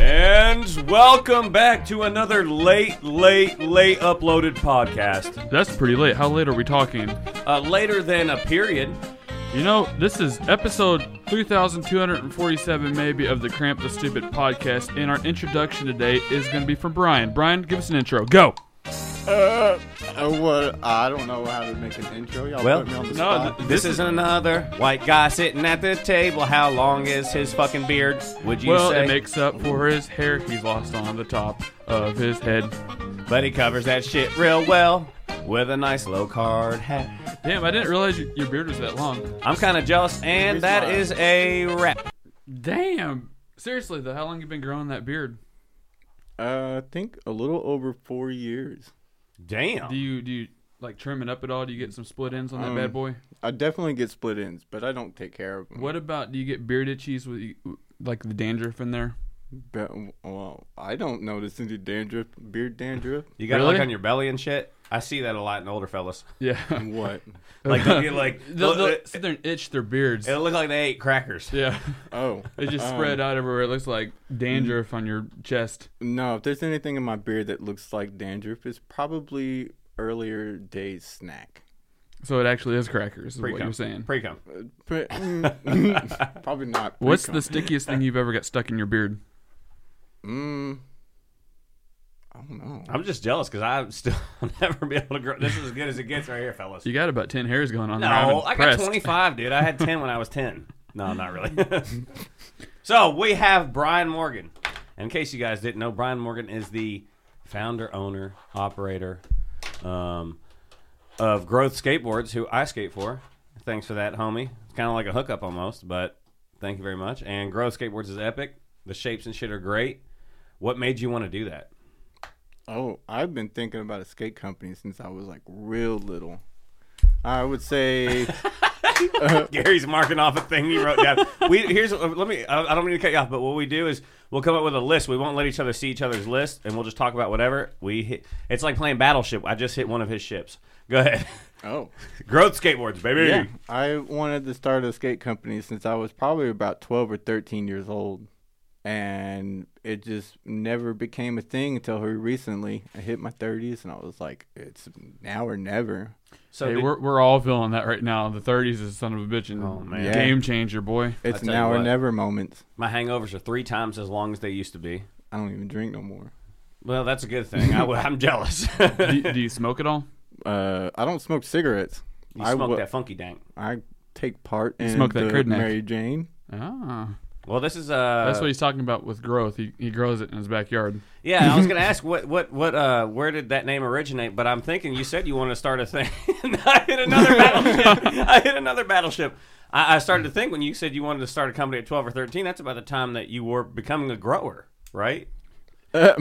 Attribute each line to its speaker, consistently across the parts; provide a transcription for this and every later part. Speaker 1: friends, welcome back to another late, late, late uploaded podcast.
Speaker 2: That's pretty late. How late are we talking?
Speaker 1: Uh, later than a period.
Speaker 2: You know, this is episode 3,247, maybe, of the Cramp the Stupid podcast, and our introduction today is going to be from Brian. Brian, give us an intro. Go.
Speaker 3: Uh, what? I don't know how to make an intro. Y'all
Speaker 1: Well,
Speaker 3: put me on
Speaker 2: no,
Speaker 3: the spot.
Speaker 2: th-
Speaker 1: This is another white guy sitting at the table. How long is his fucking beard? Would you
Speaker 2: well,
Speaker 1: say?
Speaker 2: it makes up for his hair he's lost on the top of his head.
Speaker 1: but he covers that shit real well with a nice low card hat.
Speaker 2: Damn, I didn't realize y- your beard was that long.
Speaker 1: I'm kind of jealous, and
Speaker 3: Here's
Speaker 1: that
Speaker 3: mine.
Speaker 1: is a wrap.
Speaker 2: Damn. Seriously, though, how long you been growing that beard?
Speaker 3: uh, I think a little over four years.
Speaker 1: Damn.
Speaker 2: Do you do you like trim it up at all? Do you get some split ends on that
Speaker 1: Um,
Speaker 2: bad boy?
Speaker 3: I definitely get split ends, but I don't take care of them.
Speaker 2: What about do you get beard itchies with like the dandruff in there?
Speaker 3: But, well, I don't notice any dandruff, beard dandruff.
Speaker 1: You got to
Speaker 2: Really?
Speaker 1: look on your belly and shit. I see that a lot in older fellas.
Speaker 2: Yeah.
Speaker 3: What?
Speaker 1: Like they'll be like,
Speaker 2: They'll,
Speaker 1: it'll,
Speaker 2: they'll sit there and itch their beards.
Speaker 1: it'll look like they ate crackers.
Speaker 2: Yeah,
Speaker 3: Oh,
Speaker 2: they just
Speaker 3: um,
Speaker 2: spread out everywhere. It looks like dandruff on your chest.
Speaker 3: No, if there's anything in my beard that looks like dandruff, it's probably earlier day's snack.
Speaker 2: So it actually is crackers, is what
Speaker 1: Pre-cum.
Speaker 2: you're saying.
Speaker 1: Pre-cum.
Speaker 3: Uh, But, mm, probably not.
Speaker 2: What's
Speaker 3: pre-cum.
Speaker 2: the stickiest thing you've ever got stuck in your beard?
Speaker 3: Mm, I don't know.
Speaker 1: I'm just jealous because I'm still I'll never be able to grow. This is as good as it gets right here, fellas.
Speaker 2: You got about ten hairs going on there.
Speaker 1: no,
Speaker 2: haven't
Speaker 1: I got
Speaker 2: pressed.
Speaker 1: 25, dude. I had 10 when I was 10. No, not really. so we have Brian Morgan. In case you guys didn't know, Brian Morgan is the founder, owner, operator um, of Growth Skateboards, who I skate for. Thanks for that, homie. It's kind of like a hookup almost, but thank you very much. And Growth Skateboards is epic. The shapes and shit are great. What made you want to do that?
Speaker 3: Oh, I've been thinking about a skate company since I was like real little. I would say,
Speaker 1: Gary's marking off a thing he wrote down. We here's uh, let me. I I don't mean to cut you off, but what we do is we'll come up with a list. We won't let each other see each other's list, and we'll just talk about whatever we hit. It's like playing Battleship. I just hit one of his ships. Go ahead,
Speaker 3: oh,
Speaker 1: growth skateboards, baby.
Speaker 3: yeah. I wanted to start a skate company since I was probably about 12 or 13 years old. And it just never became a thing until very recently. I hit my 30s and I was like, it's now or never.
Speaker 1: So
Speaker 2: Hey,
Speaker 1: did-
Speaker 2: we're, we're all feeling that right now. The 30s is a son of a bitch and
Speaker 1: Oh, man.
Speaker 3: Yeah.
Speaker 2: game changer, boy.
Speaker 3: It's
Speaker 1: tell you
Speaker 3: now or
Speaker 1: what.
Speaker 3: never moments.
Speaker 1: my hangovers are three times as long as they used to be.
Speaker 3: I don't even drink no more.
Speaker 1: Well, that's a good thing. I, am jealous.
Speaker 2: do, do you smoke at all?
Speaker 3: Uh, I don't smoke cigarettes.
Speaker 1: you
Speaker 3: I
Speaker 1: smoked
Speaker 3: wa-
Speaker 1: that funky dank.
Speaker 3: I take part in
Speaker 2: smoke that
Speaker 3: the
Speaker 2: Cridnac.
Speaker 3: Mary Jane.
Speaker 2: Ah,
Speaker 1: Well, this is uh.
Speaker 2: that's what he's talking about with growth. He, he grows it in his backyard.
Speaker 1: Yeah, I was gonna ask what what what uh where did that name originate? But I'm thinking you said you wanted to start a thing. I hit another battleship. I hit another battleship. I, I started to think when you said you wanted to start a company at 12 or 13. That's about the time that you were becoming a grower, right?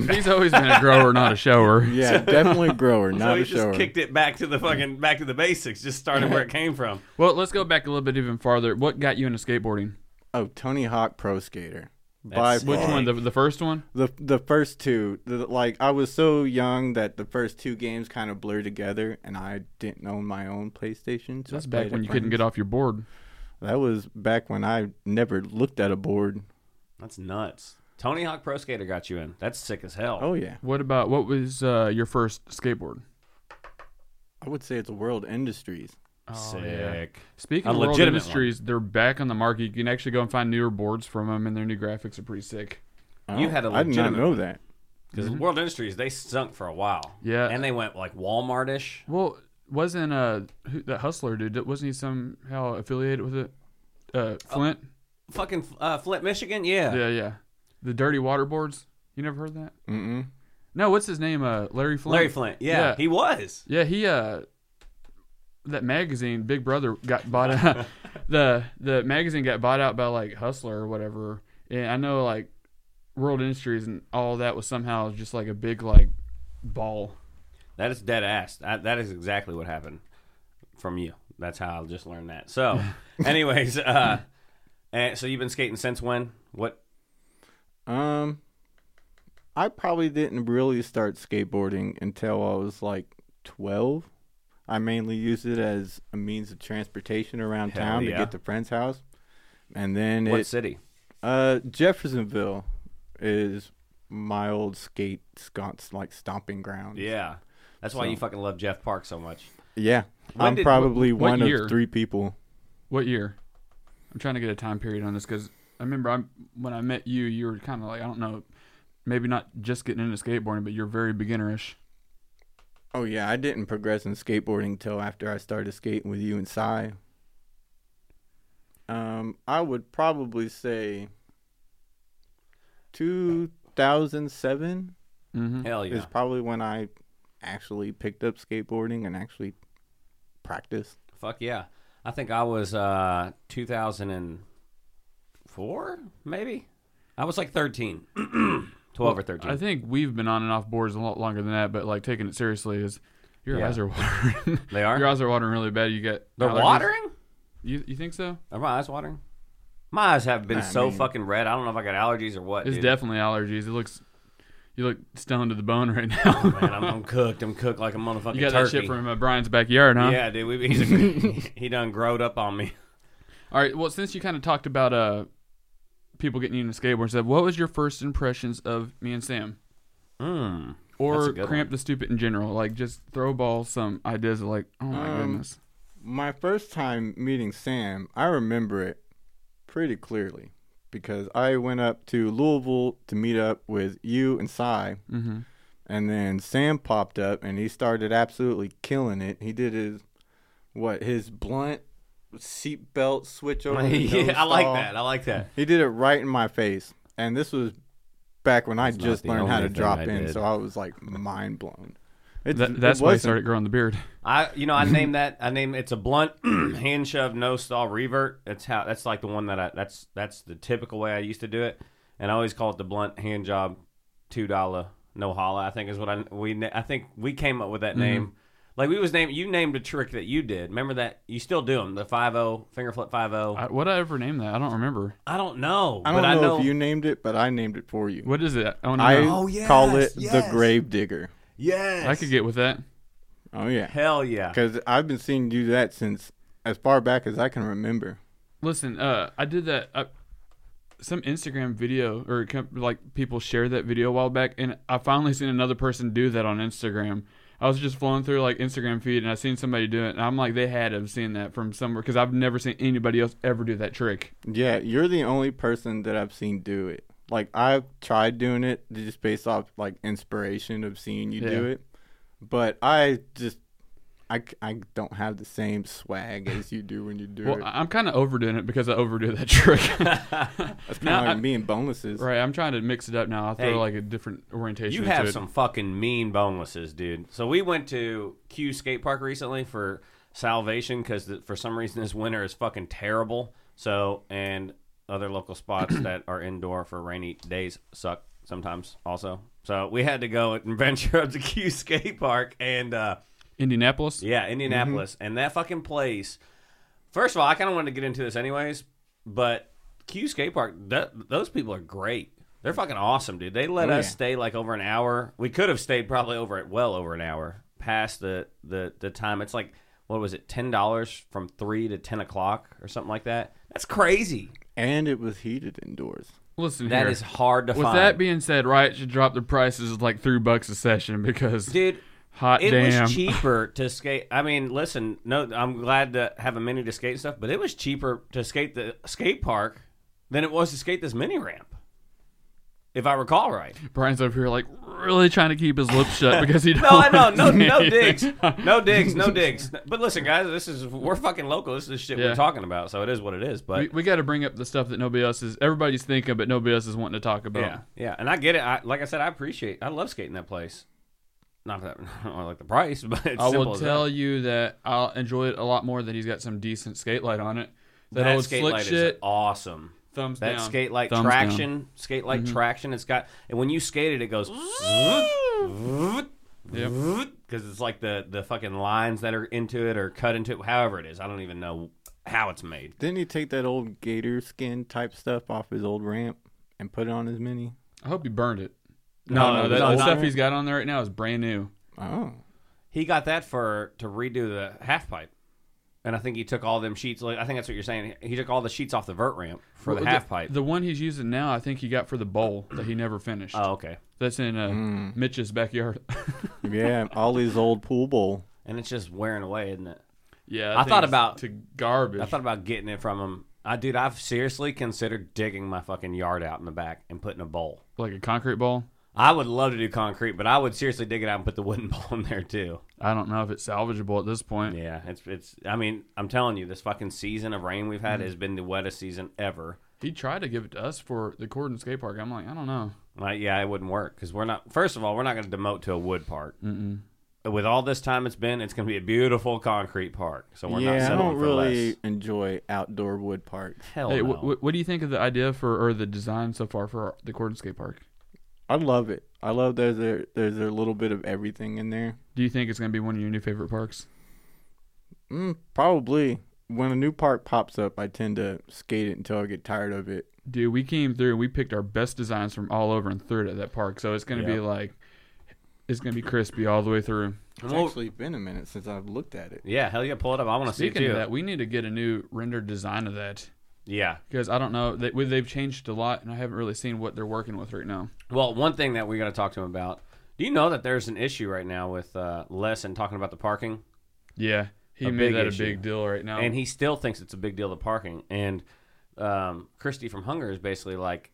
Speaker 2: He's always been a grower, not a shower.
Speaker 3: Yeah, definitely grower,
Speaker 1: So
Speaker 3: not
Speaker 1: you
Speaker 3: a
Speaker 1: just
Speaker 3: shower.
Speaker 1: kicked it back to the fucking back to the basics. Just started where it came from.
Speaker 2: Well, let's go back a little bit even farther. What got you into skateboarding?
Speaker 3: Oh, Tony Hawk Pro Skater.
Speaker 1: That's
Speaker 3: By
Speaker 2: Which
Speaker 3: far.
Speaker 2: one? The, the first one?
Speaker 3: The the first two, the, like I was so young that the first two games kind of blur together, and I didn't own my own PlayStation. So
Speaker 2: That's back when you couldn't get off your board.
Speaker 3: That was back when I never looked at a board.
Speaker 1: That's nuts. Tony Hawk Pro Skater got you in. That's sick as hell.
Speaker 3: Oh yeah,
Speaker 2: What about what was uh, your first skateboard?
Speaker 3: I would say it's World Industries.
Speaker 1: sick.
Speaker 2: Speaking
Speaker 1: A
Speaker 2: of World
Speaker 1: legitimate
Speaker 2: Industries, they're back on the market. You can actually go and find newer boards from them, and their new graphics are pretty sick.
Speaker 3: Oh,
Speaker 1: You had a
Speaker 3: I did not
Speaker 1: legitimate
Speaker 3: know that.
Speaker 1: Because
Speaker 3: Mm-hmm.
Speaker 1: World Industries they sunk for a while.
Speaker 2: Yeah.
Speaker 1: and they went like Walmartish.
Speaker 2: Well, wasn't uh who, that hustler dude? that- Wasn't he somehow affiliated with it? Uh, Flint.
Speaker 1: Fucking uh, Flint, Michigan. Yeah.
Speaker 2: yeah, yeah. The Dirty Water Boards. You never heard that?
Speaker 3: Mm-mm.
Speaker 2: No. What's his name? Uh, Larry Flint.
Speaker 1: Larry Flint. Yeah,
Speaker 2: Yeah.
Speaker 1: he was.
Speaker 2: Yeah, he uh that magazine Big Brother got bought out. the the magazine got bought out by like Hustler or whatever. And I know like World Industries and all that was somehow just like a big like ball.
Speaker 1: That is dead ass. That, that is exactly what happened from you. That's how I just learned that. So, anyways, uh, and so you've been skating since when? What?
Speaker 3: Um, I probably didn't really start skateboarding until I was like 12. I mainly used it as a means of transportation around
Speaker 1: Hell
Speaker 3: town
Speaker 1: yeah.
Speaker 3: to get to friends' house. And then
Speaker 1: What
Speaker 3: it,
Speaker 1: city?
Speaker 3: uh, Jeffersonville is my old skate sconce like stomping ground.
Speaker 1: Yeah. That's why
Speaker 3: So-
Speaker 1: you fucking love Jeff Park so much.
Speaker 3: Yeah.
Speaker 1: When
Speaker 3: I'm
Speaker 1: did-
Speaker 3: probably
Speaker 2: what
Speaker 3: one
Speaker 2: year?
Speaker 3: of three people.
Speaker 2: What year? I'm trying to get a time period on this because I remember I when I met you, you were kind of like I don't know, maybe not just getting into skateboarding, but you're very beginnerish.
Speaker 3: Oh yeah, I didn't progress in skateboarding till after I started skating with you and Cy. Um, I would probably say 2007
Speaker 2: Mm-hmm.
Speaker 1: Hell yeah.
Speaker 3: is probably when I actually picked up skateboarding and actually practiced.
Speaker 1: Fuck yeah. I think I was uh 2004 maybe. I was like 13. 12 or 13.
Speaker 2: I think we've been on and off boards a lot longer than that, but like taking it seriously is your
Speaker 1: Yeah.
Speaker 2: eyes are watering.
Speaker 1: they are.
Speaker 2: your eyes are watering really bad. You get
Speaker 1: They're
Speaker 2: allergies.
Speaker 1: watering?
Speaker 2: You you think so?
Speaker 1: Are my eyes watering? My eyes have been
Speaker 3: I
Speaker 1: so
Speaker 3: mean-
Speaker 1: fucking red. I don't know if I got allergies or what.
Speaker 2: It's
Speaker 1: dude.
Speaker 2: definitely allergies. It looks you look stoned to the bone right now.
Speaker 1: Man, I'm, I'm cooked. I'm cooked like a motherfucking
Speaker 2: you got that
Speaker 1: turkey.
Speaker 2: shit from uh, Brian's backyard, huh?
Speaker 1: Yeah, dude. We, he's, he done growed up on me.
Speaker 2: All right. Well, since you kind of talked about uh people getting into skateboarding, and stuff, what was your first impressions of me and Sam, Hmm.
Speaker 1: Mm. That's a
Speaker 2: or
Speaker 1: good
Speaker 2: cramp the stupid in general? Like just throw ball some ideas of like, oh my
Speaker 3: Um,
Speaker 2: goodness,
Speaker 3: My first time meeting Sam, I remember it pretty clearly because I went up to Louisville to meet up with you and Cy.
Speaker 2: hmm
Speaker 3: And then Sam popped up and he started absolutely killing it. He did his what his blunt seatbelt switch over. to toe
Speaker 1: yeah, I like
Speaker 3: stall.
Speaker 1: that. I like that.
Speaker 3: He did it right in my face, and this was back when I
Speaker 1: not
Speaker 3: just
Speaker 1: the
Speaker 3: learned how
Speaker 1: only
Speaker 3: to
Speaker 1: thing
Speaker 3: drop
Speaker 1: I
Speaker 3: in.
Speaker 1: did.
Speaker 3: So I was like mind blown. It's,
Speaker 2: that,
Speaker 3: it
Speaker 2: that's why I
Speaker 3: wasn't-
Speaker 2: started growing the beard.
Speaker 1: I, you know, I named that. I named it's a blunt hand shove, no stall revert. That's how. That's like the one that I. That's that's the typical way I used to do it, and I always call it the blunt hand job, two dollar no holla. I think is what I we. na- I think we came up with
Speaker 2: Mm-hmm.
Speaker 1: that name. Like we was named. You named a trick that you did. Remember that you still do them. The five zero finger flip five zero.
Speaker 2: I, what I ever named that? I don't remember.
Speaker 1: I don't know.
Speaker 3: I don't
Speaker 1: but
Speaker 3: know,
Speaker 1: I know
Speaker 3: if you named it, but I named it for you.
Speaker 2: What is it? I, don't
Speaker 3: I
Speaker 2: know.
Speaker 1: Oh, yes,
Speaker 3: call it
Speaker 1: yes.
Speaker 3: the grave digger.
Speaker 1: Yes.
Speaker 2: I could get with that.
Speaker 3: Oh yeah,
Speaker 1: Hell yeah.
Speaker 3: because I've been seeing you do that since as far back as I can remember.
Speaker 2: Listen, uh, I did that. I, some Instagram video or com- like people shared that video a while back, and I finally seen another person do that on Instagram. I was just flowing through like Instagram feed, and I seen somebody do it, and I'm like, they had to have seen that from somewhere because I've never seen anybody else ever do that trick.
Speaker 3: Yeah, you're the only person that I've seen do it. Like I've tried doing it just based off like inspiration of seeing you do
Speaker 2: Yeah.
Speaker 3: it, but I just I, c- I don't have the same swag as you do when you do
Speaker 2: Well,
Speaker 3: it.
Speaker 2: I- I'm kind of overdoing it because I overdo that trick. now
Speaker 3: That's kind of like
Speaker 2: I-
Speaker 3: me and bonuses.
Speaker 2: right, I'm trying to mix it up now. I throw
Speaker 1: Hey,
Speaker 2: like a different orientation.
Speaker 1: You
Speaker 2: into
Speaker 1: have
Speaker 2: it.
Speaker 1: some fucking mean bonelesses, dude. So we went to Q Skate Park recently for Salvation because for some reason this winter is fucking terrible. So and other local spots that are indoor for rainy days suck sometimes also. So we had to go and venture up to Q Skate Park and uh,
Speaker 2: Indianapolis. Mm-hmm.
Speaker 1: yeah, Indianapolis, and that fucking place. First of all, I kind of wanted to get into this anyways, but Q Skate Park, th- those people are great. They're fucking awesome, dude. They let
Speaker 3: Oh,
Speaker 1: us
Speaker 3: yeah.
Speaker 1: stay like over an hour. We could have stayed probably over at well over an hour past the the the time. It's like what was it, ten dollars from three to ten o'clock or something like that. That's crazy.
Speaker 3: And it was heated indoors.
Speaker 2: Listen
Speaker 1: That
Speaker 2: here.
Speaker 1: is hard to
Speaker 2: With
Speaker 1: find,
Speaker 2: that being said, Riot should drop the prices like three bucks a session because
Speaker 1: dude.
Speaker 2: hot
Speaker 1: It
Speaker 2: damn.
Speaker 1: was cheaper to skate. I mean, listen, no, I'm glad to have a mini to skate and stuff, but it was cheaper to skate the skate park than it was to skate this mini ramp, if I recall right.
Speaker 2: Brian's over here like really trying to keep his lips shut because he don't
Speaker 1: No, I know, no,
Speaker 2: want to
Speaker 1: no
Speaker 2: say
Speaker 1: digs,
Speaker 2: anything.
Speaker 1: no digs, no digs. But listen, guys, this is we're fucking local. This is the shit
Speaker 2: Yeah.
Speaker 1: we're talking about, so it is what it is. But
Speaker 2: we we got to bring up the stuff that nobody else is. Everybody's thinking, but nobody else is wanting to talk about.
Speaker 1: yeah, um, yeah, and I get it. I, like I said, I appreciate. I love skating that place. Not that I don't like the price, but it's
Speaker 2: I
Speaker 1: simple
Speaker 2: will
Speaker 1: as
Speaker 2: tell
Speaker 1: that.
Speaker 2: you that I'll enjoy it a lot more than he's got some decent skate light on it. That,
Speaker 1: that
Speaker 2: old
Speaker 1: skate
Speaker 2: slick
Speaker 1: light
Speaker 2: shit,
Speaker 1: is awesome.
Speaker 2: thumbs
Speaker 1: That
Speaker 2: down.
Speaker 1: skate like
Speaker 2: Thumbs
Speaker 1: traction,
Speaker 2: down. Mm-hmm.
Speaker 1: skate like traction. It's got, and when you skate it, it goes
Speaker 2: Yep.
Speaker 1: because it's like the the fucking lines that are into it or cut into it, however it is. I don't even know how it's made.
Speaker 3: Didn't he take that old gator skin type stuff off his old ramp and put it on his mini?
Speaker 2: I hope he burned it.
Speaker 1: No,
Speaker 2: no,
Speaker 1: no,
Speaker 2: that,
Speaker 1: no,
Speaker 2: the
Speaker 1: no.
Speaker 2: stuff he's got on there right now is brand new.
Speaker 3: Oh,
Speaker 1: He got that for to redo the half pipe. And I think he took all them sheets. Like, I think that's what you're saying. He took all the sheets off the vert ramp for
Speaker 2: Well,
Speaker 1: the half pipe.
Speaker 2: The one he's using now, I think he got for the bowl that he never finished.
Speaker 1: oh, Mm. okay.
Speaker 2: That's in uh, Mitch's backyard.
Speaker 3: yeah, Ollie's old pool bowl.
Speaker 1: And it's just wearing away, isn't it?
Speaker 2: yeah,
Speaker 1: I
Speaker 2: that
Speaker 1: thought
Speaker 2: thing's
Speaker 1: about-
Speaker 2: to garbage.
Speaker 1: I thought about getting it from him. I dude, I've seriously considered digging my fucking yard out in the back and putting a bowl.
Speaker 2: like a concrete ball.
Speaker 1: I would love to do concrete, but I would seriously dig it out and put the wooden bowl in there too.
Speaker 2: I don't know if it's salvageable at this point.
Speaker 1: Yeah, it's it's. I mean, I'm telling you, this fucking season of rain we've had has been the wettest season ever.
Speaker 2: He tried to give it to us for the Corden skate park. I'm like, I don't know.
Speaker 1: Like, yeah, it wouldn't work because we're not. First of all, we're not going to demote to a wood park. Mm-mm. With all this time it's been, it's going to be a beautiful concrete park. So we're not
Speaker 3: yeah, I
Speaker 1: settling
Speaker 3: don't
Speaker 1: for
Speaker 3: really
Speaker 1: less.
Speaker 3: enjoy outdoor wood parks.
Speaker 1: Hell
Speaker 2: hey,
Speaker 1: Oh, no.
Speaker 2: wh- wh- what do you think of the idea for or the design so far for the Corden skate park?
Speaker 3: I love it. I love there's a there's a little bit of everything in there.
Speaker 2: Do you think it's going to be one of your new favorite parks?
Speaker 3: Mm, probably when a new park pops up, I tend to skate it until I get tired of it.
Speaker 2: Dude, we came through and we picked our best designs from all over and threw it at that park. So it's going to be
Speaker 1: Yep.
Speaker 2: like, it's going to be crispy all the way through.
Speaker 3: It's
Speaker 1: Well-
Speaker 3: actually been a minute since I've looked at it.
Speaker 1: yeah, hell yeah, pull it up. I want to see it
Speaker 2: Speaking
Speaker 1: too.
Speaker 2: of that, we need to get a new rendered design of that
Speaker 1: Yeah.
Speaker 2: because I don't know they, we- they've changed a lot and I haven't really seen what they're working with right now.
Speaker 1: Well, one thing that we got to talk to him about. Do you know that there's an issue right now with uh, Les and talking about the parking,
Speaker 2: Yeah, he
Speaker 1: A big
Speaker 2: made that
Speaker 1: issue.
Speaker 2: a big deal right now.
Speaker 1: and he still thinks it's a big deal the parking. And um, Christy from Hunger is basically like,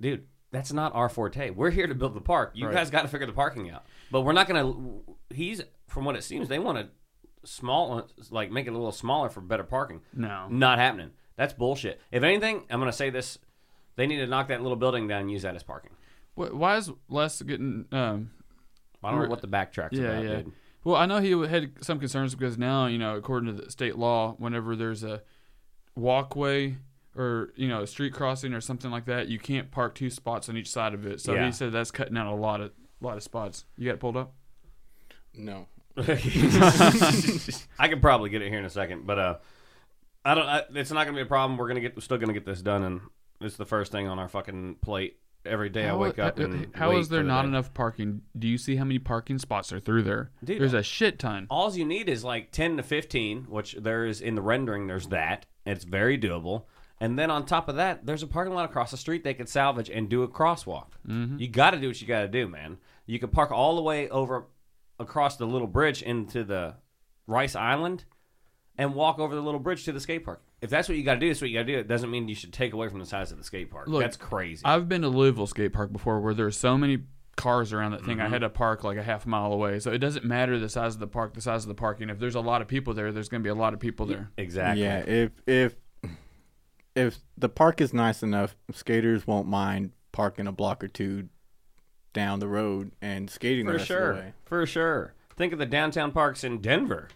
Speaker 1: "Dude, that's not our forte. We're here to build the park. You
Speaker 2: Right.
Speaker 1: guys got to figure the parking out. But we're not gonna. He's from what it seems they want to small like make it a little smaller for better parking.
Speaker 2: no,
Speaker 1: Not happening. That's bullshit. If anything, I'm gonna say this: they need to knock that little building down and use that as parking.
Speaker 2: Wh- why is Les getting? Um,
Speaker 1: I don't know what the backtrack's
Speaker 2: yeah,
Speaker 1: about,
Speaker 2: yeah.
Speaker 1: dude.
Speaker 2: Well, I know he had some concerns because now you know, according to the state law, whenever there's a walkway or you know a street crossing or something like that, you can't park two spots on each side of it. So
Speaker 1: Yeah.
Speaker 2: he said that's cutting out a lot of lot of spots. You got it pulled up.
Speaker 3: No.
Speaker 1: I could probably get it here in a second, but uh, I don't. I, it's not gonna be a problem. We're gonna get. We're still gonna get this done, and it's the first thing on our fucking plate every day. I wake up and
Speaker 2: how
Speaker 1: wait
Speaker 2: is there
Speaker 1: for the
Speaker 2: not
Speaker 1: day.
Speaker 2: enough parking? Do you see how many parking spots are through there?
Speaker 1: Dude,
Speaker 2: There's a shit ton.
Speaker 1: All you need is like ten to fifteen, which there is in the rendering. There's that. It's very doable. And then on top of that, there's a parking lot across the street they could salvage and do a crosswalk. You got to do what you got to do, man. You could park all the way over across the little bridge into the Rice Island and walk over the little bridge to the skate park. If that's what you got to do, that's what you got to do. It doesn't mean you should take away from the size of the skate park.
Speaker 2: Look,
Speaker 1: that's crazy.
Speaker 2: I've been to Louisville skate park before, where there's so many cars around that thing. I had to park like a half mile away, so it doesn't matter the size of the park, the size of the parking. If there's a lot of people there, there's going to be a lot of people there.
Speaker 1: exactly.
Speaker 3: Yeah, if if if the park is nice enough, skaters won't mind parking a block or two down the road and skating the
Speaker 1: For
Speaker 3: rest of the
Speaker 1: sure.
Speaker 3: way.
Speaker 1: For sure. Think of the downtown parks in Denver.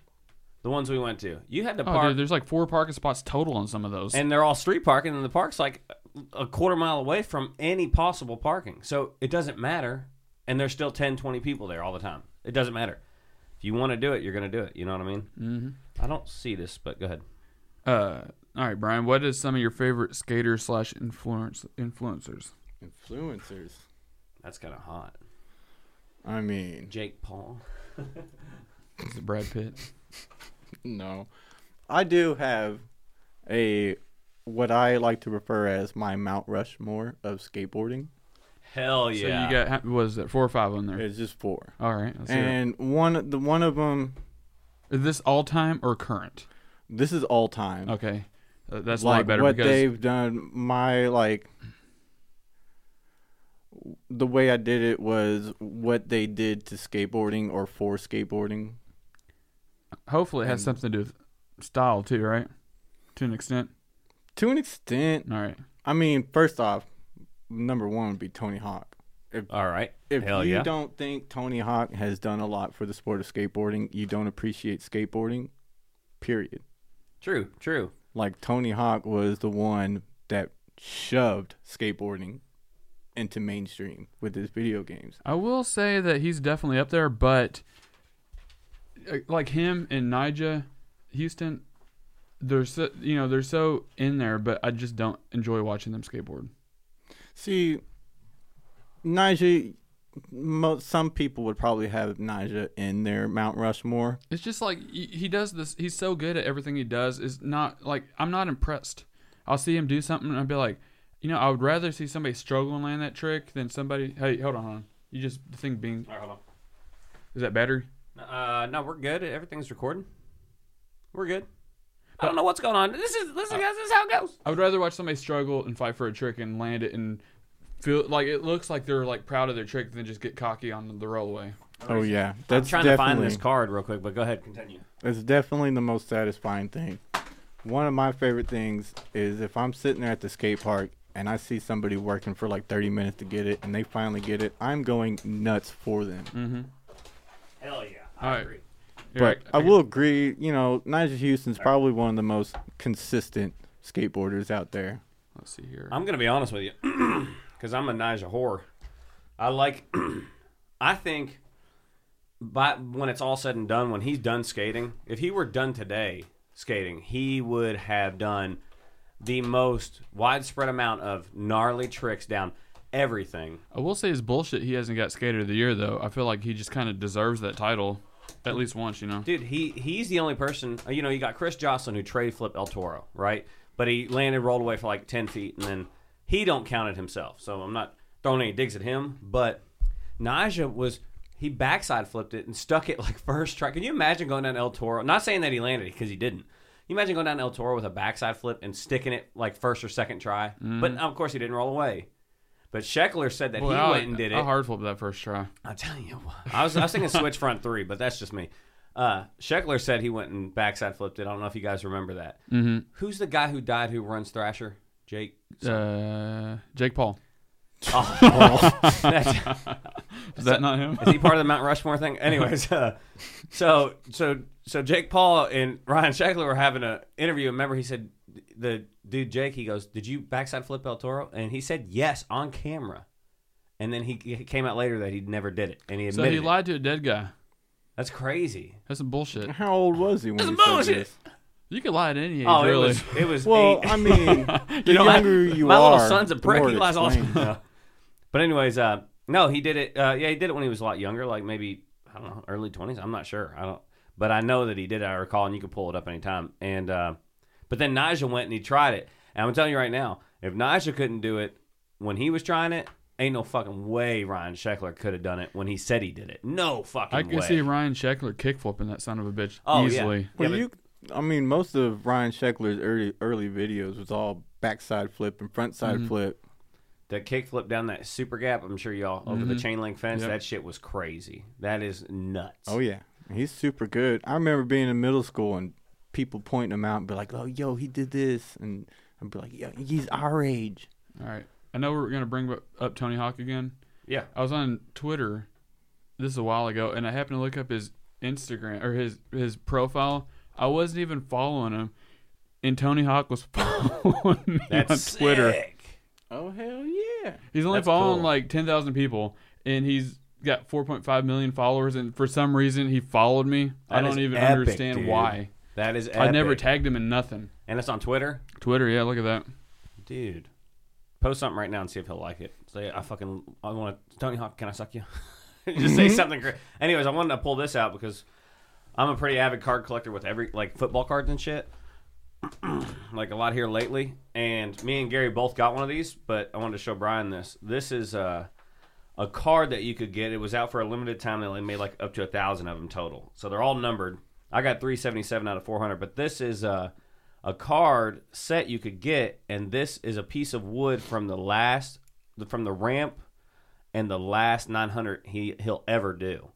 Speaker 1: The ones we went to. You had to
Speaker 2: Oh,
Speaker 1: park
Speaker 2: dude, there's like four parking spots total on some of those.
Speaker 1: and they're all street parking and the park's like a quarter mile away from any possible parking. So it doesn't matter and there's still 10 20 people there all the time. It doesn't matter. If you want to do it, you're going to do it, you know what I mean? Mhm.
Speaker 2: Mm-hmm.
Speaker 1: I don't see this, but go ahead.
Speaker 2: uh, all right, Brian, what is some of your favorite skaters slash influence influencers?
Speaker 3: Influencers.
Speaker 1: That's kind of hot.
Speaker 3: I mean,
Speaker 1: Jake Paul.
Speaker 2: Is it Brad Pitt?
Speaker 3: no. I do have a what I like to refer as my Mount Rushmore of skateboarding.
Speaker 1: Hell yeah.
Speaker 2: So you got what is that? Four or five on there.
Speaker 3: It's just four.
Speaker 2: All right, Mm. let's hear it.
Speaker 3: And one the one of them
Speaker 2: Is this all time or current?
Speaker 3: this is all time.
Speaker 2: Okay, Uh, that's a
Speaker 3: like
Speaker 2: lot better
Speaker 3: what
Speaker 2: because
Speaker 3: they've done. My like the way I did it was what they did to skateboarding or for skateboarding.
Speaker 2: hopefully it has something to do with style too, right? To an extent.
Speaker 3: To an extent,
Speaker 2: All right.
Speaker 3: I mean, first off, number one would be Tony Hawk.
Speaker 1: all right.
Speaker 3: If
Speaker 1: Hell
Speaker 3: you
Speaker 1: yeah.
Speaker 3: don't think Tony Hawk has done a lot for the sport of skateboarding, you don't appreciate skateboarding. Period.
Speaker 1: True, true.
Speaker 3: Like Tony Hawk was the one that shoved skateboarding into mainstream with his video games.
Speaker 2: I will say that he's definitely up there, but uh, like him and Nija Houston, they're so you know they're so in there, but I just don't enjoy watching them skateboard.
Speaker 3: See, Nigel, most some people would probably have Naja in their Mount Rushmore.
Speaker 2: It's just like he he does this. He's so good at everything he does. Is not like I'm not impressed. I'll see him do something and I'll be like, you know, I would rather see somebody struggle and land that trick than somebody. Hey, hold on, hold on. You just the thing being
Speaker 1: All right, hold
Speaker 2: is that battery?
Speaker 1: on. Uh, no, we're good. Everything's recording. We're good. I don't know what's going on. This is
Speaker 3: Uh,
Speaker 1: listen, guys. This is how it goes.
Speaker 2: I would rather watch somebody struggle and fight for a trick and land it and feel like it looks like they're like proud of their trick than just get cocky on the rollaway.
Speaker 3: Oh yeah,
Speaker 1: I'm
Speaker 3: that's
Speaker 1: trying to
Speaker 3: definitely
Speaker 1: find this card real quick, but go ahead, continue.
Speaker 3: it's definitely the most satisfying thing. One of my favorite things is if I'm sitting there at the skate park and I see somebody working for like 30 minutes to get it and they finally get it, I'm going nuts for them.
Speaker 1: Mm-hmm. Hell yeah,
Speaker 2: I All right. agree.
Speaker 3: But I will agree, you know, Nigel Houston's probably one of the most consistent skateboarders out there.
Speaker 2: Let's see here.
Speaker 1: I'm gonna be honest with you, because I'm a Nija whore. I like. I think, by when it's all said and done, when he's done skating, if he were done today skating, he would have done the most widespread amount of gnarly tricks down everything.
Speaker 2: I will say it's bullshit. He hasn't got skater of the year though. I feel like he just kind of deserves that title, at least once. You know.
Speaker 1: Dude, he he's the only person. uh, You know, you got Chris Jocelyn who trade flipped El Toro, right? But he landed, rolled away for like ten feet, and then he don't count it himself. So I'm not throwing any digs at him. But Naja was he backside flipped it and stuck it like first try. Can you imagine going down El Toro? Not saying that he landed because he didn't. You imagine going down El Toro with a backside flip and sticking it like first or second try. But of course he didn't roll away. But Scheckler said that
Speaker 2: Mm-hmm. Well, uh-huh.
Speaker 1: he
Speaker 2: I-
Speaker 1: went and did it.
Speaker 2: I hard flipped that first try.
Speaker 1: I'm telling you, what. I was I was thinking switch front three, but that's just me. Uh, Scheckler said he went and backside flipped it. I don't know if you guys remember that. Mm-hmm. Who's the guy who died who runs Thrasher? Jake.
Speaker 2: Uh, Jake Paul.
Speaker 1: Oh, well, that's-
Speaker 2: Is that not him?
Speaker 1: Is he part of the Mount Rushmore thing? Anyways, uh, so so so Jake Paul and Ryan Shackler were having an interview. Remember, he said the dude Jake. He goes, "Did you backside flip El Toro?" And he said yes on camera. And then he, he came out later that he never did it, and he
Speaker 2: So
Speaker 1: admitted
Speaker 2: he
Speaker 1: it.
Speaker 2: lied to a dead guy.
Speaker 1: that's crazy.
Speaker 2: That's some bullshit.
Speaker 3: How old was he when he said
Speaker 1: bullshit.
Speaker 3: this?
Speaker 2: You can lie at any age,
Speaker 1: Oh,
Speaker 2: really.
Speaker 1: it was it was
Speaker 3: Well,
Speaker 1: eight-
Speaker 3: I mean, the
Speaker 1: know,
Speaker 3: younger you
Speaker 1: my
Speaker 3: are,
Speaker 1: little son's a
Speaker 3: the
Speaker 1: prick.
Speaker 3: more
Speaker 1: He
Speaker 3: it
Speaker 1: lies all the
Speaker 3: explains.
Speaker 1: time. No. But anyways, uh, no, he did it. Uh, yeah, he did it when he was a lot younger, like maybe I don't know, early twenties. I'm not sure. I don't, but I know that he did. it, I recall, and you can pull it up anytime. And uh, but then Naja went and he tried it. And I'm telling you right now, if Naja couldn't do it when he was trying it, ain't no fucking way Ryan Scheckler could have done it when he said he did it. No fucking
Speaker 2: I can
Speaker 1: way.
Speaker 2: see Ryan Scheckler kick flipping that son of a bitch
Speaker 1: Oh, yeah.
Speaker 2: easily.
Speaker 3: Well,
Speaker 1: Yeah,
Speaker 3: you, I mean, most of Ryan Scheckler's early early videos was all backside flip and front
Speaker 1: Mm-hmm.
Speaker 3: side flip.
Speaker 1: The kick flip down that super gap, I'm sure y'all over the chain link fence.
Speaker 2: Mm-hmm. Yep.
Speaker 1: That shit was crazy. That is nuts.
Speaker 3: Oh yeah, he's super good. I remember being in middle school and people pointing him out and be like, "Oh, yo, he did this," and I'd be like, "Yo, he's our age."
Speaker 2: All right. I know we're going to bring up- up Tony Hawk again.
Speaker 1: Yeah.
Speaker 2: I was on Twitter this is a while ago and I happened to look up his Instagram or his his profile. I wasn't even following him and Tony Hawk was following me
Speaker 1: That's
Speaker 2: on Twitter.
Speaker 1: sick.
Speaker 3: Oh hell yeah!
Speaker 2: He's only
Speaker 1: That's
Speaker 2: following
Speaker 1: cool.
Speaker 2: like 10,000 people and he's got 4.5 million followers and for some reason he followed me. I
Speaker 1: That
Speaker 2: don't
Speaker 1: is
Speaker 2: even
Speaker 1: epic,
Speaker 2: understand
Speaker 1: dude.
Speaker 2: why.
Speaker 1: That is epic.
Speaker 2: I never tagged him in nothing.
Speaker 1: and it's on Twitter,
Speaker 2: Twitter, yeah, look at that.
Speaker 1: dude. Post something right now and see if he'll like it. Say I fucking I want to Tony Hawk. Can I suck you? Just say something. Great. Anyways, I wanted to pull this out because I'm a pretty avid card collector with every like football cards and shit. like a lot here lately, and me and Gary both got one of these, but I wanted to show Brian this. This is uh, a card that you could get. It was out for a limited time. They only made like up to a thousand of them total, so they're all numbered. I got 377 out of 400, but this is a a card set you could get, and this is a piece of wood from the last from the ramp and the last 900 he he'll ever do.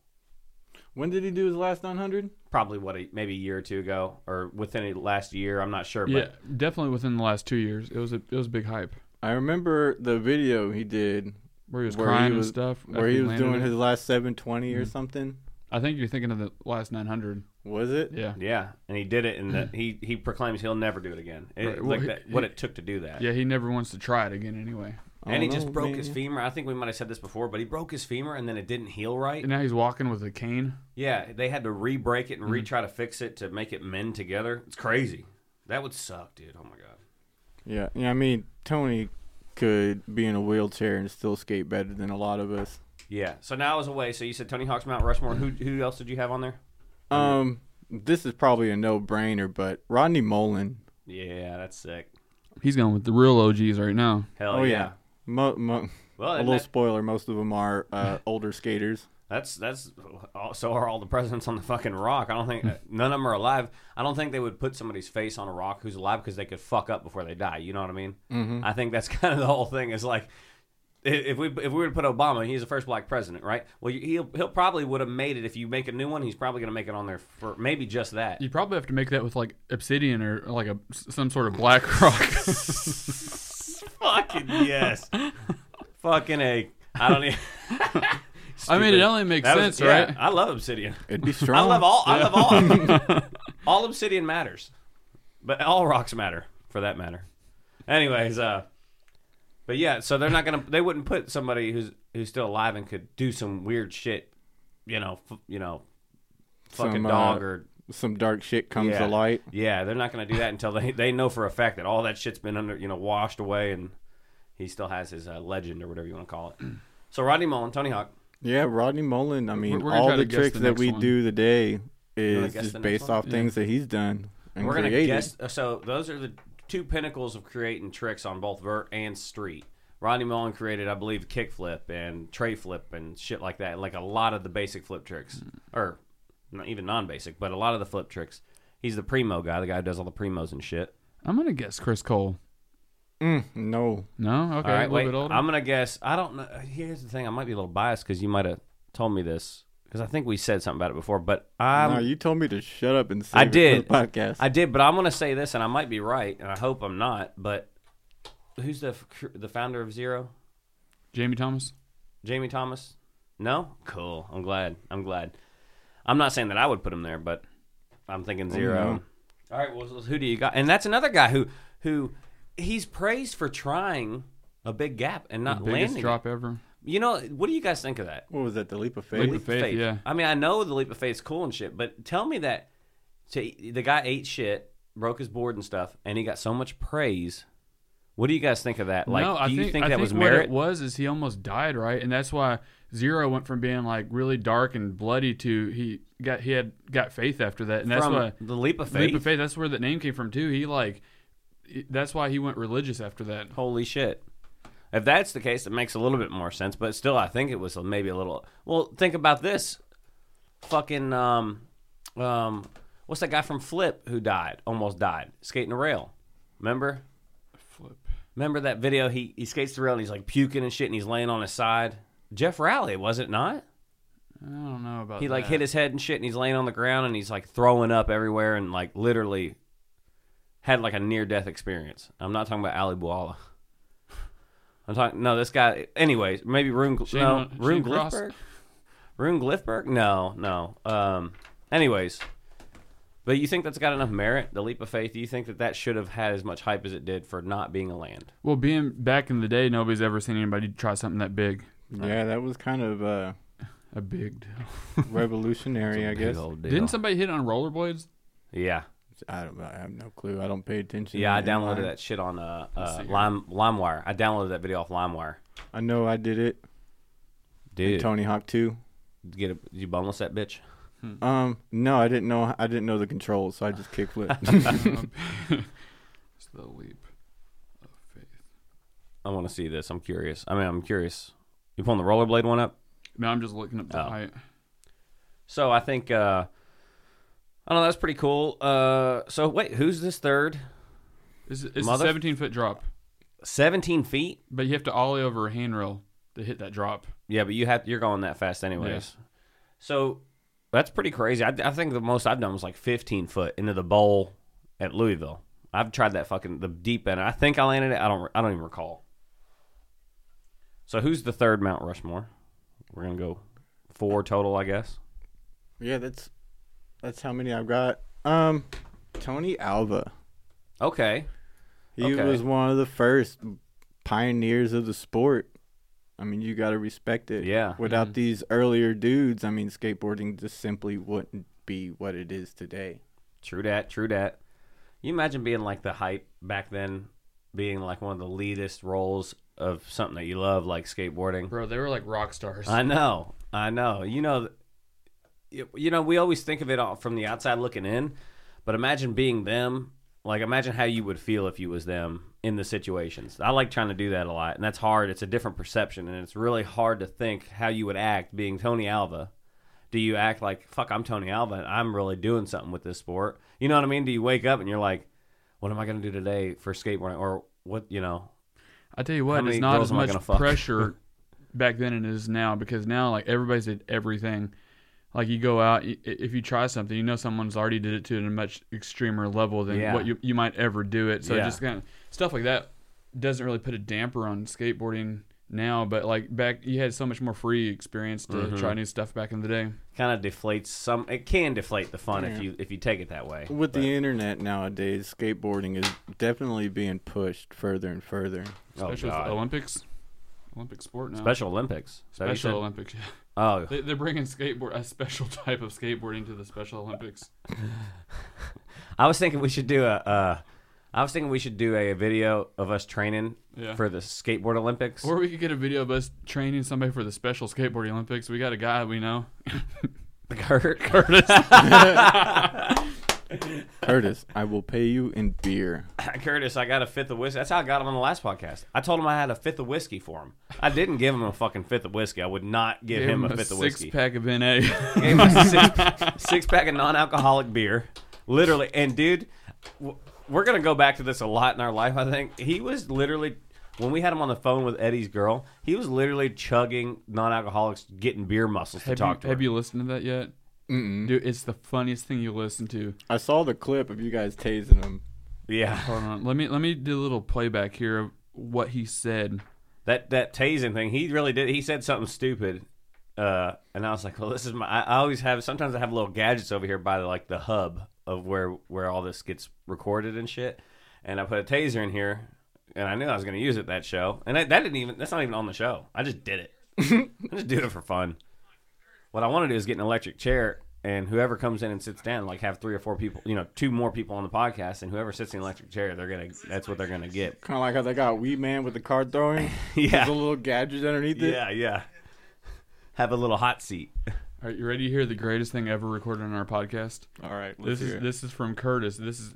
Speaker 3: When did he do his last 900?
Speaker 1: Probably what a, maybe a year or two ago, or within the last year. I'm not sure, but
Speaker 2: Yeah, definitely within the last 2 years. It was a it was a big hype.
Speaker 3: I remember the video he did
Speaker 2: Where he was
Speaker 3: where
Speaker 2: crying
Speaker 3: he was
Speaker 2: and stuff.
Speaker 3: where
Speaker 2: after
Speaker 3: he was
Speaker 2: landed
Speaker 3: doing
Speaker 2: it. Mm-hmm.
Speaker 3: his last 720 or something.
Speaker 2: I think you're thinking of the last 900.
Speaker 3: Was it?
Speaker 2: Yeah.
Speaker 1: Yeah, and he did it, and that he he proclaims he'll never do it again. It,
Speaker 2: Right, well,
Speaker 1: like
Speaker 2: he-
Speaker 1: that, what it took to do that.
Speaker 2: Yeah, he never wants to try it again anyway.
Speaker 3: I
Speaker 1: and he
Speaker 3: don't
Speaker 1: just
Speaker 3: know,
Speaker 1: broke
Speaker 3: man.
Speaker 1: his femur. I think we might have said this before, but he broke his femur, and then it didn't heal right.
Speaker 2: And now he's walking with a cane.
Speaker 1: Yeah, they had to re-break
Speaker 3: Mm-hmm.
Speaker 1: it and retry to fix it to make it mend together. It's crazy. That would suck, dude. Oh my god.
Speaker 3: Yeah, yeah. I mean, Tony could be in a wheelchair and still skate better than a lot of us.
Speaker 1: Yeah. So now I was away. So you said Tony Hawk's Mount Rushmore. Who who else did you have on there?
Speaker 3: Um, this is probably a no-brainer, but Rodney Mullen.
Speaker 1: Yeah, that's sick.
Speaker 2: He's going with the real OGs right now.
Speaker 1: Hell
Speaker 3: Oh,
Speaker 1: yeah.
Speaker 3: yeah. Mo- mo-
Speaker 1: Well,
Speaker 3: a
Speaker 1: isn't
Speaker 3: little
Speaker 1: that-
Speaker 3: spoiler. Most of them are uh, older skaters.
Speaker 1: That's that's uh, so are all the presidents on the fucking rock. I don't think
Speaker 2: Hmm.
Speaker 1: none of them are alive. I don't think they would put somebody's face on a rock who's alive because they could fuck up before they die. You know what I mean?
Speaker 2: Mm-hmm.
Speaker 1: I think that's kind of the whole thing. Is like i- if we if we were to put Obama, he's the first black president, right? Well, you- he'll he'll probably would have made it if you make a new one. He's probably gonna make it on there for maybe just that.
Speaker 2: You'd probably have to make that with like obsidian or like a some sort of black rock.
Speaker 1: fucking yes, fucking a. I don't. Even,
Speaker 2: I mean,
Speaker 1: Stupid.
Speaker 2: it only makes
Speaker 1: That was-
Speaker 2: sense,
Speaker 1: yeah,
Speaker 2: right?
Speaker 1: I love Obsidian.
Speaker 3: It'd be
Speaker 1: I
Speaker 3: strong.
Speaker 1: love all. I love all. all obsidian matters, but all rocks matter for that matter. Anyways, uh, but yeah, so they're not gonna. They wouldn't put somebody who's who's still alive and could do some weird shit. You know, f- you know, fucking
Speaker 3: Some, uh,
Speaker 1: dog or
Speaker 3: Some dark shit comes
Speaker 1: Yeah.
Speaker 3: to light.
Speaker 1: yeah. They're not gonna do that until they they know for a fact that all that shit's been under you know washed away and he still has his uh, legend or whatever you want to call it. So Rodney Mullen, Tony Hawk.
Speaker 3: Yeah, Rodney Mullen. I mean,
Speaker 2: we're gonna
Speaker 3: all
Speaker 2: try to
Speaker 3: the
Speaker 2: guess
Speaker 3: tricks
Speaker 2: the
Speaker 3: that
Speaker 2: next
Speaker 3: we
Speaker 2: one.
Speaker 3: do today
Speaker 1: guess
Speaker 3: is
Speaker 1: the
Speaker 3: just
Speaker 1: next
Speaker 3: based
Speaker 1: one?
Speaker 3: off things that he's done and
Speaker 1: We're gonna
Speaker 3: created.
Speaker 1: guess. uh, So those are the two pinnacles of creating tricks on both vert and street. Rodney Mullen created, I believe, kickflip and tray flip and shit like that, like a lot of the basic flip tricks,
Speaker 2: Hmm.
Speaker 1: or not even non-basic, but a lot of the flip tricks. He's the primo guy, the guy who does all the primos and shit.
Speaker 2: I'm gonna guess Chris Cole.
Speaker 3: Mm, no,
Speaker 2: No, okay,
Speaker 1: all
Speaker 2: a
Speaker 1: right,
Speaker 2: little
Speaker 1: wait.
Speaker 2: bit older.
Speaker 1: I'm gonna guess. I don't know. Here's the thing. I might be a little biased because you might have told me this because I think we said something about it before, but I'm
Speaker 3: no, you told me to shut up and save
Speaker 1: Um, I
Speaker 3: it
Speaker 1: did.
Speaker 3: for the podcast.
Speaker 1: I did, but I'm going to say this, and I might be right, and I hope I'm not. But who's the f- cr- the founder of Zero?
Speaker 2: Jamie Thomas.
Speaker 1: Jamie Thomas? No. Cool. I'm glad. I'm glad. I'm not saying that I would put him there, but I'm thinking
Speaker 2: Oh,
Speaker 1: Zero. All right. Well, so who do you got? And that's another guy who who he's praised for trying a big gap and not
Speaker 2: Biggest
Speaker 1: landing. it.
Speaker 2: drop ever.
Speaker 1: You know, what do you guys think of that?
Speaker 3: what was that? The leap of
Speaker 2: Leap
Speaker 3: faith.
Speaker 2: of faith, yeah.
Speaker 1: I mean, I know the leap of faith's cool and shit, but tell me that to, the guy ate shit, broke his board and stuff, and he got so much praise. What do you guys think of that? Like,
Speaker 2: no,
Speaker 1: do
Speaker 2: I
Speaker 1: you
Speaker 2: think,
Speaker 1: think,
Speaker 2: I
Speaker 1: that
Speaker 2: think
Speaker 1: was
Speaker 2: what
Speaker 1: merit?
Speaker 2: it was is he almost died, right? And that's why Zero went from being like really dark and bloody to he got he had got faith after that, and that's
Speaker 1: from
Speaker 2: why
Speaker 1: the leap of faith.
Speaker 2: leap of faith. That's where the name came from too. He like he- that's why he went religious after that.
Speaker 1: Holy shit. If that's the case, it makes a little bit more sense, but still, I think it was maybe a little. Well, think about this. Fucking, um, um, what's that guy from Flip who died, almost died, skating a rail? Remember?
Speaker 2: Flip.
Speaker 1: Remember that video? He he skates the rail and he's like puking and shit, and he's laying on his side. Jeff Rowley, was it not?
Speaker 2: I don't know about
Speaker 1: He like
Speaker 2: that.
Speaker 1: hit his head and shit, and he's laying on the ground and he's like throwing up everywhere and like literally had like a near death experience. I'm not talking about Ali Buala. I'm talking no, this guy. Anyways, maybe Rune
Speaker 2: Shane-
Speaker 1: no Rune
Speaker 2: Shane Cross?
Speaker 1: Glifberg. Rune Glifberg? No, no. Um. Anyways, but you think that's got enough merit? The leap of faith. Do you think that that should have had as much hype as it did for not being a land?
Speaker 2: Well, being back in the day, nobody's ever seen anybody try something that big.
Speaker 3: Yeah, that was kind of uh,
Speaker 2: A big deal.
Speaker 3: revolutionary, I guess.
Speaker 2: Didn't somebody hit on rollerblades?
Speaker 1: Yeah,
Speaker 3: I don't. I have no clue. I don't pay attention.
Speaker 1: yeah. I
Speaker 3: to anyone.
Speaker 1: downloaded that shit on uh, uh
Speaker 2: see here.
Speaker 1: Lime LimeWire. I downloaded that video off LimeWire.
Speaker 3: I know I did it.
Speaker 1: Dude,
Speaker 3: Tony Hawk 2.
Speaker 1: get a, you boneless that bitch.
Speaker 3: Um, no, I didn't know. I didn't know the controls, so I just kickflip.
Speaker 2: It's the leap of faith.
Speaker 1: I want to see this. I'm curious. I mean, I'm curious. You pulling the rollerblade one up?
Speaker 2: No, I'm just looking up the
Speaker 1: Oh.
Speaker 2: height.
Speaker 1: So I think uh I don't know. That's pretty cool. Uh So wait, who's this third?
Speaker 2: It's, it's
Speaker 1: Mother-
Speaker 2: a 17 foot drop,
Speaker 1: 17 feet.
Speaker 2: but you have to ollie over a handrail to hit that drop.
Speaker 1: Yeah, but you have you're going that fast anyways. So that's pretty crazy. I, I think the most I've done was like 15 foot into the bowl at Louisville. I've tried that fucking the deep end. I think I landed it. I don't. I don't even recall. So who's the third Mount Rushmore? We're gonna go four total, I guess.
Speaker 3: yeah, that's that's how many I've got. Um, Tony Alva.
Speaker 1: Okay.
Speaker 3: He
Speaker 1: Okay.
Speaker 3: was one of the first pioneers of the sport. I mean, you got to respect it.
Speaker 1: Yeah.
Speaker 3: Without these earlier dudes, I mean, skateboarding just simply wouldn't be what it is today.
Speaker 1: True dat. True dat. You imagine being like the hype back then, being like one of the leadest roles of something that you love, like skateboarding.
Speaker 2: Bro, they were like rock stars.
Speaker 1: I know, I know. You know, you you know. We always think of it all from the outside looking in, but imagine being them. Like, imagine how you would feel if you was them in the situations. I like trying to do that a lot, and that's hard. It's a different perception, and it's really hard to think how you would act being Tony Alva. Do you act like fuck? I'm Tony Alva. And I'm really doing something with this sport. You know what I mean? Do you wake up and you're like, what am I going to do today for skateboarding, or what? You know,
Speaker 2: I tell you
Speaker 1: How
Speaker 2: what,
Speaker 1: many
Speaker 2: it's not
Speaker 1: girls
Speaker 2: as
Speaker 1: am I
Speaker 2: much
Speaker 1: gonna fuck?
Speaker 2: pressure back then it is now because now like everybody's did everything. Like you go out, i- if you try something, you know someone's already did it to a much extremer level than
Speaker 1: Yeah.
Speaker 2: what you you might ever do it. So
Speaker 1: Yeah.
Speaker 2: just kind of stuff like that doesn't really put a damper on skateboarding now. But like back, you had so much more free experience to
Speaker 1: Mm-hmm.
Speaker 2: try new stuff back in the day.
Speaker 1: kind of deflates some. It can deflate the fun if
Speaker 3: Yeah.
Speaker 1: you if you take it that way.
Speaker 3: With
Speaker 1: But-
Speaker 3: the internet nowadays, skateboarding is definitely being pushed further and further.
Speaker 1: oh,
Speaker 2: Especially with
Speaker 1: God.
Speaker 2: the Olympics, Olympic sport now.
Speaker 1: Special Olympics. Is that what you
Speaker 2: Special
Speaker 1: said?
Speaker 2: Olympics. Yeah.
Speaker 1: Oh,
Speaker 2: They, they're bringing skateboard a special type of skateboarding to the Special Olympics.
Speaker 1: I was thinking we should do a. Uh, I was thinking we should do a video of us training
Speaker 2: Yeah.
Speaker 1: for the skateboard Olympics.
Speaker 2: Or we could get a video of us training somebody for the Special Skateboarding Olympics. We got a guy we know.
Speaker 1: Kurt,
Speaker 2: Curtis.
Speaker 3: Curtis, I will pay you in beer.
Speaker 1: Curtis, I got a fifth of whiskey. That's how I got him on the last podcast. I told him I had a fifth of whiskey for him. I didn't give him a fucking fifth of whiskey. I would not give him, a fifth of
Speaker 2: six
Speaker 1: whiskey.
Speaker 2: pack of NA.
Speaker 1: gave us a six, six pack of non-alcoholic beer, literally. And dude, w- we're gonna go back to this a lot in our life. I think he was literally when we had him on the phone with Eddie's girl. He was literally chugging non-alcoholics, getting beer muscles to
Speaker 2: have
Speaker 1: talk
Speaker 2: you,
Speaker 1: to
Speaker 2: have
Speaker 1: her.
Speaker 2: you listened to that yet?
Speaker 3: Mm-mm.
Speaker 2: Dude, it's the funniest thing you listen to.
Speaker 3: I saw the clip of you guys tasing him.
Speaker 1: yeah,
Speaker 2: Hold on. Let me let me do a little playback here of what he said.
Speaker 1: that that tasing thing. He really did. He said something stupid. Uh, and I was like, well, this is my. I, I always have. Sometimes I have little gadgets over here by like the hub of where where all this gets recorded and shit. And I put a taser in here, and I knew I was going to use it that show. And I, that didn't even. That's not even on the show. I just did it. I just did it for fun. What I want to do is get an electric chair, and whoever comes in and sits down, like have three or four people, you know, two more people on the podcast, and whoever sits in the electric chair, they're gonna. That's what they're gonna get.
Speaker 3: Kind of like how they got Wee Man with the card throwing.
Speaker 1: Yeah.
Speaker 3: There's a little gadget underneath it.
Speaker 1: Yeah, yeah. Have a little hot seat.
Speaker 2: All right, you ready to hear the greatest thing ever recorded on our podcast?
Speaker 3: All right, let's
Speaker 2: This
Speaker 3: hear
Speaker 2: is
Speaker 3: it.
Speaker 2: this is from Curtis. This is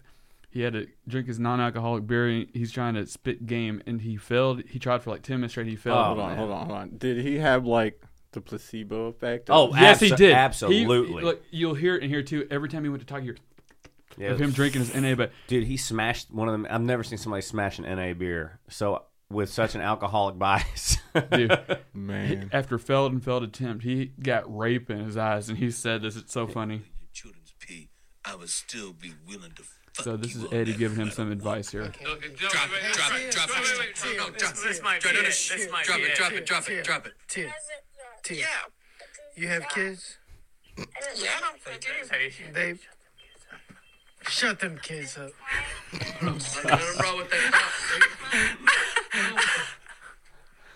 Speaker 2: he had to drink his non-alcoholic beer. and He's trying to spit game, and he failed. He tried for like ten minutes straight. He failed.
Speaker 1: Oh,
Speaker 3: hold on,
Speaker 1: man.
Speaker 3: hold on, hold on. Did he have like the placebo effect?
Speaker 1: Oh,
Speaker 2: Yes, he
Speaker 1: abso-
Speaker 2: did. He-
Speaker 1: Absolutely.
Speaker 2: look, you'll hear it in here too. Every time he went to talk, you
Speaker 1: Yeah,
Speaker 2: hear of him drinking his NA. But
Speaker 1: Dude, he smashed one of them. I've never seen somebody smash an NA beer. So with such an alcoholic bias.
Speaker 2: dude, he-
Speaker 3: man,
Speaker 2: after failed and failed attempt, he got rape in his eyes, and he said this. It's so funny.
Speaker 4: your children's pee, I would still be willing to fuck
Speaker 2: So this
Speaker 4: you
Speaker 2: is
Speaker 4: up.
Speaker 2: Eddie giving him some advice here.
Speaker 4: Drop it, drop it, drop it. No, no, drop it. Drop it, drop it, drop it, drop it, drop it.
Speaker 5: Tia, Tia,
Speaker 4: Yeah.
Speaker 5: you have kids?
Speaker 4: Yeah, I do.
Speaker 5: They shut them kids up.
Speaker 4: Nothing wrong with that.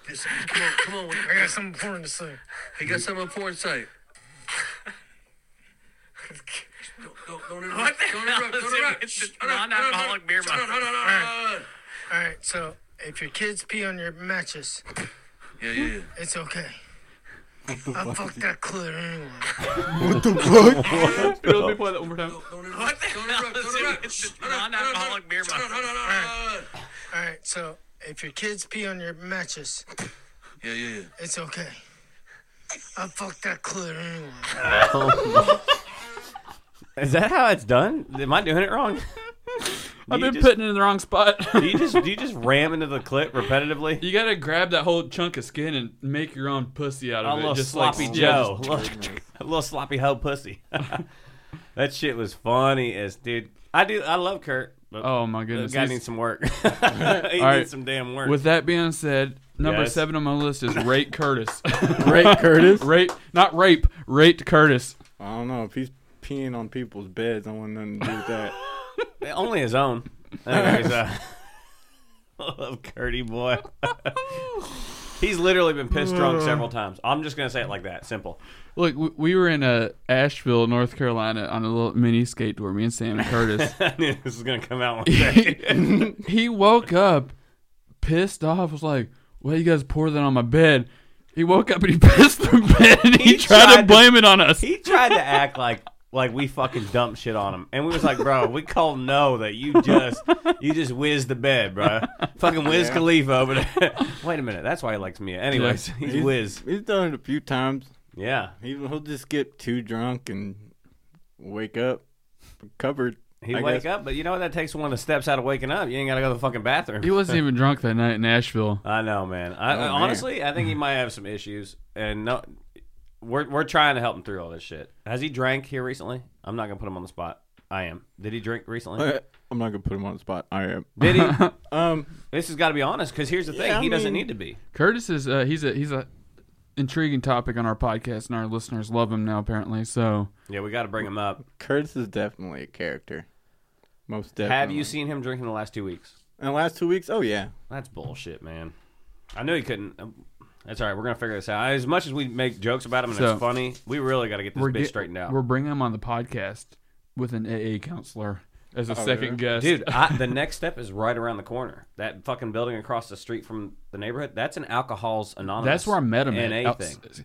Speaker 4: Just- Come on, come on.
Speaker 5: I got something important to say.
Speaker 4: You got something on porn site. Don't, don't, don't interrupt.
Speaker 6: What the
Speaker 4: don't
Speaker 6: hell
Speaker 4: interrupt.
Speaker 6: is
Speaker 4: Don't
Speaker 6: it
Speaker 4: interrupt.
Speaker 6: with
Speaker 4: Shh,
Speaker 6: the
Speaker 4: hold on, hold on, hold on.
Speaker 6: non-alcoholic beer
Speaker 4: Hold on, hold on, hold on, hold on.
Speaker 5: All right, so if your kids pee on your mattress,
Speaker 4: Yeah, yeah.
Speaker 5: it's okay. I fucked that clear anyway.
Speaker 2: Let me play that one more time.
Speaker 4: Don't interrupt. Don't interrupt. Don't interrupt. Shh, hold on, hold on, hold on.
Speaker 6: Non-alcoholic beer
Speaker 4: Hold on, hold on, hold on.
Speaker 5: All right, so if your kids pee on your mattress,
Speaker 4: Yeah, yeah, yeah.
Speaker 5: it's okay. I fucked that clear anyway.
Speaker 1: Is that how it's done? Am I doing it wrong? you
Speaker 2: I've been
Speaker 1: just-
Speaker 2: putting it in the wrong spot.
Speaker 1: Do you just do you just ram into the clip repetitively?
Speaker 2: You gotta grab that whole chunk of skin and make your own pussy out
Speaker 1: A
Speaker 2: of it.
Speaker 1: little
Speaker 2: Just
Speaker 1: sloppy
Speaker 2: like, yeah,
Speaker 1: Joe. a, little, a little sloppy hoe pussy. that shit was funny as dude. I do I love Kurt, but
Speaker 2: just- oh my
Speaker 1: the
Speaker 2: goodness.
Speaker 1: guy
Speaker 2: He's-
Speaker 1: needs some work. he needs some damn work.
Speaker 2: With that being said, number
Speaker 1: Yes.
Speaker 2: seven on my list is Rate Curtis.
Speaker 3: Ray Curtis.
Speaker 2: Rate, not rape. Rate Curtis.
Speaker 3: I don't know if he's peeing on people's beds. I want nothing to do with that.
Speaker 1: Only his own. Anyways, uh, I love Curdy boy. He's literally been pissed drunk several times. I'm just gonna say it like that, simple.
Speaker 2: Look, we, we were in uh, Asheville, North Carolina, on a little mini skate tour. Me and Sam and Curtis.
Speaker 1: I knew this was gonna come out one day.
Speaker 2: he woke up, pissed off. Was like, "Well, you guys poured that on my bed." He woke up and he pissed the bed. And he,
Speaker 1: He
Speaker 2: tried,
Speaker 1: tried
Speaker 2: to
Speaker 1: to-
Speaker 2: blame it on us.
Speaker 1: He tried to act like like we fucking dumped shit on him, and we was like, bro, we call no that you just you just whizzed the bed, bro. Fucking whiz Khalifa over there. Wait a minute, that's why he likes me. Anyways, he's whiz.
Speaker 3: He's done it a few times.
Speaker 1: Yeah,
Speaker 3: He, he'll just get too drunk and wake up covered.
Speaker 1: he wake up, but you know what? That takes one of the steps out of waking up. You ain't gotta go to the fucking bathroom.
Speaker 2: he wasn't even drunk that night in Nashville.
Speaker 1: I know, man. I, I-
Speaker 3: Oh, man.
Speaker 1: honestly, I think he might have some issues, and no, we're we're trying to help him through all this shit. Has he drank here recently? I'm not gonna put him on the spot. I am. Did he drink recently?
Speaker 3: I'm not gonna put him on the spot. I am.
Speaker 1: Did he?
Speaker 3: Um,
Speaker 1: This has got to be honest, because here's the thing:
Speaker 3: Yeah, I
Speaker 1: he doesn't
Speaker 3: mean-
Speaker 1: need to be.
Speaker 2: Curtis is uh, he's a he's a intriguing topic on our podcast, and our listeners love him now apparently. So
Speaker 1: Yeah, we got to bring him up.
Speaker 3: Curtis is definitely a character. Most definitely.
Speaker 1: Have you seen him drinking the last two weeks?
Speaker 3: in the last two weeks? Oh yeah.
Speaker 1: That's bullshit, man. I knew he couldn't. um, That's all right. We're gonna figure this out. As much as we make jokes about him and
Speaker 2: So-
Speaker 1: it's funny, we really got to get this
Speaker 2: we're
Speaker 1: bitch
Speaker 2: get-
Speaker 1: straightened out,
Speaker 2: We're bringing him on the podcast with an AA counselor as a second
Speaker 3: yeah.
Speaker 2: guest.
Speaker 1: Oh, dude. I, the next step is right around the corner. That fucking building across the street from the neighborhood—that's an Alcohol's Anonymous.
Speaker 2: that's where I met him.
Speaker 1: NA
Speaker 2: at. Outs-
Speaker 1: thing.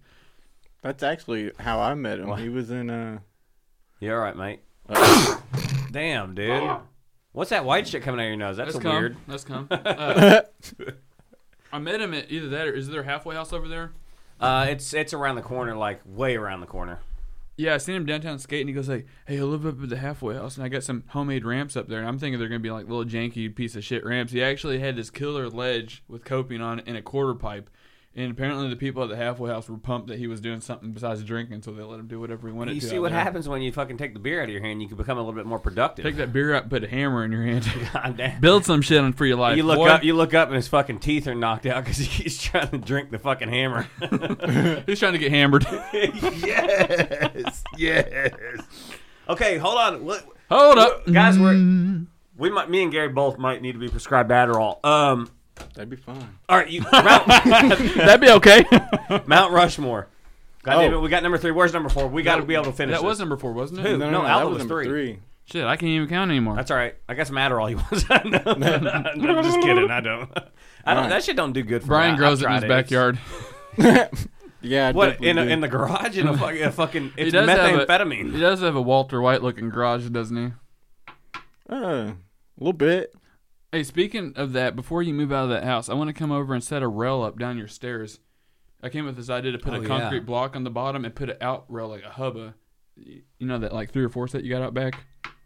Speaker 3: That's actually how I met him. He was in uh
Speaker 1: You all right, mate?
Speaker 2: Uh,
Speaker 1: Damn, dude. What's that white shit coming out of your nose? That's
Speaker 2: Let's come.
Speaker 1: weird.
Speaker 2: Let's come. Uh, I met him at either that or is there a halfway house over there?
Speaker 1: Uh, it's it's around the corner, like way around the corner.
Speaker 2: Yeah, I seen him downtown skating. He goes like, "Hey, I live up at the halfway house, and I got some homemade ramps up there. And I'm thinking they're gonna be like little janky piece of shit ramps. He actually had this killer ledge with coping on it and a quarter pipe. And apparently, the people at the halfway house were pumped that he was doing something besides drinking, so they let him do whatever he wanted
Speaker 1: You
Speaker 2: to.
Speaker 1: see
Speaker 2: out
Speaker 1: what
Speaker 2: there.
Speaker 1: happens when you fucking take the beer out of your hand. You can become a little bit more productive.
Speaker 2: Take that beer out, put a hammer in your hand,
Speaker 1: God damn.
Speaker 2: build some shit on for your life.
Speaker 1: You look
Speaker 2: boy.
Speaker 1: up. You look up, and his fucking teeth are knocked out because he's trying to drink the fucking hammer.
Speaker 2: He's trying to get hammered.
Speaker 1: yes, yes. Okay, hold on, What-
Speaker 2: Hold up, Mm.
Speaker 1: guys. We're, we might. Me and Gary both might need to be prescribed Adderall. Um.
Speaker 3: that'd be fun.
Speaker 1: All right, you Mount,
Speaker 2: That'd be okay.
Speaker 1: Mount Rushmore. God damn
Speaker 3: Oh.
Speaker 1: it, we got number three. Where's number four? We got to be able to finish.
Speaker 2: that
Speaker 1: this.
Speaker 2: was number four, wasn't it?
Speaker 1: Who? No, Alva
Speaker 3: that was
Speaker 1: was
Speaker 3: number
Speaker 1: three.
Speaker 2: Shit, I can't even count anymore.
Speaker 1: That's all right. I got some Adderall. He wants. I know. I'm just kidding. I don't. I don't. That shit don't do good for me.
Speaker 2: Brian
Speaker 1: I-
Speaker 2: grows
Speaker 1: I've
Speaker 2: it in his
Speaker 1: tried It's-
Speaker 2: backyard.
Speaker 3: Yeah. I
Speaker 1: What in a,
Speaker 3: definitely
Speaker 1: in
Speaker 3: do.
Speaker 1: the garage in a fucking, a fucking
Speaker 2: He
Speaker 1: it's
Speaker 2: does have
Speaker 1: methamphetamine.
Speaker 2: A, he does have a Walter White looking garage, doesn't he?
Speaker 3: Uh, a little bit.
Speaker 2: Hey, speaking of that, before you move out of that house, I want to come over and set a rail up down your stairs. I came with this idea to put
Speaker 1: Oh,
Speaker 2: a
Speaker 1: yeah.
Speaker 2: concrete block on the bottom and put an out rail like a hubba. You know that like three or four set you got out back.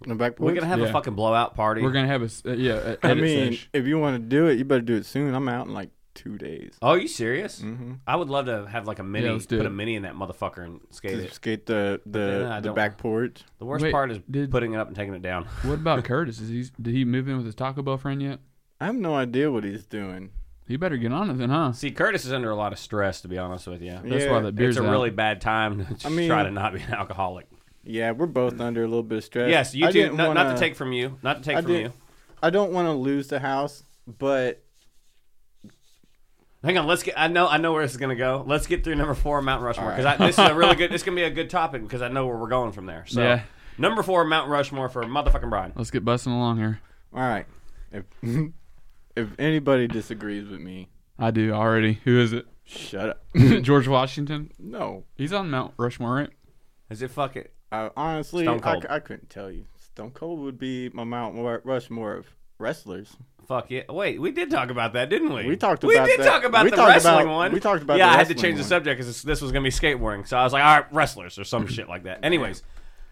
Speaker 3: In the back
Speaker 1: We're
Speaker 3: porch.
Speaker 1: gonna have
Speaker 2: Yeah.
Speaker 1: a fucking blowout party.
Speaker 2: We're gonna have a s- uh, yeah. A,
Speaker 3: I
Speaker 2: edit
Speaker 3: mean,
Speaker 2: sesh.
Speaker 3: if you want to do it, you better do it soon. I'm out in like two days.
Speaker 1: oh, are you serious? Mm-hmm. I would love to have like a mini.
Speaker 2: Yeah, let's do
Speaker 1: put a
Speaker 2: it.
Speaker 1: mini in that motherfucker and skate
Speaker 3: Just
Speaker 1: it.
Speaker 3: skate the
Speaker 1: then I
Speaker 3: the, the
Speaker 1: don't-
Speaker 3: back porch.
Speaker 1: The worst
Speaker 2: Wait,
Speaker 1: part is
Speaker 2: did-
Speaker 1: putting it up and taking it down.
Speaker 2: what about Curtis? Is he did he move in with his Taco Bell friend yet?
Speaker 3: I have no idea what he's doing.
Speaker 2: He better get on it then, huh?
Speaker 1: See, Curtis is under a lot of stress, to be honest with you.
Speaker 2: That's
Speaker 3: Yeah,
Speaker 2: why that beer's
Speaker 1: It's a
Speaker 2: out.
Speaker 1: really bad time to
Speaker 3: mean-
Speaker 1: try to not be an alcoholic.
Speaker 3: Yeah, we're both under a little bit of stress.
Speaker 1: Yes, you
Speaker 3: I
Speaker 1: do.
Speaker 3: didn't
Speaker 1: Not, not
Speaker 3: wanna-
Speaker 1: to take from you. Not to take
Speaker 3: I
Speaker 1: from
Speaker 3: did.
Speaker 1: you.
Speaker 3: I don't want to lose the house, but
Speaker 1: Hang on, let's get. I know, I know where this is gonna go. Let's get through number four, Mount Rushmore, because this is a really good. This is gonna be a good topic because I know where we're going from there. So,
Speaker 2: Yeah.
Speaker 1: number four, Mount Rushmore for motherfucking Brian.
Speaker 2: Let's get busting along here.
Speaker 3: all right. If if anybody disagrees with me,
Speaker 2: I do already. Who is it?
Speaker 3: shut up.
Speaker 2: George Washington.
Speaker 3: no,
Speaker 2: He's on Mount Rushmore, right?
Speaker 1: Is it fuck it?
Speaker 3: I, honestly, I,
Speaker 1: Stone Cold.
Speaker 3: c- I couldn't tell you. Stone Cold would be my Mount Ru- Rushmore of wrestlers.
Speaker 1: Fuck yeah! Wait, we did talk about that, didn't we?
Speaker 3: We talked
Speaker 1: We
Speaker 3: about
Speaker 1: did
Speaker 3: that.
Speaker 1: talk about
Speaker 3: We
Speaker 1: the
Speaker 3: talked
Speaker 1: wrestling
Speaker 3: about-
Speaker 1: one.
Speaker 3: we talked about
Speaker 1: Yeah,
Speaker 3: the
Speaker 1: I had to
Speaker 3: wrestling
Speaker 1: change the
Speaker 3: one.
Speaker 1: subject because this was gonna be skateboarding. So I was like, all right, wrestlers or some shit like that. Anyways,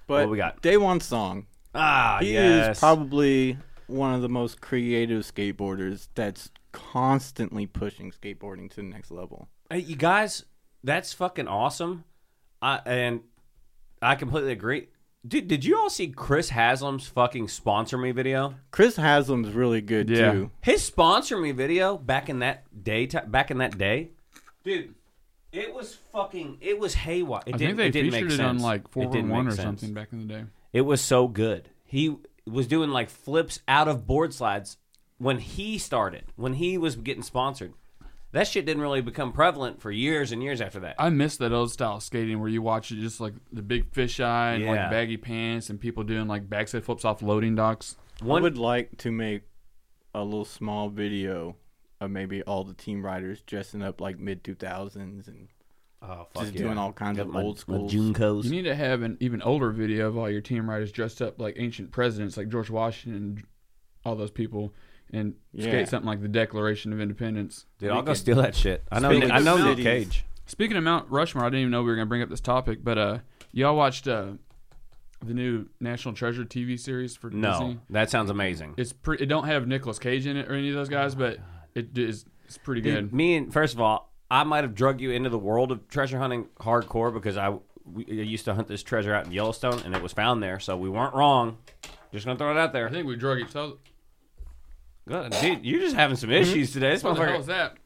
Speaker 3: But
Speaker 1: we got?
Speaker 3: Day One Song.
Speaker 1: ah
Speaker 3: He
Speaker 1: yes,
Speaker 3: is probably one of the most creative skateboarders that's constantly pushing skateboarding to the next level.
Speaker 1: Hey, you guys, that's fucking awesome. I and I completely agree. Dude, did you all see Chris Haslam's fucking sponsor me video?
Speaker 3: Chris Haslam's really good
Speaker 2: Yeah.
Speaker 3: too.
Speaker 1: His sponsor me video back in that day, ti- back in that day, dude. It was fucking. It was haywire. It
Speaker 2: I
Speaker 1: didn't,
Speaker 2: think they
Speaker 1: it didn't
Speaker 2: featured
Speaker 1: make
Speaker 2: it
Speaker 1: sense.
Speaker 2: on like
Speaker 1: It
Speaker 2: four oh
Speaker 1: didn't
Speaker 2: one or
Speaker 1: make sense.
Speaker 2: something back in the day.
Speaker 1: It was so good. He was doing like flips out of board slides when he started, when he was getting sponsored. That shit didn't really become prevalent for years and years after that.
Speaker 2: I miss that old style skating where you watch it just like the big fisheye and like
Speaker 1: Yeah.
Speaker 2: baggy pants and people doing like backside flips off loading docks.
Speaker 1: One,
Speaker 3: I would like to make a little small video uh, maybe all the team riders dressing up like mid two thousands and
Speaker 1: Oh, fuck
Speaker 3: just
Speaker 1: yeah.
Speaker 3: doing all kinds
Speaker 1: Got
Speaker 3: of
Speaker 1: my-
Speaker 3: old
Speaker 1: my
Speaker 3: school.
Speaker 2: You
Speaker 1: Juncos.
Speaker 2: need to have an even older video of all your team riders dressed up like ancient presidents, like George Washington, and all those people, and
Speaker 3: Yeah.
Speaker 2: skate something like the Declaration of Independence.
Speaker 1: Dude, I'll go steal that shit. I know.
Speaker 3: Speaking
Speaker 1: I
Speaker 3: of
Speaker 1: know Nick
Speaker 3: cities-
Speaker 1: Cage.
Speaker 2: Speaking of Mount Rushmore, I didn't even know we were gonna bring up this topic, but uh, y'all watched uh, the new National Treasure TV series for Disney.
Speaker 1: No, that sounds amazing.
Speaker 2: It's pretty. It don't have Nicolas Cage in it or any of those guys,
Speaker 1: Oh,
Speaker 2: but it is. It's pretty
Speaker 1: Dude,
Speaker 2: good.
Speaker 1: me and first of all, I might have drug you into the world of treasure hunting hardcore because I, we, I used to hunt this treasure out in Yellowstone and it was found there, so we weren't wrong. Just gonna throw it out
Speaker 2: I
Speaker 1: there.
Speaker 2: think we drug each other.
Speaker 1: God, dude, you're just having some issues today. This
Speaker 2: Mhm. What the hell
Speaker 1: motherfucker.
Speaker 2: is that?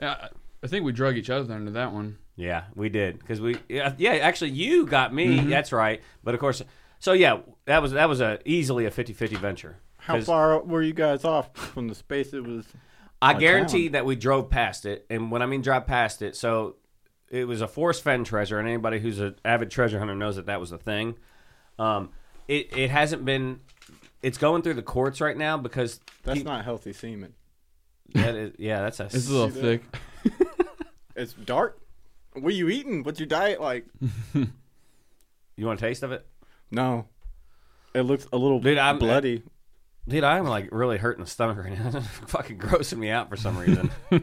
Speaker 2: Yeah, I- I think we drug each other into that one.
Speaker 1: Yeah, we did because we yeah, yeah actually you got me.
Speaker 2: Mm-hmm.
Speaker 1: That's right. But of course, so yeah, that was that was a easily a 50-50 venture.
Speaker 3: How
Speaker 1: 'Cause
Speaker 3: far were you guys off from the space it was?
Speaker 1: I
Speaker 3: my
Speaker 1: guarantee
Speaker 3: town?
Speaker 1: that we drove past it, and when I mean drive past it, so it was a Forest Fen treasure, and anybody who's an avid treasure hunter knows that that was a thing. Um, it it hasn't been. It's going through the courts right now because
Speaker 3: That's
Speaker 1: he-
Speaker 3: not healthy semen.
Speaker 1: that is, yeah, that's a
Speaker 2: It's a little
Speaker 3: See that?
Speaker 2: thick.
Speaker 3: It's dark. What you eating? What's your diet like?
Speaker 1: you want a taste of it,
Speaker 3: No. It looks a little
Speaker 1: Dude, I'm-
Speaker 3: bloody.
Speaker 1: dude. I'm like really hurting the stomach right now. It's fucking grossing me out for some reason,
Speaker 3: There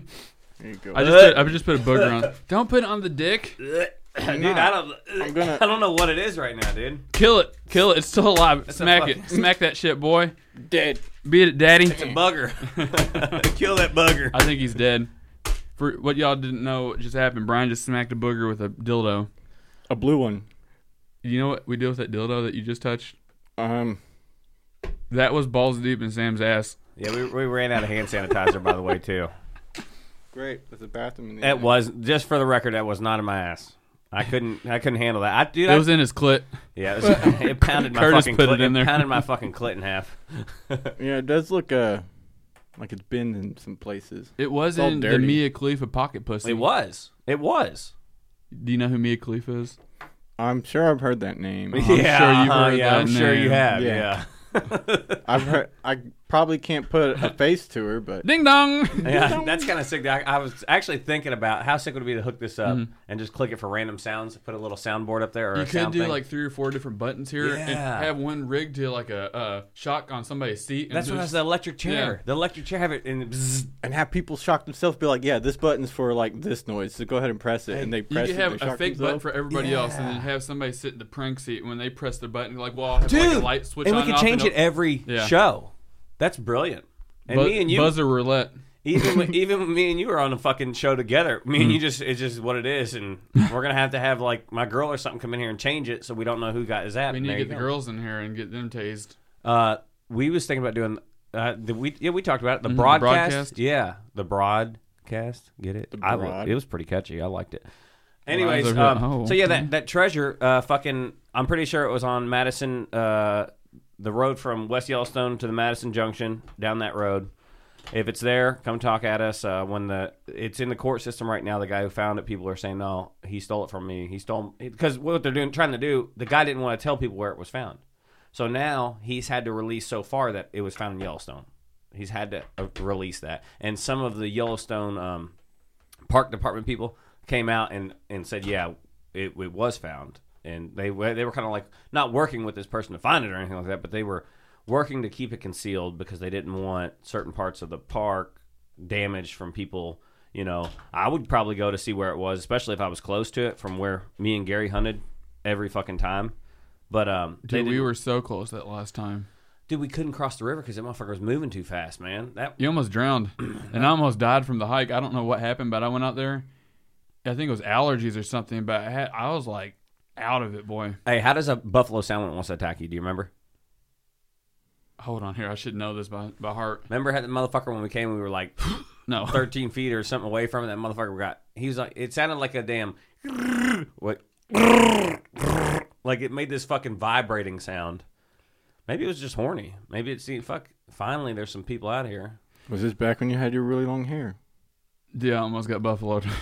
Speaker 3: you go.
Speaker 2: I just put, I just put a booger on. Don't put it on the dick.
Speaker 1: dude. I
Speaker 3: not.
Speaker 1: don't.
Speaker 3: I'm gonna-
Speaker 1: I don't know what it is right now, dude.
Speaker 2: Kill it. Kill it. It's still alive.
Speaker 1: a
Speaker 2: Smack
Speaker 1: fucking-
Speaker 2: it. Smack that shit, boy.
Speaker 3: dead.
Speaker 2: Beat it, daddy.
Speaker 1: It's a bugger. Kill that bugger.
Speaker 2: I think he's dead. For what y'all didn't know, what just happened. Brian just smacked a booger with a dildo.
Speaker 3: A blue one.
Speaker 2: You know what we do with that dildo that you just touched?
Speaker 3: Um,
Speaker 2: That was balls deep in Sam's ass.
Speaker 1: Yeah, we, we ran out of hand sanitizer by the way too.
Speaker 3: great. There's a bathroom in the
Speaker 1: It was just for the record. That was not in my ass. I couldn't. I couldn't handle that. I dude.
Speaker 2: It
Speaker 1: I,
Speaker 2: was in his clit.
Speaker 1: yeah, it, was, it pounded my
Speaker 2: Curtis
Speaker 1: fucking.
Speaker 2: put it
Speaker 1: clit,
Speaker 2: in there.
Speaker 1: pounded my fucking clit in half.
Speaker 3: Yeah, it does look uh like it's been in some places.
Speaker 2: It was
Speaker 3: all
Speaker 2: in the
Speaker 3: dirty.
Speaker 2: Mia Khalifa pocket pussy.
Speaker 1: it was. It was.
Speaker 2: Do you know who Mia Khalifa is?
Speaker 3: I'm sure I've heard that name. Uh,
Speaker 1: yeah,
Speaker 2: sure you've
Speaker 1: uh-huh,
Speaker 2: heard
Speaker 1: yeah,
Speaker 2: that
Speaker 1: I'm sure you
Speaker 2: name.
Speaker 1: have. Yeah.
Speaker 3: Yeah.
Speaker 1: yeah.
Speaker 3: I've heard, I probably can't put a face to her, but
Speaker 2: Ding dong.
Speaker 1: that's kind of sick. I, I was actually thinking about how sick would it be to hook this up and just click it for random sounds. Put a little soundboard up there or
Speaker 2: Mm-hmm. You
Speaker 1: a
Speaker 2: could
Speaker 1: sound
Speaker 2: do
Speaker 1: thing.
Speaker 2: like three or four different buttons here and
Speaker 1: Yeah.
Speaker 2: have one rigged to like a uh, shock on somebody's seat. And
Speaker 1: that's what I was
Speaker 2: just,
Speaker 1: the electric chair.
Speaker 2: Yeah.
Speaker 1: The electric chair have it and bzzz.
Speaker 3: and have people shock themselves, be like, "Yeah, this button's for like this noise, so go ahead and press it." and they
Speaker 2: You
Speaker 3: press
Speaker 2: could
Speaker 3: it.
Speaker 2: have
Speaker 3: they
Speaker 2: a
Speaker 3: shock
Speaker 2: fake button
Speaker 3: themselves.
Speaker 2: for everybody else, and then have somebody sit in the prank seat. And when they press the button, like, well, I'll have like a
Speaker 1: dude.
Speaker 2: light switch
Speaker 1: and
Speaker 2: on
Speaker 1: we can
Speaker 2: off
Speaker 1: change
Speaker 2: and
Speaker 1: it every
Speaker 2: Yeah.
Speaker 1: show. That's brilliant. And
Speaker 2: bu-
Speaker 1: me and you
Speaker 2: buzzer roulette.
Speaker 1: even when- even when me and you were on a fucking show together. Me
Speaker 2: Mm.
Speaker 1: and you just it's just what it is, and we're gonna have to have like my girl or something come in here and change it so we don't know who got his app.
Speaker 2: We need
Speaker 1: There
Speaker 2: to
Speaker 1: you
Speaker 2: get the
Speaker 1: go.
Speaker 2: girls in here and get them tased.
Speaker 1: Uh, we was thinking about doing uh, the we yeah we talked about it the broadcast,
Speaker 2: Mm, broadcast.
Speaker 1: yeah the broadcast get it I li-
Speaker 3: broad.
Speaker 1: it was pretty catchy I liked it. Anyways,
Speaker 2: over here.
Speaker 1: um,
Speaker 2: Oh,
Speaker 1: so yeah
Speaker 2: okay.
Speaker 1: that that treasure uh, fucking I'm pretty sure it was on Madison uh, the road from West Yellowstone to the Madison Junction down that road. If it's there, come talk at us. Uh, when the it's in the court system right now, the guy who found it, people are saying, "No, he stole it from me. He stole because what they're doing, trying to do, the guy didn't want to tell people where it was found. So now he's had to release so far that it was found in Yellowstone. He's had to uh, release that, and some of the Yellowstone um, Park Department people came out and, and said, "Yeah, it, it was found," and they were- they were kind of like not working with this person to find it or anything like that, but they were working to keep it concealed because they didn't want certain parts of the park damaged from people. You know, I would probably go to see where it was, especially if I was close to it from where me and Gary hunted every fucking time. But um, they
Speaker 2: Dude, we
Speaker 1: didn't-
Speaker 2: were so close that last time.
Speaker 1: Dude, we couldn't cross the river because that motherfucker was moving too fast, man. That
Speaker 2: You almost drowned, and I almost died from the hike. I don't know what happened, but I went out there. I think it was allergies or something, but I, had, I was like out of it, boy.
Speaker 1: hey, how does a buffalo sound when it wants to attack you? Do you remember?
Speaker 2: Hold on here, I should know this by by heart.
Speaker 1: Remember how the motherfucker when we came, we were like
Speaker 2: No,
Speaker 1: thirteen feet or something away from it. That motherfucker got. He was like, it sounded like a damn what, like it made this fucking vibrating sound. Maybe it was just horny. Maybe it's see, fuck. Finally, there's some people out here.
Speaker 3: Was this back when you had your really long hair?
Speaker 2: yeah, I almost got buffaloed.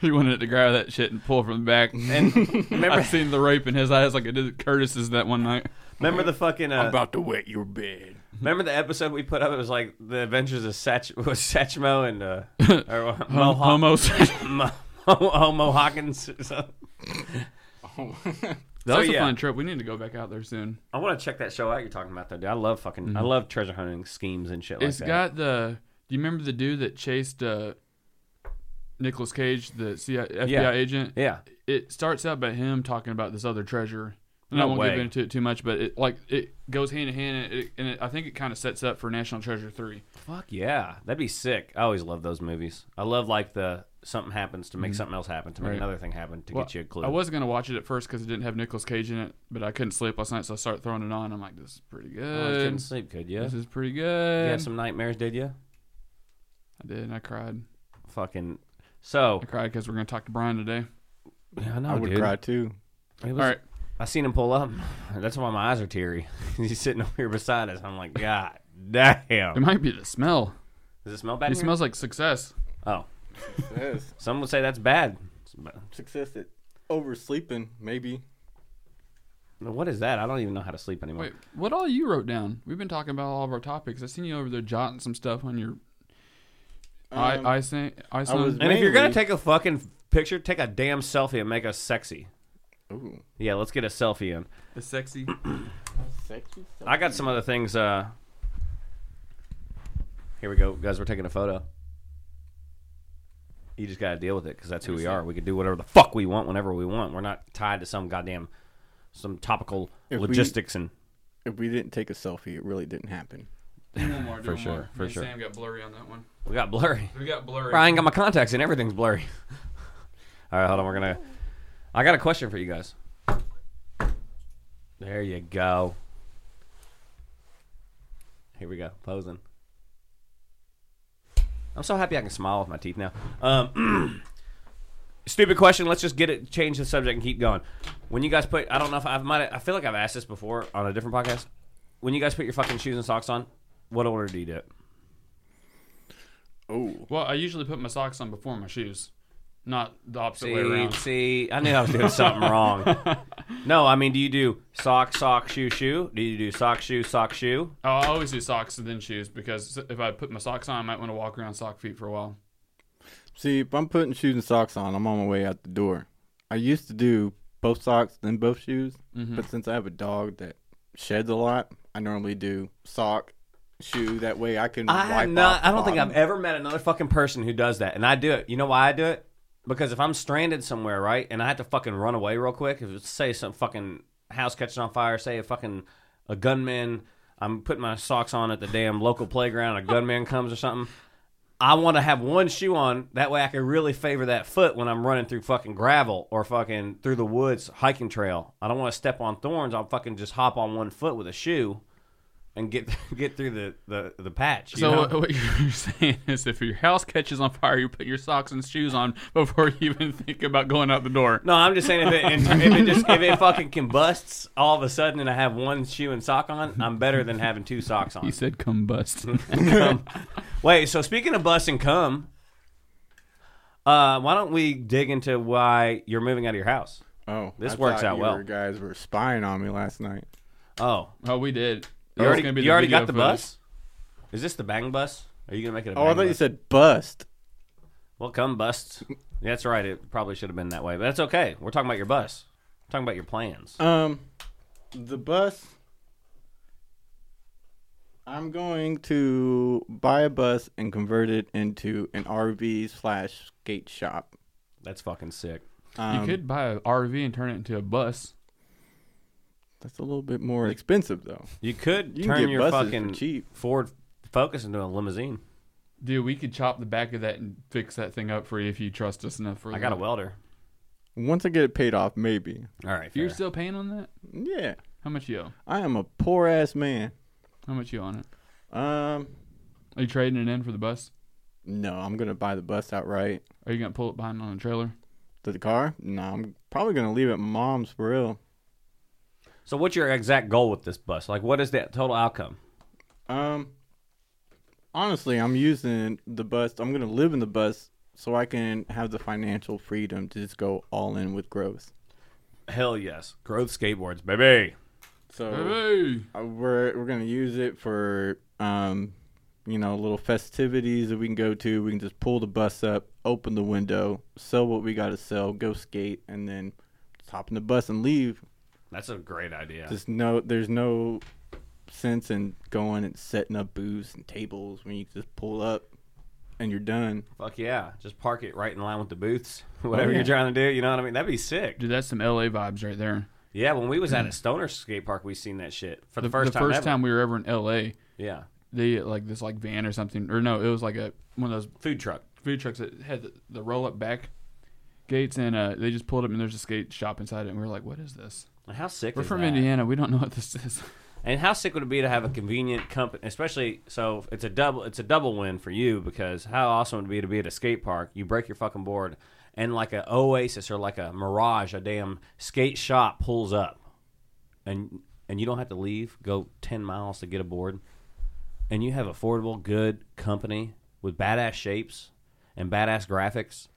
Speaker 2: He wanted to grab that shit and pull from the back. And
Speaker 1: Remember,
Speaker 2: I've seen the rape in his eyes like I did Curtis's that one night.
Speaker 1: remember the fucking. Uh,
Speaker 3: about to wet your bed.
Speaker 1: remember the episode we put up? It was like the Adventures of Satch was Satchmo and uh, or uh, Mo Ho-
Speaker 2: Homos.
Speaker 1: Mo- Ho- Homo Hawkins. or something.
Speaker 2: That was
Speaker 1: So,
Speaker 2: a
Speaker 1: yeah.
Speaker 2: fun trip. We need to go back out there soon.
Speaker 1: I want to check that show out you're talking about though, dude. I love fucking. I love treasure hunting schemes and shit like
Speaker 2: Mm-hmm. It's
Speaker 1: that.
Speaker 2: got the. Do you remember the dude that chased uh, Nicholas Cage, the CIA, FBI
Speaker 1: Yeah.
Speaker 2: agent?
Speaker 1: yeah.
Speaker 2: It starts out by him talking about this other treasure. And I
Speaker 1: No
Speaker 2: won't get
Speaker 1: way.
Speaker 2: into it too much, but it like it goes hand in hand, and, it, and it, I think it kind of sets up for National Treasure three.
Speaker 1: Fuck yeah, that'd be sick. I always love those movies. I love like the something happens to make something else happen to make
Speaker 2: Mm-hmm. Right.
Speaker 1: another thing happen to get you a clue.
Speaker 2: I was gonna watch it at first because it didn't have Nicolas Cage in it, but I couldn't sleep last night, so I started throwing it on. I'm like, this is pretty
Speaker 1: Oh, you
Speaker 2: good.
Speaker 1: couldn't sleep, could you?
Speaker 2: this is pretty
Speaker 1: You
Speaker 2: good.
Speaker 1: had some nightmares, did you?
Speaker 2: I did. and I cried.
Speaker 1: Fucking. So
Speaker 2: I cried because we're gonna talk to Brian today.
Speaker 1: yeah, I know,
Speaker 2: Oh,
Speaker 3: I would
Speaker 1: dude.
Speaker 3: cry too.
Speaker 1: It was-
Speaker 2: All right.
Speaker 1: I seen him pull up. That's why my eyes are teary. He's sitting over here beside us. I'm like, God damn.
Speaker 2: It might be the smell.
Speaker 1: Does it smell bad?
Speaker 2: It
Speaker 1: in here?
Speaker 2: smells like success.
Speaker 1: Oh,
Speaker 3: Yes.
Speaker 1: some would say that's bad.
Speaker 3: Success at oversleeping, maybe.
Speaker 1: What is that? I don't even know how to sleep anymore.
Speaker 2: Wait, what all you wrote down? We've been talking about all of our topics. I seen you over there jotting some stuff on your I
Speaker 3: Um,
Speaker 2: I say I
Speaker 3: was-
Speaker 1: and if you're
Speaker 3: Mainly-
Speaker 1: gonna take a fucking picture, take a damn selfie and make us sexy.
Speaker 3: Ooh,
Speaker 1: Yeah, let's get a selfie in.
Speaker 2: the sexy.
Speaker 3: sexy.
Speaker 1: I got some other things. Uh, here we go, guys. We're taking a photo. You just got to deal with it because that's who we are. We can do whatever the fuck we want whenever we want. We're not tied to some goddamn some topical
Speaker 3: If we-
Speaker 1: logistics and
Speaker 3: If we didn't take a selfie, it really didn't happen.
Speaker 2: one more, do
Speaker 1: For
Speaker 2: one
Speaker 1: sure,
Speaker 2: more.
Speaker 1: for
Speaker 2: Me and
Speaker 1: sure.
Speaker 2: Sam got blurry on that one.
Speaker 1: we got blurry.
Speaker 2: We got blurry.
Speaker 1: I ain't got my contacts and everything's blurry. All right, hold on. We're gonna. I got a question for you guys. There you go. Here we go. Posing. I'm so happy I can smile with my teeth now. Um, stupid question. Let's just get it. Change the subject and keep going. When you guys put, I don't know if I've might. I feel like I've asked this before on a different podcast. When you guys put your fucking shoes and socks on, what order do you do it?
Speaker 3: Oh,
Speaker 2: Well, I usually put my socks on before my shoes, not the opposite way
Speaker 1: See,
Speaker 2: around.
Speaker 1: see, I knew I was doing something wrong. No, I mean, do you do sock, sock, shoe, shoe? Do you do sock, shoe, sock, shoe?
Speaker 2: Oh, I always do socks and then shoes because if I put my socks on, I might want to walk around sock feet for a while.
Speaker 3: see, if I'm putting shoes and socks on, I'm on my way out the door. I used to do both socks then both shoes, but since I have a dog that sheds a lot, I normally do sock, shoe. That way, I can.
Speaker 1: I
Speaker 3: wipe
Speaker 1: am
Speaker 3: off
Speaker 1: not.
Speaker 3: the
Speaker 1: I don't think
Speaker 3: bottom.
Speaker 1: I've ever met another fucking person who does that, and I do it. You know why I do it? Because if I'm stranded somewhere, right, and I have to fucking run away real quick, if it's say some fucking house catching on fire, say a fucking a gunman, I'm putting my socks on at the damn local playground, a gunman comes or something. I want to have one shoe on. That way, I can really favor that foot when I'm running through fucking gravel or fucking through the woods hiking trail. I don't want to step on thorns. I'll fucking just hop on one foot with a shoe and get get through the the, the patch. you
Speaker 2: so
Speaker 1: know?
Speaker 2: what, what you're saying is, if your house catches on fire, you put your socks and shoes on before you even think about going out the door.
Speaker 1: No, I'm just saying if it if it just if it fucking combusts all of a sudden and I have one shoe and sock on, I'm better than having two socks
Speaker 2: He
Speaker 1: on.
Speaker 2: said, "Come bust."
Speaker 1: Wait, so speaking of bust and cum, uh, why don't we dig into why you're moving out of your house?
Speaker 3: Oh,
Speaker 1: This
Speaker 3: I
Speaker 1: works
Speaker 3: thought
Speaker 1: out
Speaker 3: you
Speaker 1: well.
Speaker 3: were- guys were spying on me last night.
Speaker 1: Oh,
Speaker 2: oh, we did.
Speaker 1: you
Speaker 2: That's
Speaker 1: already
Speaker 2: gonna be
Speaker 1: you already
Speaker 2: video
Speaker 1: got the
Speaker 2: footage.
Speaker 1: bus. Is this the bang bus? Are you gonna make it? A
Speaker 3: Oh, I
Speaker 1: bang
Speaker 3: thought you
Speaker 1: bus?
Speaker 3: said bust.
Speaker 1: Well, cum busts. Yeah, that's right. It probably should have been that way, but that's okay. We're talking about your bus. We're talking about your plans.
Speaker 3: Um, the bus. I'm going to buy a bus and convert it into an RV slash skate shop.
Speaker 1: That's fucking sick.
Speaker 2: You
Speaker 3: Um,
Speaker 2: could buy an RV and turn it into a bus.
Speaker 3: That's a little bit more expensive though.
Speaker 1: You could
Speaker 3: You can
Speaker 1: turn
Speaker 3: get
Speaker 1: your
Speaker 3: buses for
Speaker 1: fucking
Speaker 3: cheap.
Speaker 1: Ford Focus into a limousine.
Speaker 2: Dude, we could chop the back of that and fix that thing up for you if you trust us enough. For
Speaker 1: I got a
Speaker 2: that.
Speaker 1: welder.
Speaker 3: Once I get it paid off, maybe.
Speaker 1: All right,
Speaker 2: You're
Speaker 1: fair.
Speaker 2: still paying on that?
Speaker 3: Yeah,
Speaker 2: How much you owe?
Speaker 3: I am a poor ass man.
Speaker 2: How much you owe on it?
Speaker 3: Um,
Speaker 2: Are you trading it in for the bus?
Speaker 3: no, I'm gonna buy the bus outright.
Speaker 2: Are you gonna pull it behind on a trailer?
Speaker 3: The car? No, I'm probably gonna leave it at my mom's for real.
Speaker 1: so, what's your exact goal with this bus? Like, what is that total outcome?
Speaker 3: Um, honestly, I'm using the bus. I'm gonna live in the bus so I can have the financial freedom to just go all in with growth.
Speaker 1: Hell yes. Growth skateboards, baby.
Speaker 3: So
Speaker 2: Hey.
Speaker 3: uh, we're we're gonna use it for um, you know, little festivities that we can go to. We can just pull the bus up, open the window, sell what we gotta sell, go skate, and then just hop in the bus and leave.
Speaker 1: That's a great idea.
Speaker 3: Just no, there's no sense in going and setting up booths and tables when you just pull up and you're done.
Speaker 1: Fuck yeah. Just park it right in line with the booths. Whatever
Speaker 3: Oh, yeah.
Speaker 1: you're trying to do, you know what I mean? That'd be sick.
Speaker 2: Dude, that's some LA vibes right there.
Speaker 1: Yeah, when we was at a stoner skate park, we seen that shit for the,
Speaker 2: Mm. The
Speaker 1: first time.
Speaker 2: first
Speaker 1: ever.
Speaker 2: time we were ever in LA,
Speaker 1: Yeah.
Speaker 2: they like this like van or something, or no, it was like a one of those
Speaker 1: Food truck.
Speaker 2: food trucks that had the, the roll up back gates, and uh, they just pulled up and there's a skate shop inside it, and we were like, what is this?
Speaker 1: And How sick
Speaker 2: We're
Speaker 1: is
Speaker 2: from
Speaker 1: that?
Speaker 2: Indiana, we don't know what this is.
Speaker 1: And how sick would it be to have a convenient company, especially so it's a double it's a double win for you because how awesome would it be to be at a skate park, you break your fucking board, and like a Oasis or like a Mirage, a damn skate shop pulls up, and and you don't have to leave, go ten miles to get a board, and you have affordable, good company with badass shapes and badass graphics,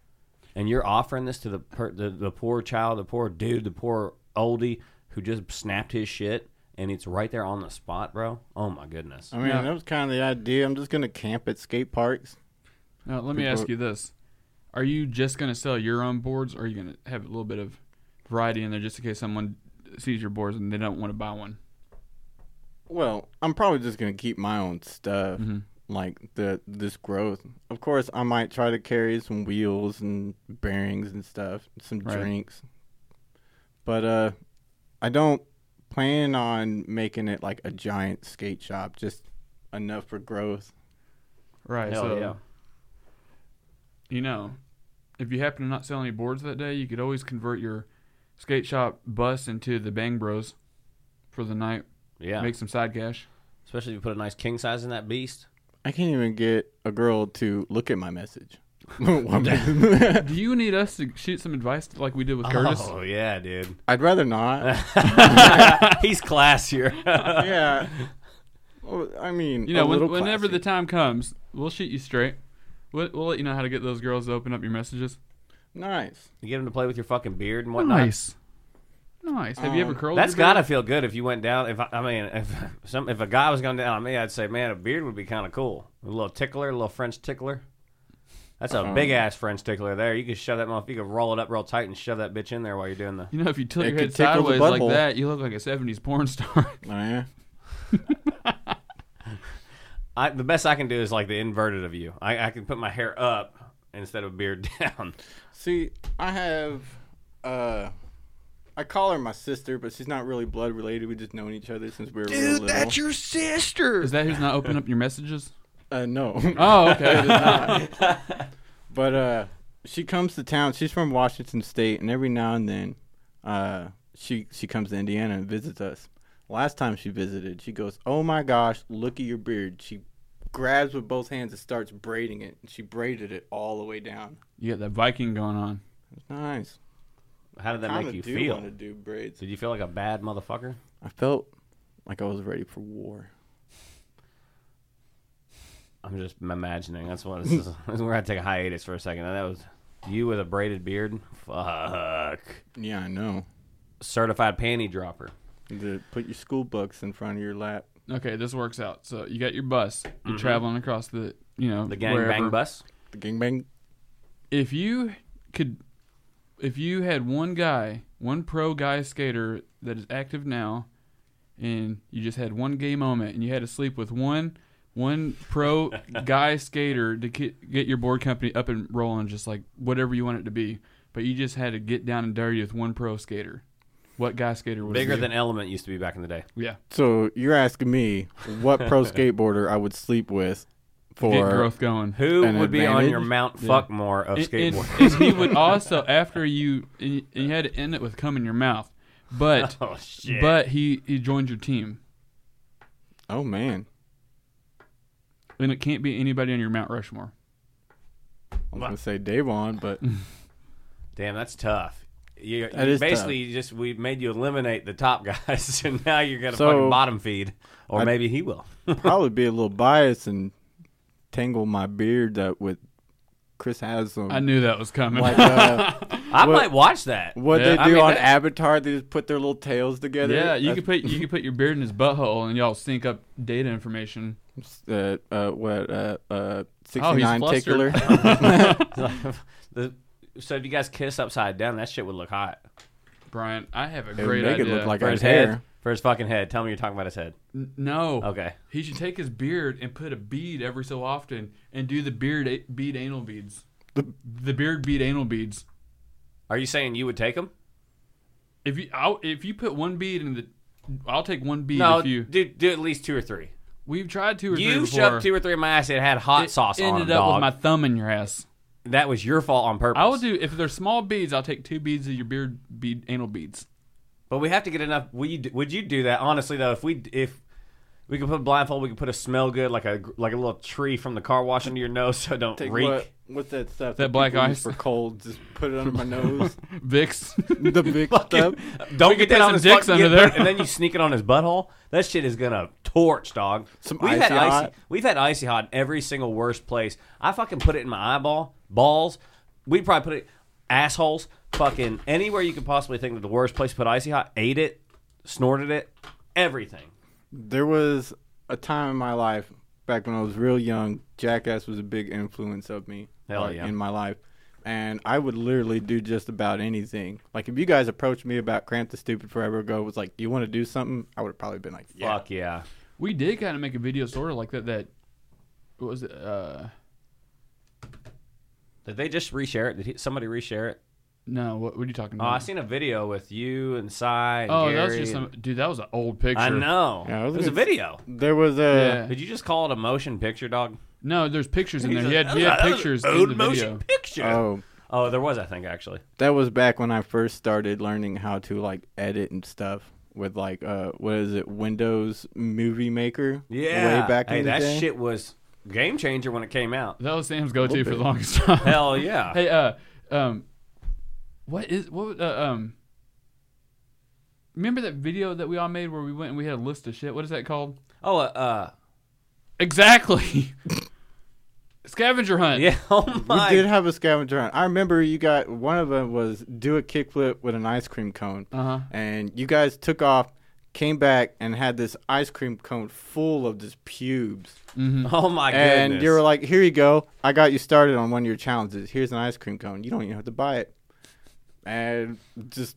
Speaker 1: and you're offering this to the per, the, the poor child, the poor dude, the poor oldie who just snapped his shit, and it's right there on the spot, bro. Oh my goodness.
Speaker 3: I mean,
Speaker 2: Yeah.
Speaker 3: that was kind of the idea. I'm just gonna camp at skate parks.
Speaker 2: Now, let me
Speaker 3: People-
Speaker 2: ask you this: Are you just going to sell your own boards, or are you going to have a little bit of variety in there, just in case someone sees your boards and they don't want to buy one?
Speaker 3: Well, I'm probably just gonna keep my own stuff,
Speaker 2: Mm-hmm.
Speaker 3: like the this growth. Of course, I might try to carry some wheels and bearings and stuff, some
Speaker 2: Right.
Speaker 3: drinks. But uh, I don't plan on making it like a giant skate shop. Just enough for growth.
Speaker 2: Right.
Speaker 1: Hell
Speaker 2: so
Speaker 1: yeah.
Speaker 2: you know, if you happen to not sell any boards that day, you could always convert your skate shop bus into the Bang Bros for the night.
Speaker 1: Yeah.
Speaker 2: Make some side cash.
Speaker 1: Especially if you put a nice king size in that beast.
Speaker 3: I can't even get a girl to look at my message. I'd
Speaker 2: Do you need us to shoot some advice like we did with Curtis?
Speaker 1: Oh yeah, dude.
Speaker 3: rather not.
Speaker 1: He's classier.
Speaker 3: yeah. Well, I mean,
Speaker 2: You
Speaker 3: a
Speaker 2: know, when,
Speaker 3: little
Speaker 2: whenever the
Speaker 3: classy.
Speaker 2: time comes, we'll shoot you straight. We'll, we'll let you know how to get those girls to open up your messages.
Speaker 3: nice.
Speaker 1: you get him to play with your fucking beard and whatnot.
Speaker 2: Nice. Nice. Have you
Speaker 3: Um,
Speaker 2: ever curled?
Speaker 1: That's
Speaker 2: your beard?
Speaker 1: gotta feel good if you went down. If I, I mean, if some if a guy was going down on me, I'd say, man, a beard would be kind of cool. A little tickler, a little French tickler. That's
Speaker 3: Uh-huh.
Speaker 1: a big ass French tickler there. You could shove that motherfucker, you could roll it up real tight and shove that bitch in there while you're doing the.
Speaker 2: You know, if you tilt
Speaker 3: It
Speaker 2: your
Speaker 3: could
Speaker 2: head
Speaker 3: tickle the
Speaker 2: sideways like
Speaker 3: butthole.
Speaker 2: that, you look like a '70s porn star.
Speaker 3: Oh, yeah.
Speaker 1: I, the best I can do is like the inverted of you. I, I can put my hair up instead of beard down.
Speaker 3: See, I have uh I call her my sister, but she's not really blood related. We just known each other since we were real little.
Speaker 5: your sister.
Speaker 2: Is that who's not opening up your messages?
Speaker 3: uh no.
Speaker 2: Oh, okay.
Speaker 3: but uh she comes to town. She's from Washington state and every now and then uh she she comes to Indiana and visits us. Last time she visited, she goes, "Oh my gosh, look at your beard." She grabs with both hands and starts braiding it. and She braided it all the way down.
Speaker 2: you got that Viking going on.
Speaker 3: It's nice.
Speaker 1: How did that
Speaker 3: Kinda
Speaker 1: make you
Speaker 3: do
Speaker 1: feel?
Speaker 3: wanna do braids.
Speaker 1: Did you feel like a bad motherfucker?
Speaker 3: I felt like I was ready for war.
Speaker 1: I'm just imagining. That's what this is. We're gonna take a hiatus for a second. And that was you with a braided beard. Fuck.
Speaker 3: Yeah, I know.
Speaker 1: Certified panty dropper.
Speaker 3: The, put your school books in front of your lap.
Speaker 2: Okay, this works out. So you got your bus. You're
Speaker 3: Mm-hmm.
Speaker 2: traveling across the, you know,
Speaker 1: The gang
Speaker 2: wherever.
Speaker 1: bang bus.
Speaker 3: The gangbang.
Speaker 2: If you could, if you had one guy, one pro guy skater that is active now, and you just had one gay moment, and you had to sleep with one, one pro guy skater to get, get your board company up and rolling, just like whatever you want it to be, but you just had to get down and dirty with one pro skater. What guy skater would it
Speaker 1: Bigger
Speaker 2: be?
Speaker 1: than Element used to be back in the day.
Speaker 2: yeah?
Speaker 3: So you're asking me what pro skateboarder I would sleep with
Speaker 2: Get
Speaker 3: for?
Speaker 2: growth going.
Speaker 1: Who
Speaker 3: An
Speaker 1: would be on
Speaker 3: advantage?
Speaker 1: your Mount
Speaker 2: Yeah.
Speaker 1: Fuckmore of
Speaker 2: and, and-
Speaker 1: skateboarding?
Speaker 2: and he would also after you and you, and you had to end it with cum in your mouth but
Speaker 1: oh shit!
Speaker 2: but he he joined your team
Speaker 3: Oh man,
Speaker 2: and it can't be anybody on your mount rushmore
Speaker 3: I was gonna say Davon, but
Speaker 1: damn, that's tough. You,
Speaker 3: That
Speaker 1: you
Speaker 3: is
Speaker 1: basically just we made you eliminate the top guys, and now you're gonna
Speaker 3: So-
Speaker 1: fucking bottom feed, or
Speaker 3: I-
Speaker 1: maybe he will.
Speaker 3: probably be a little biased and tangle my beard up with Chris Haslam.
Speaker 2: I knew that was coming.
Speaker 3: Like, uh,
Speaker 1: I
Speaker 3: What-
Speaker 1: might watch that.
Speaker 3: what
Speaker 2: Yeah,
Speaker 3: they do
Speaker 2: I mean,
Speaker 3: on
Speaker 1: that-
Speaker 3: Avatar, they just put their little tails together.
Speaker 2: yeah, you
Speaker 3: That's-
Speaker 2: could put you could put your beard in his butthole and y'all sync up data information.
Speaker 3: uh, uh, what uh, uh,
Speaker 2: Oh, he's
Speaker 3: 69
Speaker 2: flustered.
Speaker 3: tickler.
Speaker 1: The- so if you guys kiss upside down, that shit would look hot
Speaker 2: Brian, I have a
Speaker 3: It would
Speaker 2: great
Speaker 3: make it
Speaker 2: idea.
Speaker 3: look like
Speaker 1: for
Speaker 3: our
Speaker 1: his
Speaker 3: hair.
Speaker 1: head, for his fucking head. Tell me you're talking about his head.
Speaker 2: N- no.
Speaker 1: Okay.
Speaker 2: He should take his beard and put a bead every so often and do the beard a- bead anal beads.
Speaker 3: The-
Speaker 2: the beard bead anal beads.
Speaker 1: Are you saying you would take him?
Speaker 2: If you I'll, if you put one bead in the, I'll take one bead.
Speaker 1: No,
Speaker 2: if you
Speaker 1: do do at least two or three.
Speaker 2: we've tried two or three
Speaker 1: You
Speaker 2: before.
Speaker 1: shoved two or three in my ass. It had hot
Speaker 2: It
Speaker 1: sauce on
Speaker 2: ended
Speaker 1: it,
Speaker 2: up
Speaker 1: dog.
Speaker 2: with my thumb in your ass.
Speaker 1: That was your fault on purpose.
Speaker 2: I will do if they're small beads. I'll take two beads of your beard bead anal beads.
Speaker 1: But we have to get enough. Would you, would you do that honestly though? If we if we could put a blindfold, we could put a smell good like a like a little tree from the car wash into your nose so it don't
Speaker 3: Take
Speaker 1: reek.
Speaker 3: what, what's that stuff?
Speaker 2: That black
Speaker 3: people use
Speaker 2: ice?
Speaker 3: for cold. Just put it under my nose.
Speaker 2: Vicks.
Speaker 3: the big stuff.
Speaker 1: Don't
Speaker 2: could
Speaker 1: get that
Speaker 2: put
Speaker 1: on
Speaker 2: some
Speaker 1: his
Speaker 2: dicks
Speaker 1: fucking-
Speaker 2: under there.
Speaker 1: and then you sneak it on his butthole. That shit is gonna torch, dog.
Speaker 3: Some
Speaker 1: we've
Speaker 3: Icy
Speaker 1: had icy,
Speaker 3: Hot.
Speaker 1: we've had icy hot in every single worst place. I fucking put it in my eyeball, balls. We would probably put it assholes, fucking anywhere you could possibly think of the worst place to put icy hot. Ate it, snorted it, everything.
Speaker 3: There was a time in my life back when I was real young. Jackass was a big influence of me
Speaker 1: Hell
Speaker 3: like,
Speaker 1: yeah.
Speaker 3: in my life, and I would literally do just about anything. Like if you guys approached me about Cramp the Stupid forever ago, was like, "Do you want to do something?" I would have probably been like, "Yeah."
Speaker 1: Fuck yeah.
Speaker 2: we did kind of make a video sort of like that. That what was it? Uh,
Speaker 1: Did they just reshare it? Did he, somebody reshare it?
Speaker 2: no. What, what are you talking
Speaker 1: Oh,
Speaker 2: about?
Speaker 1: I seen a video with you and Cy. And
Speaker 2: Oh,
Speaker 1: Gary
Speaker 2: that was just some dude. That was an old picture.
Speaker 1: I know.
Speaker 3: Yeah, I
Speaker 1: it
Speaker 3: was
Speaker 1: was a
Speaker 3: gonna-
Speaker 1: video.
Speaker 3: There was a
Speaker 2: Yeah.
Speaker 1: Did you just call it a motion picture, dog?
Speaker 2: No, there's pictures in
Speaker 1: He's
Speaker 2: there.
Speaker 1: like,
Speaker 2: He had,
Speaker 1: "That
Speaker 2: he
Speaker 1: was a-
Speaker 2: had
Speaker 1: that was
Speaker 2: pictures
Speaker 1: an
Speaker 2: in the
Speaker 1: old motion
Speaker 2: video.
Speaker 1: picture.
Speaker 3: oh,
Speaker 1: Oh, there was, I think, actually.
Speaker 3: that was back when I first started learning how to like edit and stuff with like uh what is it Windows Movie Maker?
Speaker 1: Yeah.
Speaker 3: way back
Speaker 1: Hey,
Speaker 3: in the
Speaker 1: that
Speaker 3: day.
Speaker 1: shit was game changer when it came out.
Speaker 2: That was Sam's go-to for the longest time.
Speaker 1: Hell yeah.
Speaker 2: Hey, uh, um, what is what? Uh, um, remember that video that we all made where we went and we had a list of shit. What is that called?
Speaker 1: Oh, uh, uh
Speaker 2: Exactly. Scavenger hunt.
Speaker 1: yeah. Oh
Speaker 3: We
Speaker 1: my.
Speaker 3: did have a scavenger hunt. I remember you got one of them was do a kickflip with an ice cream cone,
Speaker 2: Uh-huh.
Speaker 3: and you guys took off, came back, and had this ice cream cone full of just pubes.
Speaker 1: oh my goodness.
Speaker 3: And you were like, "Here you go. I got you started on one of your challenges. Here's an ice cream cone. You don't even have to buy it." And just,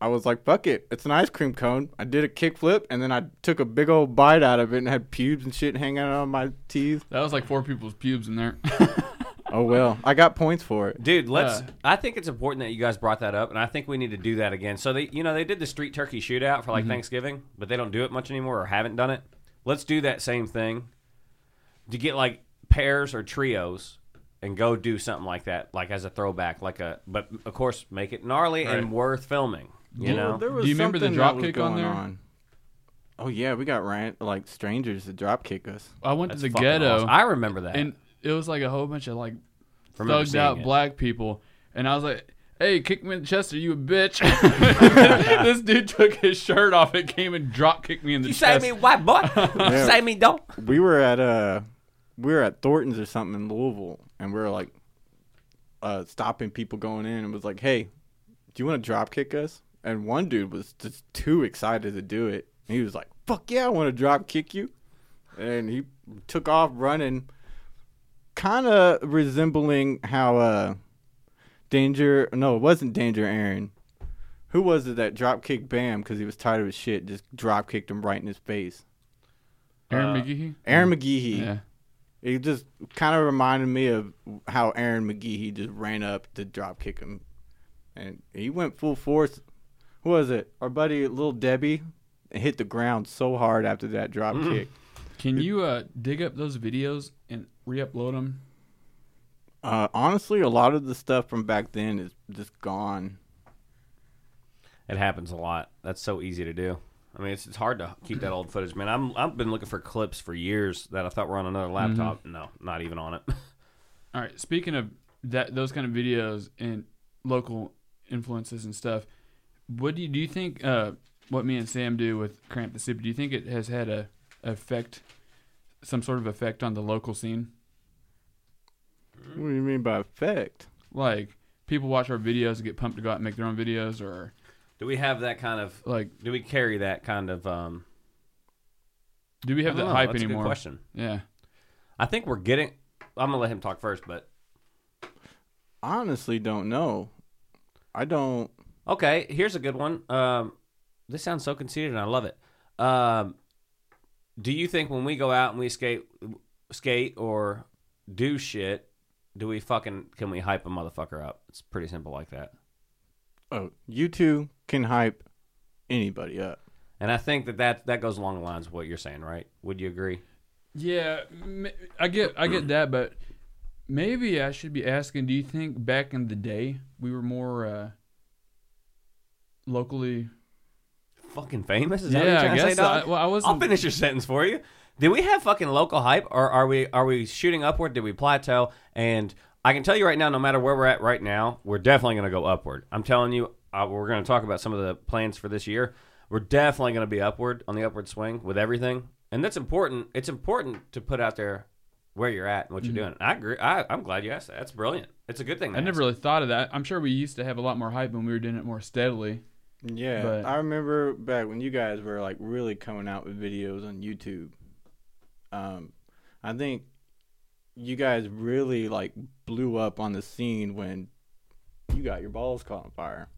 Speaker 3: I was like, "Fuck it. It's an ice cream cone." I did a kickflip, and then I took a big old bite out of it and had pubes and shit hanging out on my teeth.
Speaker 2: That was like four people's pubes in there.
Speaker 3: Oh well, I got points for it.
Speaker 1: Dude, let's.
Speaker 2: Uh.
Speaker 1: I think it's important that you guys brought that up, and I think we need to do that again. So they, you know, they did the street turkey shootout for like Thanksgiving, but they don't do it much anymore, or haven't done it. Let's do that same thing to get like pairs or trios and go do something like that, like as a throwback, like a. But of course, make it gnarly and worth filming. You know,
Speaker 2: was Do you remember the something that was dropkick on going there? on.
Speaker 3: On. Oh yeah, we got ran like strangers to drop kick us.
Speaker 2: I went to the
Speaker 1: fucking
Speaker 2: ghetto
Speaker 1: awesome. I remember that.
Speaker 2: and it was like a whole bunch of like
Speaker 1: Remember
Speaker 2: thugged
Speaker 1: seeing
Speaker 2: out
Speaker 1: it.
Speaker 2: black people, and I was like. Hey, kick me in the chest, or you a bitch. this dude took his shirt off and came and drop kicked me in the
Speaker 1: you say
Speaker 2: chest.
Speaker 1: me white boy, you say me don't.
Speaker 3: We were at uh we were at Thornton's or something in Louisville and we were like uh stopping people going in and was like, Hey, do you wanna drop kick us? And one dude was just too excited to do it. And he was like, Fuck yeah, I wanna drop kick you and he took off running kinda resembling how uh Danger no, it wasn't Danger Aaron. Who was it that drop kicked Bam because he was tired of his shit, just drop kicked him right in his face?
Speaker 2: Aaron McGee.
Speaker 3: Aaron McGehee.
Speaker 2: Yeah.
Speaker 3: It just kind of reminded me of how Aaron McGehee just ran up to drop kick him, and he went full force. Who was it? Our buddy Little Debbie hit the ground so hard after that drop kick.
Speaker 2: Can you uh, dig up those videos and re-upload them?
Speaker 3: Uh, honestly, a lot of the stuff from back then is just gone.
Speaker 1: It happens a lot. That's so easy to do. I mean, it's, it's hard to keep that old footage, man. I'm I've been looking for clips for years that I thought were on another
Speaker 2: Mm-hmm.
Speaker 1: laptop. No, not even on it.
Speaker 2: All right. Speaking of that, those kind of videos and local influences and stuff, what do you do? You think uh, what me and Sam do with Cramp the Sip? Do you think it has had a effect, some sort of effect on the local scene?
Speaker 3: What do you mean by effect?
Speaker 2: Like people watch our videos and get pumped to go out and make their own videos, or
Speaker 1: Do we have that kind of?
Speaker 2: like,
Speaker 1: Do we carry that kind of? Um,
Speaker 2: do we
Speaker 1: I
Speaker 2: have
Speaker 1: don't
Speaker 2: that
Speaker 1: know.
Speaker 2: hype
Speaker 1: That's
Speaker 2: anymore?
Speaker 1: A good question.
Speaker 2: Yeah,
Speaker 1: I think we're getting. I'm gonna let him talk first, but
Speaker 3: Honestly, don't know. I don't.
Speaker 1: Okay, here's a good one. Um, this sounds so conceited, and I love it. Um, do you think when we go out and we skate, skate or do shit, do we fucking can we hype a motherfucker up? It's pretty simple like that.
Speaker 3: Oh, you two can hype anybody up.
Speaker 1: And I think that that, that goes along the lines of what you're saying, right? Would you agree?
Speaker 2: yeah. m- I get, I get that, but maybe I should be asking. Do you think back in the day we were more uh, locally?
Speaker 1: Fucking famous? Is
Speaker 2: Yeah,
Speaker 1: that what
Speaker 2: I
Speaker 1: you're trying to
Speaker 2: guess
Speaker 1: say, dog?
Speaker 2: I- well, I
Speaker 1: will
Speaker 2: wasn't-
Speaker 1: finish your sentence for you. Did we have fucking local hype, or are we are we shooting upward? Did we plateau? And I can tell you right now, no matter where we're at right now, we're definitely going to go upward. I'm telling you, uh, we're going to talk about some of the plans for this year. We're definitely going to be upward on the upward swing with everything, and that's important. It's important to put out there where you're at and what you're doing. I agree. I, I'm glad you asked that. That's brilliant. It's a good thing. to
Speaker 2: Mm-hmm. I
Speaker 1: ask.
Speaker 2: never really thought of that. I'm sure we used to have a lot more hype when we were doing it more steadily.
Speaker 3: Yeah,
Speaker 2: But-
Speaker 3: I remember back when you guys were like really coming out with videos on YouTube. Um, I think you guys really like blew up on the scene when you got your balls caught on fire.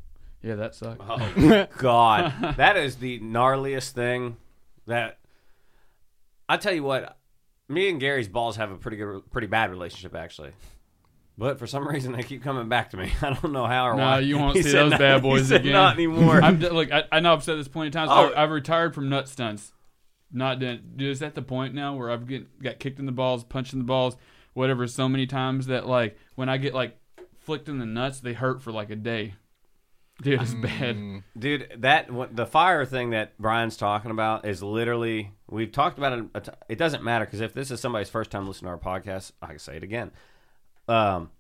Speaker 2: Yeah, that sucked.
Speaker 1: Oh God, that is the gnarliest thing. That I tell you what, me and Gary's balls have a pretty good, pretty bad relationship actually. But for some reason, they keep coming back to me. I don't know how or
Speaker 2: No,
Speaker 1: why.
Speaker 2: you won't
Speaker 1: He
Speaker 2: see
Speaker 1: said
Speaker 2: those
Speaker 1: no-
Speaker 2: bad
Speaker 1: he
Speaker 2: boys
Speaker 1: said
Speaker 2: again.
Speaker 1: Not anymore.
Speaker 2: I'm d- look. I, I know I've said this plenty of times.
Speaker 1: Oh.
Speaker 2: I, I've retired from nut stunts. Not done. Dude, is at the point now where I've get, got kicked in the balls, punched in the balls, whatever, so many times that like when I get like flicked in the nuts, they hurt for like a day. Dude, it's
Speaker 1: Mm.
Speaker 2: bad.
Speaker 1: Dude, that what- the fire thing that Brian's talking about is literally we've talked about it. a t- It doesn't matter because if this is somebody's first time listening to our podcast, I can say it again. Um,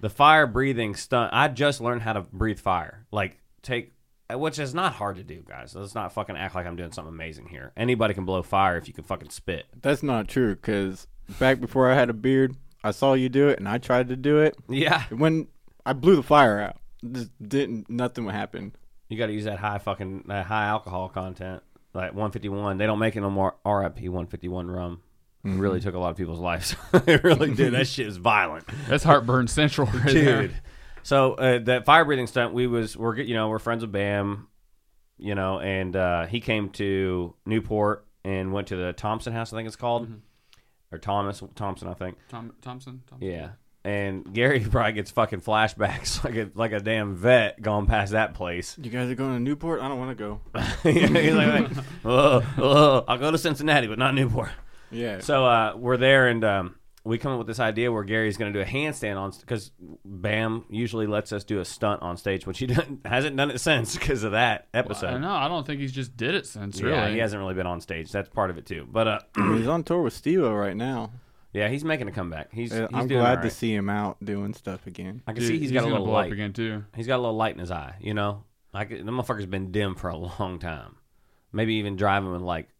Speaker 1: the fire breathing stunt. I just learned how to breathe fire. Like take, which is not hard to do, guys. Let's not fucking act like I'm doing something amazing here. Anybody can blow fire if you can fucking spit.
Speaker 3: That's not true because back before I had a beard, I saw you do it and I tried to do it.
Speaker 1: Yeah,
Speaker 3: When I blew the fire out, just didn't nothing happened.
Speaker 1: you got to use that high fucking that high alcohol content. Like 151, they don't make it no more. RIP 151 rum. Really took a lot of people's lives. it really did. That shit is violent,
Speaker 2: That's heartburn central, right there.
Speaker 1: dude. So uh, that fire breathing stunt, we was we're good- you know we're friends with Bam, you know, and uh, he came to Newport and went to the Thompson House, I think it's called, or Thomas Thompson, I think.
Speaker 2: Tom, Thompson. Thompson?
Speaker 1: Yeah. And Gary probably gets fucking flashbacks like a like a damn vet gone past that place.
Speaker 3: You guys are going to Newport? I don't want to go.
Speaker 1: He's like, like, "Whoa, whoa, I'll go to Cincinnati, but not Newport.
Speaker 3: Yeah.
Speaker 1: So uh, we're there, and um, we come up with this idea where Gary's going to do a handstand on because Bam usually lets us do a stunt on stage, which he done, hasn't done it since because of that episode.
Speaker 2: I know. I don't think he's just did it since. Really.
Speaker 1: Yeah, he hasn't really been on stage. That's part of it too. But uh,
Speaker 3: He's on tour with Steve right now.
Speaker 1: yeah, he's making a comeback. He's, he's
Speaker 3: Uh, I'm
Speaker 1: doing
Speaker 3: glad
Speaker 1: all
Speaker 3: to
Speaker 1: right.
Speaker 3: see him out doing stuff again.
Speaker 1: I can
Speaker 2: Dude,
Speaker 1: see he's got a
Speaker 2: gonna
Speaker 1: little
Speaker 2: blow
Speaker 1: light.
Speaker 2: up again too.
Speaker 1: He's got a little light in his eye. You know, like the motherfucker's been dim for a long time. Maybe even driving with like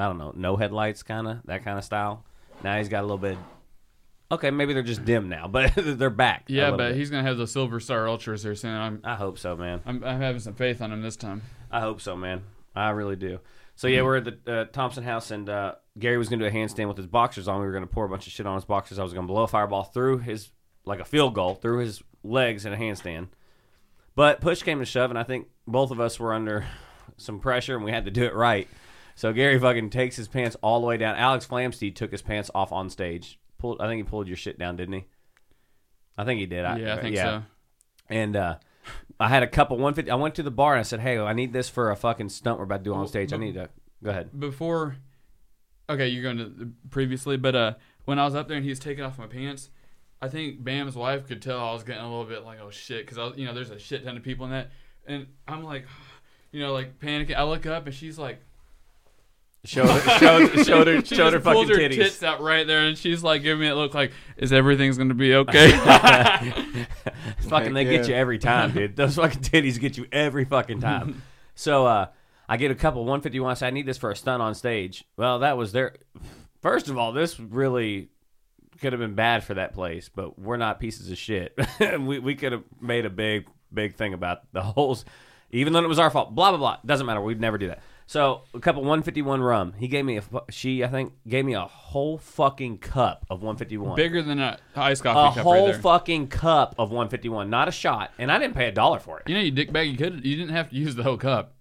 Speaker 1: I don't know, no headlights, kind of that kind of style. Now he's got a little bit. Okay, maybe they're just dim now, but they're back. a
Speaker 2: Yeah,
Speaker 1: little
Speaker 2: but
Speaker 1: bit.
Speaker 2: he's gonna have the silver star ultras here soon. I'm,
Speaker 1: I hope so, man.
Speaker 2: I'm, I'm having some faith on him this time.
Speaker 1: I hope so, man. I really do. So yeah, we're at the uh, Thompson house, and uh, Gary was gonna do a handstand with his boxers on. We were gonna pour a bunch of shit on his boxers. I was gonna blow a fireball through his like a field goal through his legs in a handstand. But push came to shove, and I think both of us were under some pressure, and we had to do it right. So Gary fucking takes his pants all the way down. Alex Flamsteed took his pants off on stage. Pulled, I think he pulled your shit down, didn't he? I think he did.
Speaker 2: yeah, I think so.
Speaker 1: And uh, I had a couple 150. I went to the bar and I said, "Hey, I need this for a fucking stunt we're about to
Speaker 2: Oh,
Speaker 1: do on stage. I need to go ahead."
Speaker 2: before okay you're going to previously but uh when i was up there and he was taking off my pants i think bam's wife could tell i was getting a little bit like oh shit because i was you know there's a shit ton of people in that and i'm like you know like panicking i look up and she's like
Speaker 1: Shoulder, shoulder, shoulder,
Speaker 2: she
Speaker 1: shoulder
Speaker 2: just pulled
Speaker 1: fucking
Speaker 2: her
Speaker 1: titties.
Speaker 2: tits out right there and she's like giving me a look like is everything's gonna be okay
Speaker 1: fucking, they
Speaker 3: Heck
Speaker 1: get
Speaker 3: yeah.
Speaker 1: you every time, dude. Those fucking titties get you every fucking time. so uh, I get a couple 151. I say, "I need this for a stunt on stage." Well, that was their. First of all, this really could have been bad for that place, but we're not pieces of shit. we we could have made a big big thing about the holes, even though it was our fault. Blah blah blah. Doesn't matter. We'd never do that. So a cup of 151 rum. He gave me a fu- she I think gave me a whole fucking cup of 151.
Speaker 2: Bigger than a iced
Speaker 1: a
Speaker 2: coffee cup right
Speaker 1: whole
Speaker 2: there.
Speaker 1: fucking cup of 151, not a shot, and I didn't pay a dollar for it.
Speaker 2: you know, you dick bag. You could. You didn't have to use the whole cup.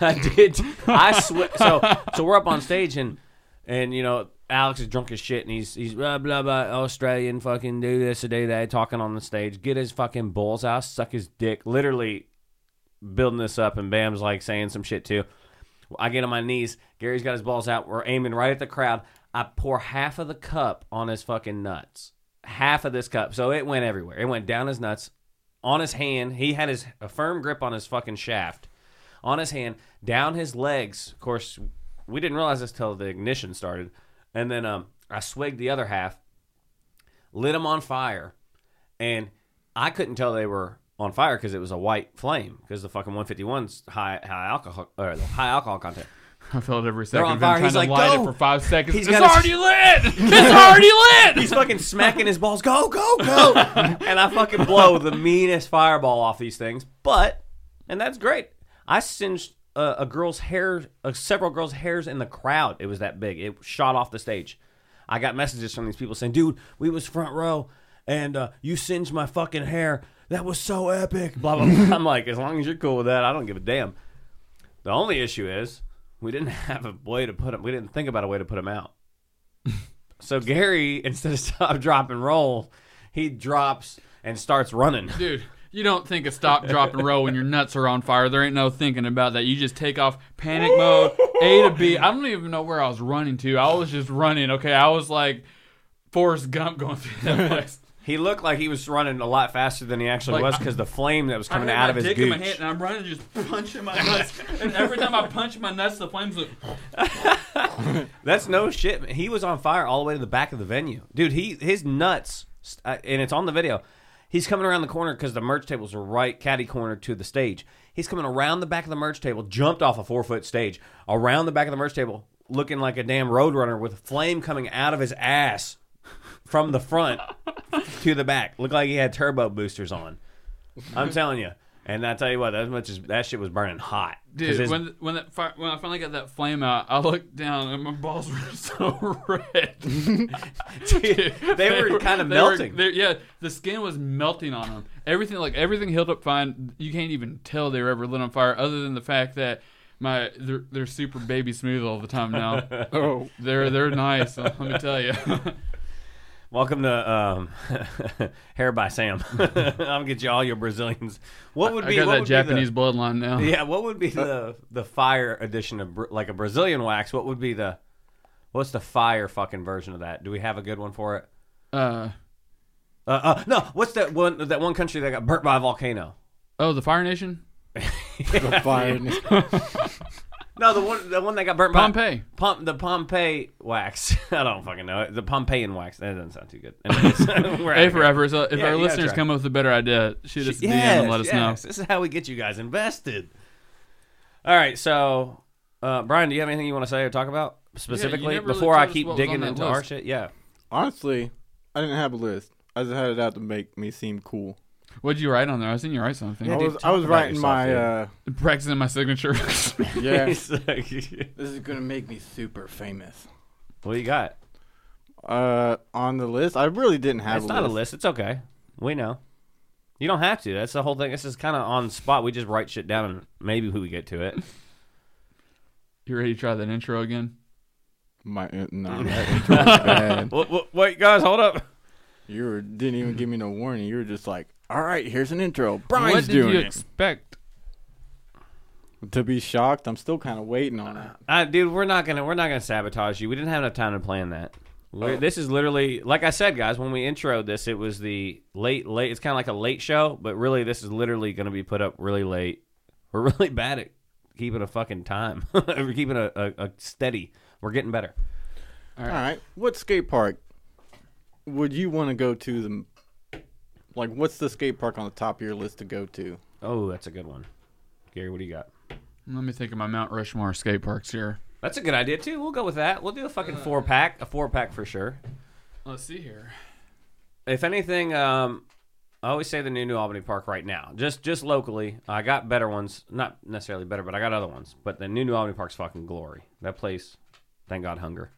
Speaker 1: I did. I swear. So so we're up on stage and and you know Alex is drunk as shit and he's he's blah blah blah Australian fucking do this or do that talking on the stage. Get his fucking balls out, suck his dick. Literally building this up and Bam's like saying some shit too. I get on my knees. Gary's got his balls out. We're aiming right at the crowd. I pour half of the cup on his fucking nuts. Half of this cup. So it went everywhere. It went down his nuts, on his hand. He had his a firm grip on his fucking shaft, on his hand, down his legs. Of course, we didn't realize this till the ignition started. And then um, I swigged the other half, lit him on fire, and I couldn't tell they were on fire because it was a white flame because the fucking 151's high high alcohol or the high alcohol content.
Speaker 2: I felt every 2nd
Speaker 1: They're on fire.
Speaker 2: Trying
Speaker 1: He's
Speaker 2: to
Speaker 1: like,
Speaker 2: light
Speaker 1: "Go!"
Speaker 2: it for five seconds.
Speaker 1: He's
Speaker 2: it's
Speaker 1: got
Speaker 2: already
Speaker 1: his-
Speaker 2: lit. It's already lit.
Speaker 1: He's fucking smacking his balls. Go, go, go. and I fucking blow the meanest fireball off these things. But, and that's great. I singed a, a girl's hair, uh, several girls' hairs in the crowd. It was that big. It shot off the stage. I got messages from these people saying, dude, we was front row and uh, you singed my fucking hair. That was so epic. Blah, blah, blah. I'm like, as long as you're cool with that, I don't give a damn. The only issue is we didn't have a way to put them. We didn't think about a way to put them out. so Gary, instead of stop, drop, and roll, he drops and starts running.
Speaker 2: Dude, you don't think of stop, drop, and roll when your nuts are on fire. There ain't no thinking about that. You just take off panic mode, A to B. I don't even know where I was running to. I was just running, okay? I was like Forrest Gump going through that place.
Speaker 1: He looked like he was running a lot faster than he actually
Speaker 2: Like,
Speaker 1: was because the flame that was
Speaker 2: I had
Speaker 1: coming out of
Speaker 2: my
Speaker 1: his
Speaker 2: dick
Speaker 1: gooch.
Speaker 2: in my hand, and I'm running, just punching my nuts. and every time I punch my nuts, the flames look.
Speaker 1: That's no shit. man. He was on fire all the way to the back of the venue, dude. He his nuts, uh, and it's on the video. He's coming around the corner because the merch tables were right caddy corner to the stage. He's coming around the back of the merch table, jumped off a four foot stage, around the back of the merch table, looking like a damn roadrunner with flame coming out of his ass from the front to the back. Looked like he had turbo boosters on. I'm telling you. And I tell you what, as much as that shit was burning hot, 'Cause
Speaker 2: Dude,
Speaker 1: his-
Speaker 2: when when that fire, when I finally got that flame out, I looked down and my balls were so red.
Speaker 1: Dude, they, were kind of
Speaker 2: they were-
Speaker 1: melting.
Speaker 2: they- yeah, the skin was melting on them. Everything like everything held up fine. You can't even tell they were ever lit on fire, other than the fact that my they're, they're super baby smooth all the time now.
Speaker 3: Oh,
Speaker 2: they're they're nice. Let me tell you.
Speaker 1: Welcome to um, Hair by Sam. I'll get you all your Brazilians. What would
Speaker 2: I
Speaker 1: be
Speaker 2: got
Speaker 1: what
Speaker 2: that
Speaker 1: would
Speaker 2: Japanese
Speaker 1: Be
Speaker 2: bloodline now.
Speaker 1: the, yeah, what would be the the fire edition of Bra- like a Brazilian wax? What would be the what's the fire fucking version of that? Do we have a good one for it?
Speaker 2: Uh,
Speaker 1: Uh, uh, no, what's that one that one country that got burnt by a volcano?
Speaker 2: oh, the Fire Nation,
Speaker 3: the fire.
Speaker 1: No, the one the one that got burnt by
Speaker 2: Pompeii.
Speaker 1: Pom- the Pompeii wax. I don't fucking know it. The Pompeian wax. That doesn't sound too good. Anyways, we're out
Speaker 2: Hey,
Speaker 1: of here.
Speaker 2: forever. So if
Speaker 1: Yeah,
Speaker 2: our
Speaker 1: you gotta
Speaker 2: listeners
Speaker 1: try.
Speaker 2: come up with a better idea, shoot us a DM
Speaker 1: yes,
Speaker 2: and let us
Speaker 1: yes.
Speaker 2: know.
Speaker 1: This is how we get you guys invested. All right, so uh, Brian, do you have anything you want to say or talk about specifically
Speaker 2: never really
Speaker 1: before I
Speaker 2: told us
Speaker 1: keep
Speaker 2: what was on
Speaker 1: digging
Speaker 2: that
Speaker 1: into our
Speaker 2: list.
Speaker 1: shit? Yeah,
Speaker 3: Honestly, I didn't have a list. I just had it out to make me seem cool.
Speaker 2: What'd you write on there? I seen you write something.
Speaker 3: I was
Speaker 1: dude,
Speaker 3: I was
Speaker 1: talk about
Speaker 3: writing
Speaker 1: yourself,
Speaker 3: my uh,
Speaker 2: Practicing my signature. I
Speaker 3: yeah.
Speaker 1: He's like,
Speaker 3: This is gonna make me super famous.
Speaker 1: what do you got?
Speaker 3: Uh, on the list, I really didn't have.
Speaker 1: it's not a list. It's okay. We know. You don't have to. That's the whole thing. This is kind of on the spot. We just write shit down and maybe we get to it.
Speaker 2: You ready to try that intro again?
Speaker 3: My uh, no, that intro was bad.
Speaker 1: Wait, wait guys, hold up.
Speaker 3: You were, didn't even give me no warning. You were just like, "All right, here's an intro." Brian's
Speaker 2: what did
Speaker 3: doing
Speaker 2: you
Speaker 3: it.
Speaker 2: expect?
Speaker 3: to be shocked, I'm still kind of waiting on it.
Speaker 1: Uh, dude, we're not gonna we're not gonna sabotage you. We didn't have enough time to plan that. We're- This is literally, like I said, guys. When we introed this, it was the late, late. It's kind of like a late show, but really, this is literally going to be put up really late. We're really bad at keeping a fucking time. We're keeping a, a, a steady. We're getting better.
Speaker 3: All right, what skate park would you want to go to? The like, what's the skate park on the top of your list to go to?
Speaker 1: Oh, that's a good one, Gary. What do you got?
Speaker 2: Let me think of my Mount Rushmore skate parks here.
Speaker 1: That's a good idea too. We'll go with that. We'll do a fucking four pack, a four pack for sure.
Speaker 2: Let's see here.
Speaker 1: if anything, um, I always say the new New Albany Park right now, just just locally. I got better ones, not necessarily better, but I got other ones. But the new New Albany Park's fucking glory. That place, thank God, hunger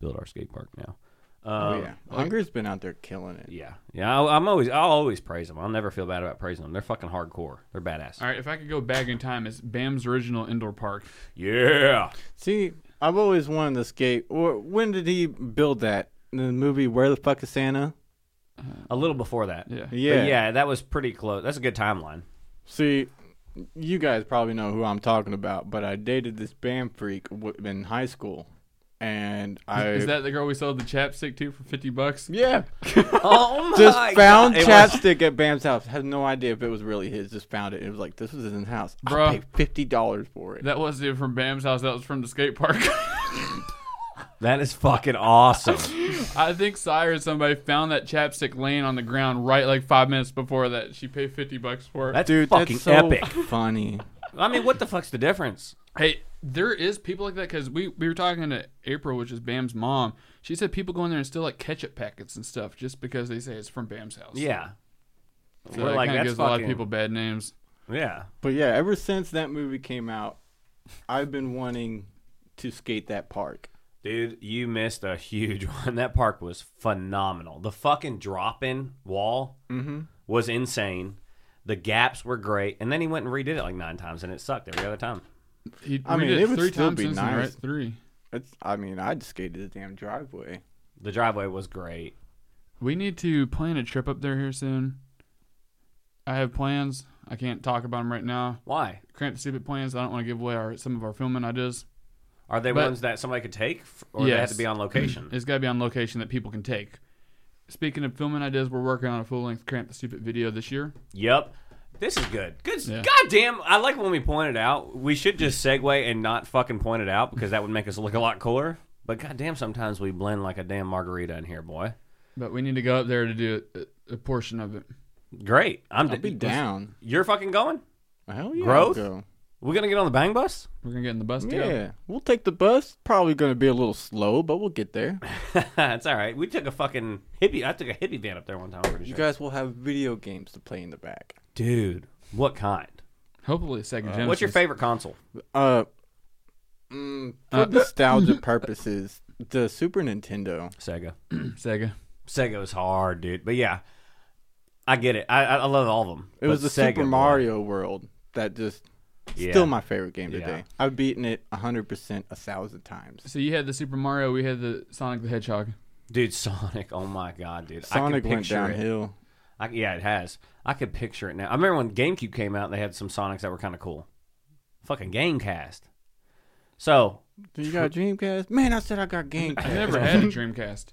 Speaker 1: build our skate park now. Um,
Speaker 3: oh yeah, Hunger's been out there killing it.
Speaker 1: yeah, yeah. I, I'm always I'll always praise them. I'll never feel bad about praising them. They're fucking hardcore. They're badass.
Speaker 2: All right, if I could go back in time, it's Bam's original indoor park.
Speaker 1: Yeah.
Speaker 3: See, I've always wanted to skate. Or when did he build that? The movie Where the Fuck is Santa?
Speaker 1: A little before that.
Speaker 2: Yeah.
Speaker 1: But
Speaker 3: Yeah.
Speaker 1: yeah, that was pretty close. That's a good timeline.
Speaker 3: See, you guys probably know who I'm talking about, but I dated this BAM freak w- in high school, and I
Speaker 2: Is that the girl we sold the chapstick to for fifty bucks?
Speaker 3: yeah
Speaker 1: Oh my
Speaker 3: just found
Speaker 1: God. It was-
Speaker 3: chapstick at Bam's house. Had no idea if it was really his. Just found it. It was like this was in his house.
Speaker 2: Bruh.
Speaker 3: I paid fifty dollars for it.
Speaker 2: That wasn't even from Bam's house. That was from the skate park.
Speaker 1: That is fucking awesome.
Speaker 2: I think Sire or somebody found that chapstick laying on the ground right like five minutes before that. She paid fifty bucks for it.
Speaker 1: That's
Speaker 3: Dude,
Speaker 1: fucking
Speaker 3: that's so
Speaker 1: epic.
Speaker 3: funny.
Speaker 1: I mean, what the fuck's the difference?
Speaker 2: Hey, there is people like that because we, we were talking to April, which is Bam's mom. She said people go in there and steal like ketchup packets and stuff just because they say it's from Bam's house.
Speaker 1: Yeah.
Speaker 2: so
Speaker 1: We're
Speaker 2: that
Speaker 1: like,
Speaker 2: kind of
Speaker 1: that's
Speaker 2: gives a lot of
Speaker 1: fucking-
Speaker 2: people bad names.
Speaker 1: Yeah.
Speaker 3: But yeah, ever since that movie came out, I've been wanting to skate that park.
Speaker 1: Dude, you missed a huge one. That park was phenomenal. The fucking drop in wall
Speaker 2: Mm-hmm.
Speaker 1: was insane. The gaps were great. And then he went and redid it like nine times and it sucked every other time.
Speaker 2: He,
Speaker 3: I
Speaker 2: we
Speaker 3: mean,
Speaker 2: did
Speaker 3: it would
Speaker 2: three
Speaker 3: still
Speaker 2: times
Speaker 3: be
Speaker 2: since then,
Speaker 3: nice.
Speaker 2: right? Three.
Speaker 3: It's, I mean, I'd skated the damn driveway.
Speaker 1: The driveway was great.
Speaker 2: We need to plan a trip up there here soon. I have plans. I can't talk about them right now.
Speaker 1: Why?
Speaker 2: Cramped, stupid plans. I don't want to give away our some of our filming ideas.
Speaker 1: Are they
Speaker 2: But-
Speaker 1: ones that somebody could take f- or they had
Speaker 2: Yes.
Speaker 1: to be on location?
Speaker 2: It's got to be on location that people can take. Speaking of filming ideas, we're working on a full length Cramped, stupid video this year.
Speaker 1: yep. This is good. Good.
Speaker 2: Yeah.
Speaker 1: Goddamn. I like when we point it out. We should just segue and not fucking point it out because that would make us look a lot cooler. But goddamn, sometimes we blend like a damn margarita in here, boy.
Speaker 2: But we need to go up there to do a, a portion of it.
Speaker 1: Great. I'm
Speaker 3: I'd be down.
Speaker 1: You're fucking going?
Speaker 3: Hell yeah.
Speaker 1: Growth?
Speaker 3: Go.
Speaker 1: We're gonna get on the bang bus?
Speaker 2: We're gonna get in the bus
Speaker 3: Yeah.
Speaker 2: together.
Speaker 3: We'll take the bus. Probably going to be a little slow, but we'll get there.
Speaker 1: it's all right. We took a fucking hippie. I took a hippie van up there one time. I'm pretty
Speaker 3: You
Speaker 1: sure.
Speaker 3: guys will have video games to play in the back.
Speaker 1: Dude, what kind?
Speaker 2: Hopefully, a second generation.
Speaker 1: Uh, What's your favorite console?
Speaker 3: Uh, mm, for
Speaker 2: Uh,
Speaker 3: nostalgia purposes, the Super Nintendo.
Speaker 1: Sega.
Speaker 2: Sega?
Speaker 1: Sega was hard, dude. But yeah, I get it. I I I love all of them.
Speaker 3: It was the Super Mario World that just still my favorite game
Speaker 1: Yeah.
Speaker 3: today. I've beaten it hundred percent a thousand times.
Speaker 2: So you had the Super Mario. We had the Sonic the Hedgehog.
Speaker 1: dude. Sonic. Oh my god, dude. I
Speaker 3: Sonic
Speaker 1: can
Speaker 3: went
Speaker 1: picture It.
Speaker 3: downhill.
Speaker 1: I, yeah, it has. I could picture it now. I remember when GameCube came out. They had some Sonics that were kind of cool. Fucking GameCast. So
Speaker 3: Do you got Dreamcast? Man, I said I got GameCast.
Speaker 2: I never had a Dreamcast.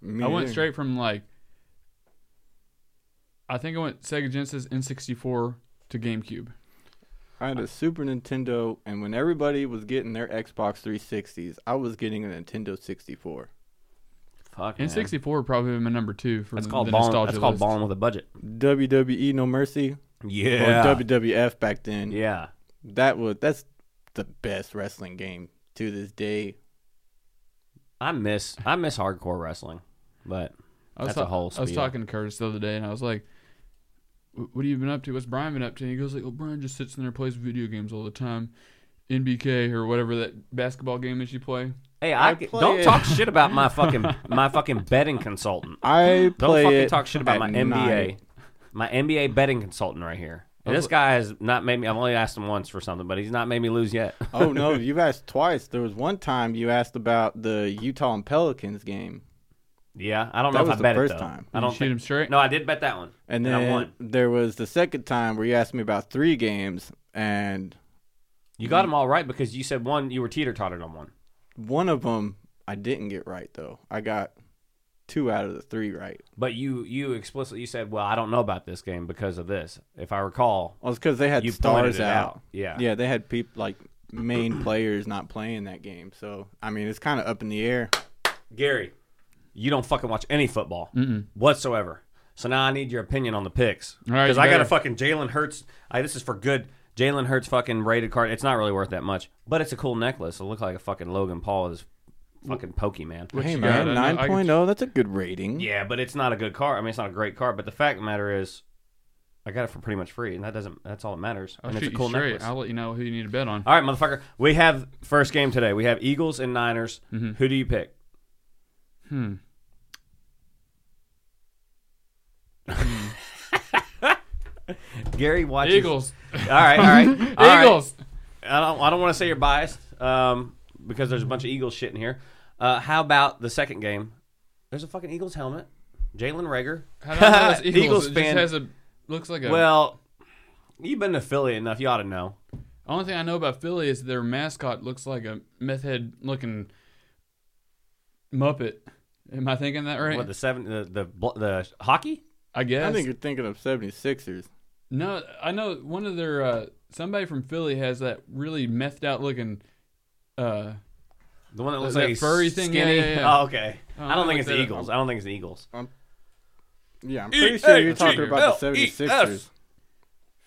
Speaker 3: Me
Speaker 2: I went
Speaker 3: either.
Speaker 2: straight from like, I think I went Sega Genesis N64 to GameCube.
Speaker 3: I had a Super Nintendo, and when everybody was getting their Xbox 360s, I was getting a Nintendo 64.
Speaker 1: fuck. man.
Speaker 2: N64 would probably been my number two for
Speaker 1: That's
Speaker 2: the,
Speaker 1: called
Speaker 2: the
Speaker 1: balling.
Speaker 2: nostalgia
Speaker 1: That's called
Speaker 2: list.
Speaker 1: balling with a budget.
Speaker 3: WWE E No Mercy
Speaker 1: Yeah.
Speaker 3: or WWF back then.
Speaker 1: Yeah.
Speaker 3: That was that's the best wrestling game to this day.
Speaker 1: I miss I miss hardcore wrestling, but
Speaker 2: I was
Speaker 1: that's a
Speaker 2: ta-
Speaker 1: whole
Speaker 2: I was
Speaker 1: spiel.
Speaker 2: talking to Curtis the other day, and I was like, "Wh- "What have you been up to? What's Brian been up to?" And he goes like, "Well, Brian just sits in there and plays video games all the time, NBK or whatever that basketball game is you play."
Speaker 1: hey, I,
Speaker 3: I
Speaker 1: c-
Speaker 3: play
Speaker 1: don't
Speaker 3: it.
Speaker 1: talk shit about my fucking my fucking betting consultant.
Speaker 3: I
Speaker 1: Don't
Speaker 3: play
Speaker 1: fucking
Speaker 3: it
Speaker 1: talk shit about
Speaker 3: at
Speaker 1: my
Speaker 3: night.
Speaker 1: NBA, my NBA betting consultant right here. And this guy has not made me. I've only asked him once for something, but he's not made me lose yet.
Speaker 3: oh no, you've asked twice. There was one time you asked about the Utah and Pelicans game,
Speaker 1: yeah, I don't know
Speaker 3: That was
Speaker 1: if I
Speaker 3: the
Speaker 1: bet
Speaker 3: first
Speaker 1: it though.
Speaker 3: time.
Speaker 1: I
Speaker 2: You
Speaker 1: don't
Speaker 2: shoot
Speaker 1: think-
Speaker 2: him straight.
Speaker 1: No, I did bet that one,
Speaker 3: and
Speaker 1: and I
Speaker 3: then
Speaker 1: won.
Speaker 3: there was the second time where you asked me about three games, and
Speaker 1: You got him all right because you said one. You were teeter tottered on one.
Speaker 3: one of them I didn't get right though. I got two out of the three right.
Speaker 1: But you, you explicitly you said, "Well, I don't know about this game because of this." If I recall,
Speaker 3: Well, it's because they had
Speaker 1: You pointed
Speaker 3: stars
Speaker 1: it
Speaker 3: out.
Speaker 1: out. Yeah.
Speaker 3: yeah, they had people like main players not playing that game. So I mean, it's kind of up in the air.
Speaker 1: Gary, you don't fucking watch any football whatsoever. So now I need your opinion on the picks
Speaker 2: All right,
Speaker 1: because
Speaker 2: you
Speaker 1: I got a
Speaker 2: better.
Speaker 1: fucking Jalen Hurts. I, this is for good. Jalen Hurts fucking rated card. It's not really worth that much, but it's a cool necklace. It'll look like a fucking Logan Paul is fucking Pokemon.
Speaker 2: What
Speaker 3: Hey
Speaker 2: you
Speaker 3: man,
Speaker 2: got? I know- I can-
Speaker 3: 9.0, that's a good rating.
Speaker 1: Yeah, but it's not a good car. I mean, it's not a great car. But the fact of the matter is, I got it for pretty much free, and that doesn't. That's all that matters.
Speaker 2: I'll
Speaker 1: and
Speaker 2: shoot
Speaker 1: it's a cool
Speaker 2: you straight.
Speaker 1: necklace.
Speaker 2: I'll let you know who you need to bet on.
Speaker 1: All right, motherfucker. We have first game today. We have Eagles and Niners. Who do you pick?
Speaker 2: Mm-hmm. Hmm.
Speaker 1: Hmm. Gary watches
Speaker 2: Eagles.
Speaker 1: All right, all right, all right.
Speaker 2: Eagles.
Speaker 1: I don't. I don't want to say you're biased, um, because there's a bunch of Eagles shit in here. Uh, how about the second game? There's a fucking Eagles helmet. Jalen Rager.
Speaker 2: How do I know that's Eagles?
Speaker 1: Eagles
Speaker 2: it
Speaker 1: fan.
Speaker 2: Just has a looks like a.
Speaker 1: Well, you've been to Philly enough. You ought to know.
Speaker 2: only thing I know about Philly is their mascot looks like a meth head looking Muppet. Am I thinking that right?
Speaker 1: What the seven? The the, bl- the hockey?
Speaker 2: I guess.
Speaker 3: I think you're thinking of 76ers.
Speaker 2: No, I know one of their uh, somebody from Philly has that really methed out looking. Uh,
Speaker 1: The one that looks
Speaker 2: That
Speaker 1: like he's
Speaker 2: furry thing? Yeah,
Speaker 1: Skinny.
Speaker 2: yeah, yeah.
Speaker 1: Oh, okay.
Speaker 2: Oh,
Speaker 1: I
Speaker 2: I
Speaker 1: don't think
Speaker 2: like
Speaker 1: it's the
Speaker 2: that.
Speaker 1: Eagles. I don't think it's the Eagles.
Speaker 3: Yeah, I'm pretty
Speaker 1: E
Speaker 3: sure you're talking about the
Speaker 1: E-A-G-L-E-S.
Speaker 3: 76ers.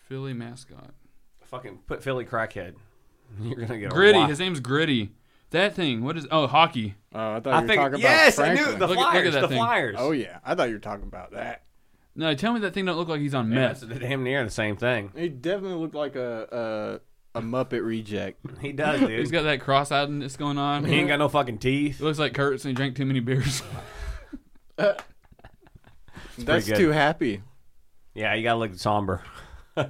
Speaker 2: Philly mascot.
Speaker 1: Fucking put Philly crackhead. You're gonna get a
Speaker 2: Gritty.
Speaker 1: wa-
Speaker 2: His name's Gritty. That thing. What is? Oh, hockey.
Speaker 3: Oh, I thought
Speaker 1: I
Speaker 3: you were
Speaker 1: think
Speaker 3: talking about
Speaker 1: yes,
Speaker 3: Franklin.
Speaker 1: I knew the
Speaker 2: Look at- look at
Speaker 1: Flyers.
Speaker 2: that
Speaker 1: the
Speaker 2: thing.
Speaker 1: Flyers.
Speaker 3: Oh yeah, I thought you were talking about that.
Speaker 2: No, tell me that thing don't look like he's on
Speaker 1: yeah,
Speaker 2: meth.
Speaker 1: that's damn near the same thing.
Speaker 3: He definitely looked like a a, a Muppet reject.
Speaker 1: He does, dude.
Speaker 2: He's got that cross-eyedness going on.
Speaker 1: he ain't got no fucking teeth.
Speaker 2: It looks like Kurtz and he drank too many beers.
Speaker 3: That's
Speaker 1: good.
Speaker 3: too happy.
Speaker 1: Yeah, you gotta look somber. All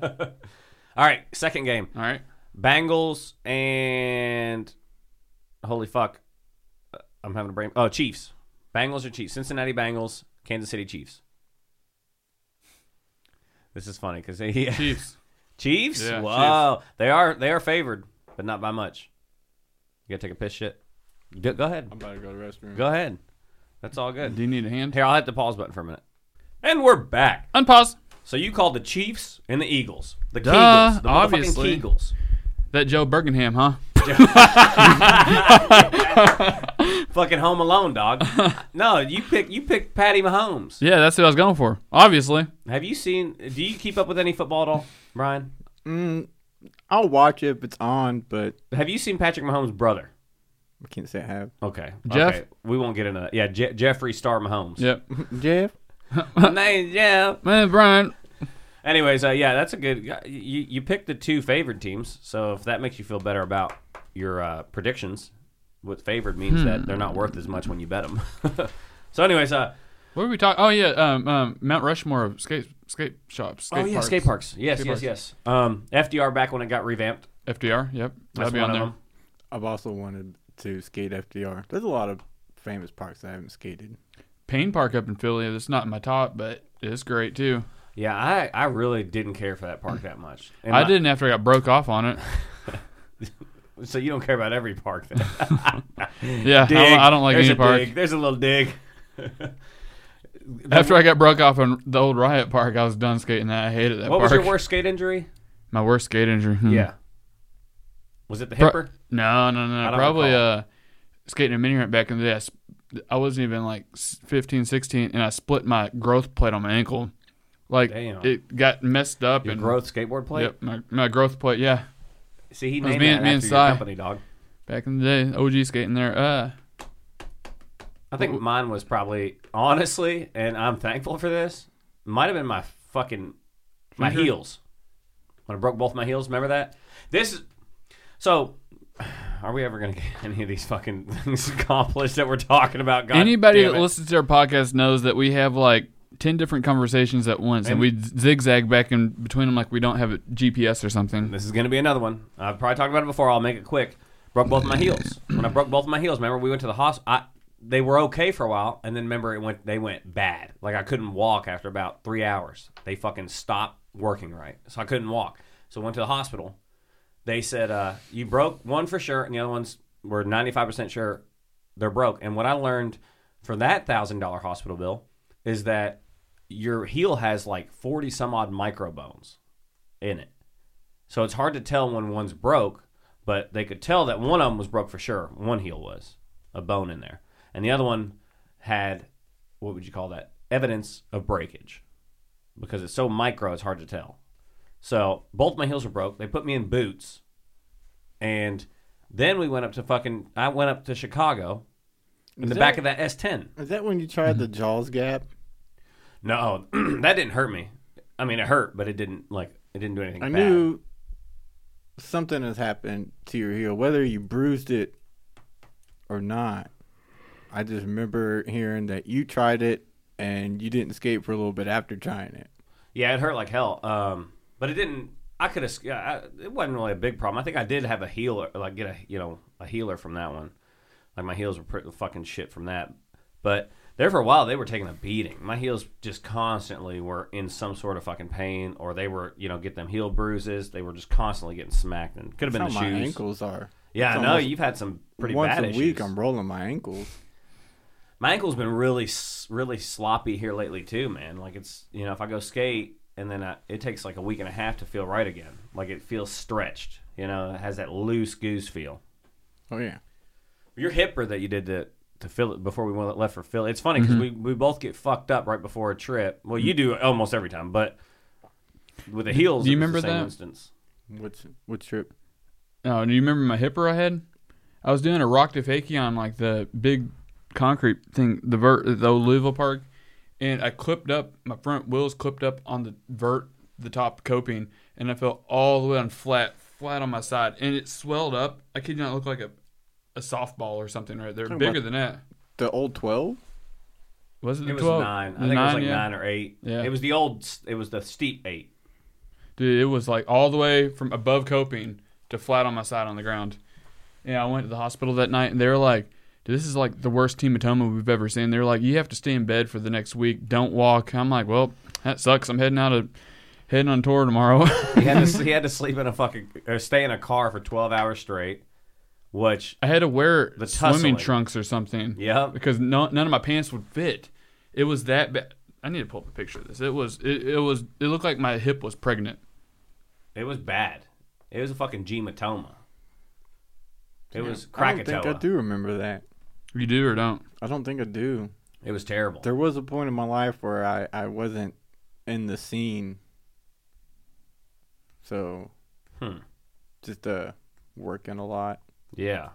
Speaker 1: right, second game.
Speaker 2: All right.
Speaker 1: Bengals and holy fuck, I'm having a brain. Oh, Chiefs. Bengals or Chiefs? Cincinnati Bengals, Kansas City Chiefs. This is funny because he
Speaker 2: Chiefs.
Speaker 1: Chiefs.
Speaker 2: Yeah,
Speaker 1: Whoa, they are they are favored, but not by much. You gotta take a piss shit. Go, go ahead.
Speaker 3: I'm about to go to the restroom.
Speaker 1: Go ahead. That's all good.
Speaker 2: Do you need a hand?
Speaker 1: Here, I'll hit the pause button for a minute. And we're back.
Speaker 2: Unpause.
Speaker 1: So you called the Chiefs and the Eagles. The
Speaker 2: Duh,
Speaker 1: Kegels. The motherfucking
Speaker 2: obviously.
Speaker 1: Kegels.
Speaker 2: That Joe Bergenham, huh?
Speaker 1: Fucking Home Alone, dog. no, you pick you pick Patty Mahomes.
Speaker 2: Yeah, that's what I was going for. Obviously.
Speaker 1: Have you seen do you keep up with any football at all, Brian?
Speaker 3: Mm, I'll watch it if it's on, but
Speaker 1: Have you seen Patrick Mahomes' brother?
Speaker 3: I can't say I have.
Speaker 1: Okay.
Speaker 2: Jeff?
Speaker 1: Okay. We won't get into that. Yeah, Je- Jeffrey Star Mahomes.
Speaker 2: Yep.
Speaker 3: Jeff,
Speaker 1: My name's Jeff.
Speaker 2: Man, Brian.
Speaker 1: Anyways, uh, yeah, that's a good. You you picked the two favored teams, so if that makes you feel better about your uh, predictions, what favored
Speaker 2: Hmm.
Speaker 1: means that they're not worth as much when you bet them. so, anyways, uh,
Speaker 2: What were we talking? Oh yeah, um, um, Mount Rushmore of skate skate shops. Skate
Speaker 1: oh yeah,
Speaker 2: parks.
Speaker 1: skate parks. Yes,
Speaker 2: Skate
Speaker 1: yes,
Speaker 2: parks.
Speaker 1: yes. Um, FDR back when it got revamped.
Speaker 2: FDR. Yep.
Speaker 1: That's
Speaker 2: That'll be
Speaker 1: one
Speaker 2: on
Speaker 1: of
Speaker 2: there.
Speaker 1: them.
Speaker 3: I've also wanted to skate FDR. There's a lot of famous parks I haven't skated.
Speaker 2: Payne Park up in Philly. It's not in my top, but it's great too.
Speaker 1: Yeah, I, I really didn't care for that park that much. And
Speaker 2: I
Speaker 1: my-
Speaker 2: didn't after I got broke off on it.
Speaker 1: So you don't care about every park then.
Speaker 2: Yeah, I
Speaker 1: Dig.
Speaker 2: don't, I don't like
Speaker 1: There's
Speaker 2: any
Speaker 1: a
Speaker 2: park.
Speaker 1: dig. There's a little dig.
Speaker 2: After I got broke off on the old Riot Park, I was done skating that. I hated that
Speaker 1: What
Speaker 2: park.
Speaker 1: was your worst skate injury?
Speaker 2: My worst skate injury. Hmm.
Speaker 1: Was it the
Speaker 2: Pro-
Speaker 1: hipper?
Speaker 2: No, no,
Speaker 1: I
Speaker 2: no.
Speaker 1: don't
Speaker 2: Probably
Speaker 1: recall.
Speaker 2: uh, skating a mini ramp back in the day. I, sp- I wasn't even like s- 15, 16, and I split my growth plate on my ankle. Like
Speaker 1: Damn.
Speaker 2: it got messed up
Speaker 1: Your
Speaker 2: and
Speaker 1: growth skateboard plate?
Speaker 2: Yep, my, my growth plate. Yeah,
Speaker 1: See, he
Speaker 2: was
Speaker 1: named
Speaker 2: me
Speaker 1: that
Speaker 2: and- me and
Speaker 1: after your
Speaker 2: Si.
Speaker 1: company, dog.
Speaker 2: back in the day, OG skating there. Uh,
Speaker 1: I think mine was probably honestly, and I'm thankful for this. Might have been my fucking my
Speaker 2: Finger?
Speaker 1: heels when I broke both my heels. Remember that? This is so. Are we ever gonna get any of these fucking things accomplished that we're talking about? God
Speaker 2: anybody
Speaker 1: damn
Speaker 2: that
Speaker 1: it.
Speaker 2: listens to our podcast knows that we have like ten different conversations at once, and,
Speaker 1: And-
Speaker 2: we z- zigzag back in between them like we don't have a GPS or something.
Speaker 1: This is going to be another one. I've probably talked about it before. I'll make it quick. Broke both my heels. When I broke both my heels, remember we went to the hospital. I, they were okay for a while, and then remember it went. They went bad. Like I couldn't walk after about three hours. They fucking stopped working right, so I couldn't walk. So I went to the hospital. They said uh, you broke one for sure, and the other ones were ninety five percent sure they're broke. And what I learned for that thousand dollar hospital bill is that your heel has like forty some odd micro bones in it. So it's hard to tell when one's broke, but they could tell that one of them was broke for sure. One heel was a bone in there, and the other one had what would you call that? Evidence of breakage because it's so micro, it's hard to tell. So both my heels were broke. They put me in boots, and then we went up to fucking. I went up to Chicago in the back of that S10.
Speaker 3: Is that when you tried the Jaws gap?
Speaker 1: No, that didn't hurt me. I mean, it hurt, but it didn't like it didn't do anything.
Speaker 3: I
Speaker 1: bad.
Speaker 3: knew something has happened to your heel, whether you bruised it or not. I just remember hearing that you tried it and you didn't skate for a little bit after trying it.
Speaker 1: Yeah, it hurt like hell. Um, but it didn't. I could have. Yeah, I- it wasn't really a big problem. I think I did have a healer, like get a you know a healer from that one. Like my heels were pretty fucking shit from that. But there for a while, they were taking a beating. My heels just constantly were in some sort of fucking pain, or they were you know get them heel bruises. They were just constantly getting smacked, and could have been
Speaker 3: That's
Speaker 1: the
Speaker 3: how my
Speaker 1: shoes.
Speaker 3: ankles are.
Speaker 1: Yeah,
Speaker 3: It's
Speaker 1: I know
Speaker 3: almost
Speaker 1: you've had some pretty
Speaker 3: Once
Speaker 1: bad
Speaker 3: a
Speaker 1: issues.
Speaker 3: week, I'm rolling my ankles.
Speaker 1: my ankle's been really s- really sloppy here lately too man like it's you know if i go skate and then I, it takes like a week and a half to feel right again like it feels stretched you know it has that loose goose feel
Speaker 3: Oh yeah,
Speaker 1: your hipper that you did to to fill it before we went left for Philly. It's funny because
Speaker 2: Mm-hmm.
Speaker 1: we, we both get fucked up right before a trip. Well, you do almost every time, but with the heels,
Speaker 2: Mm. Do you
Speaker 1: it was
Speaker 2: remember
Speaker 1: the same
Speaker 2: that?
Speaker 1: instance?
Speaker 3: what's what trip?
Speaker 2: Oh, do you remember my hipper I had? I was doing a rock to fakie on like the big concrete thing, the vert, the old Louisville Park, and I clipped up my front wheels, clipped up on the vert, the top coping, and I fell all the way on flat, flat on my side, and it swelled up. I kid you not, it looked like a, a softball or something right there,
Speaker 3: Talking
Speaker 2: bigger
Speaker 3: about-
Speaker 2: than that.
Speaker 3: The old twelve?
Speaker 2: Was it the
Speaker 1: It was
Speaker 2: 12?
Speaker 1: nine. I
Speaker 2: The
Speaker 1: think it was like
Speaker 2: yeah.
Speaker 1: nine or eight.
Speaker 2: Yeah.
Speaker 1: It was the old. s- It was the steep eight.
Speaker 2: Dude, it was like all the way from above coping to flat on my side on the ground. Yeah, I went to the hospital that night and they were like, Dude, this is like the worst hematoma we've ever seen. They're like, You have to stay in bed for the next week. Don't walk. I'm like, Well, that sucks. I'm heading out of heading on tour tomorrow.
Speaker 1: He had to he had to sleep in a fucking or stay in a car for twelve hours straight, which
Speaker 2: I had to wear
Speaker 1: The tussling.
Speaker 2: swimming trunks or something.
Speaker 1: Yep.
Speaker 2: Because no, none of my pants would fit. It was that bad. I need to pull up a picture of this. It was it, it was it looked like my hip was pregnant.
Speaker 1: it was bad. It was a fucking gematoma. It was
Speaker 3: I don't think I
Speaker 1: Krakatoa.
Speaker 3: do remember that.
Speaker 2: You do or don't.
Speaker 3: I don't think I do.
Speaker 1: It was terrible.
Speaker 3: There was a point in my life where I, I wasn't in the scene. So,
Speaker 1: Hmm.
Speaker 3: just uh, working a lot.
Speaker 1: Yeah.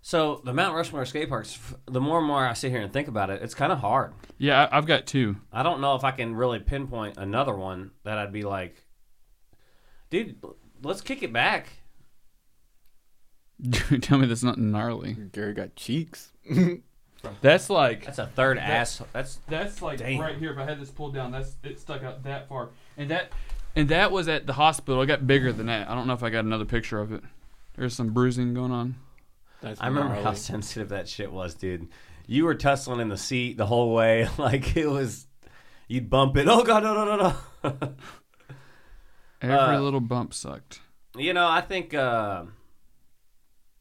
Speaker 1: So the Mount Rushmore skate parks. f- The more and more I sit here and think about it, it's kind of hard.
Speaker 2: Yeah, I, I've got two.
Speaker 1: I don't know if I can really pinpoint another one that I'd be like, dude, let's kick it back.
Speaker 2: Tell me that's not gnarly.
Speaker 3: Gary got cheeks.
Speaker 2: That's like
Speaker 1: That's a third ass. That's
Speaker 2: that's like
Speaker 1: Damn.
Speaker 2: right here. If I had this pulled down, that's it stuck out that far, and that and that was at the hospital. It got bigger than that. I don't know if I got another picture of it. There's some bruising going on.
Speaker 3: That's
Speaker 1: I remember how
Speaker 3: gnarly.
Speaker 1: sensitive that shit was, dude. You were tussling in the seat the whole way, like it was. You'd bump it. Oh god, no, no, no, no.
Speaker 2: Every
Speaker 1: Uh,
Speaker 2: little bump sucked.
Speaker 1: you know, I think. Uh,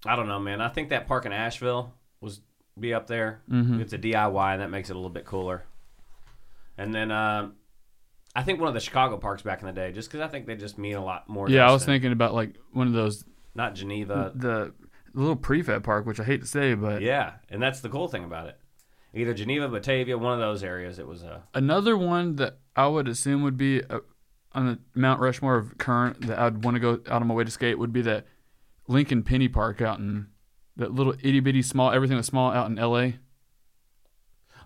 Speaker 1: I don't know, man. I think that park in Asheville was be up there.
Speaker 2: Mm-hmm.
Speaker 1: It's a DIY, and that makes it a little bit cooler. And then uh, I think one of the Chicago parks back in the day, just because I think they just mean a lot more. to
Speaker 2: Yeah, I
Speaker 1: us
Speaker 2: was Mm-hmm.
Speaker 1: than-
Speaker 2: thinking about like one of those
Speaker 1: not Geneva.
Speaker 2: the little prefab park, which I hate to say, but
Speaker 1: Yeah, and that's the cool thing about it. Either Geneva, Batavia, one of those areas. It was uh, a.
Speaker 2: another one that I would assume would be uh on the Mount Rushmore of current that I'd want to go out of my way to skate would be that Lincoln Penny Park out in that little itty bitty small everything was small out in L.A.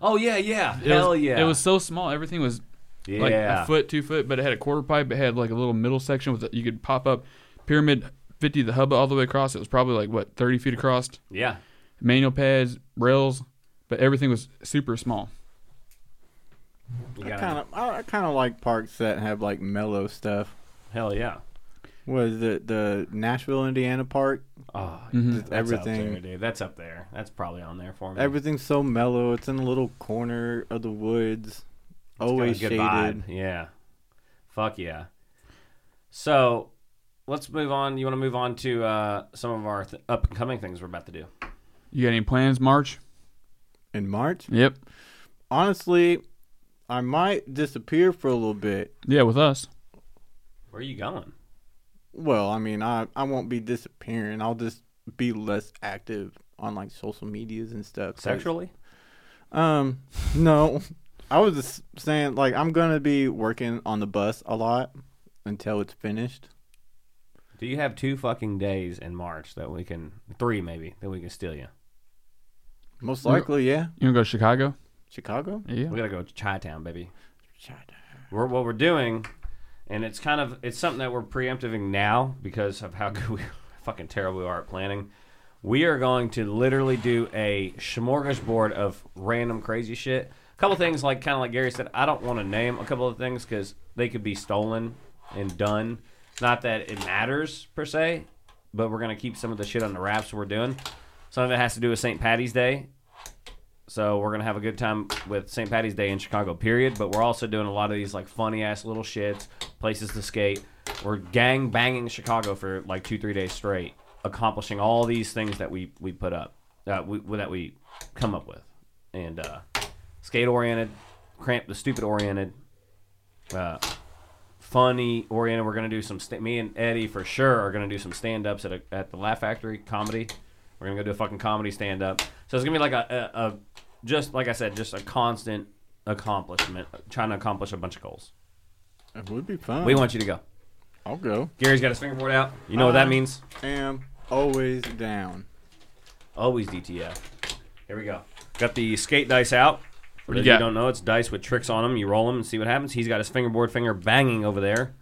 Speaker 1: Oh yeah, yeah,
Speaker 2: It
Speaker 1: hell
Speaker 2: was,
Speaker 1: yeah.
Speaker 2: It was so small. Everything was
Speaker 1: yeah.
Speaker 2: like a foot, two foot, but it had a quarter pipe. It had like a little middle section with a, you could pop up pyramid fifty the hub all the way across. It was probably like what thirty feet across.
Speaker 1: Yeah,
Speaker 2: Manual pads, rails, but everything was super small.
Speaker 1: you
Speaker 3: I
Speaker 1: gotta-
Speaker 3: kind of I, I kind of like parks that have like mellow stuff.
Speaker 1: hell yeah.
Speaker 3: Was it the Nashville, Indiana park?
Speaker 1: Oh,
Speaker 2: Mm-hmm.
Speaker 3: Just
Speaker 1: that's Up
Speaker 3: everything,
Speaker 1: there, dude. That's up there. That's probably on there for me.
Speaker 3: everything's so mellow. It's in a little corner of the woods,
Speaker 1: It's got a
Speaker 3: always
Speaker 1: good
Speaker 3: shaded.
Speaker 1: vibe. Yeah. Fuck yeah. So, let's move on. You want to move on to uh, some of our th- up and coming things we're about to do?
Speaker 2: You got any plans, March?
Speaker 3: In March,
Speaker 2: Yep.
Speaker 3: honestly, I might disappear for a little bit.
Speaker 2: Yeah, with us.
Speaker 1: Where are you going?
Speaker 3: Well, I mean, I I won't be disappearing. I'll just be less active on like social medias and stuff. 'cause-
Speaker 1: Sexually?
Speaker 3: Um, no. I was just saying like I'm gonna be working on the bus a lot until it's finished.
Speaker 1: Do you have two fucking days in March that we can, three maybe, that we can steal you?
Speaker 3: Most likely, yeah.
Speaker 2: You wanna go to Chicago?
Speaker 3: Chicago?
Speaker 2: Yeah.
Speaker 1: We gotta go to Chi-town, baby. We're, what we're doing, and it's kind of it's something that we're preempting now because of how good we fucking terrible we are at planning. We are going to literally do a smorgasbord of random crazy shit. A couple things like kind of like Gary said, I don't want to name a couple of things because they could be stolen and done. Not that it matters per se, but we're gonna keep some of the shit on the wraps we're doing. Some of it has to do with St. Patty's Day, so we're gonna have a good time with St. Patty's Day in Chicago, period. But we're also doing a lot of these like funny ass little shits, places to skate. We're gang banging Chicago for like two, three days straight, accomplishing all these things that we we put up, uh, we, that we come up with, and uh, skate oriented, cramp the stupid oriented, uh, funny oriented. We're gonna do some. St- me and Eddie for sure are gonna do some stand ups at a, at the Laugh Factory comedy. We're gonna go do a fucking comedy stand up. So it's gonna be like a, a, a just like I said, just a constant accomplishment, trying to accomplish a bunch of goals.
Speaker 3: It would be fun.
Speaker 1: We want you to go.
Speaker 3: I'll go.
Speaker 1: Gary's got his fingerboard out. You know what that
Speaker 3: Uh,
Speaker 1: means?
Speaker 3: Am always down.
Speaker 1: Always DTF. Here we go. Got the skate dice out. For
Speaker 2: do
Speaker 1: those
Speaker 2: you
Speaker 1: you
Speaker 2: got?
Speaker 1: don't know, it's dice with tricks on them. You roll them and see what happens. He's got his fingerboard finger banging over there.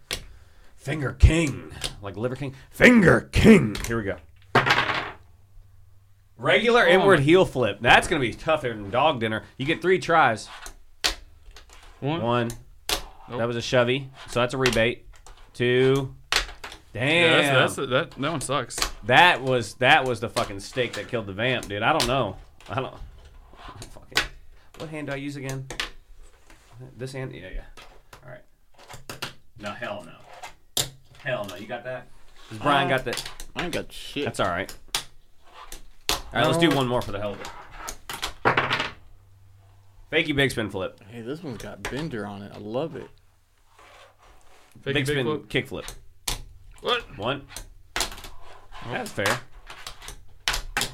Speaker 1: Finger king, like liver king. Finger king. Here we go. Regular inward heel flip. That's gonna be tougher than dog dinner. You get three tries.
Speaker 2: One.
Speaker 1: One. That
Speaker 2: Nope.
Speaker 1: was a Chevy, so that's a rebate. Two.
Speaker 2: Yeah,
Speaker 1: Damn.
Speaker 2: that's, that's that. That one sucks.
Speaker 1: that was that was the fucking steak that killed the vamp, dude. I don't know. I don't. Fucking. What hand do I use again? This hand. Yeah, yeah. All right. No, hell no. Hell no. You got that? 'Cause Brian got that.
Speaker 3: I ain't got shit.
Speaker 1: That's all right. All right, let's do one more for the hell of it. Fakey big spin flip.
Speaker 3: Hey, this one's got bender on it. I love it.
Speaker 1: big
Speaker 2: Big, big
Speaker 1: spin
Speaker 2: flip.
Speaker 1: kick flip.
Speaker 2: What? Oh.
Speaker 1: One. That's fair.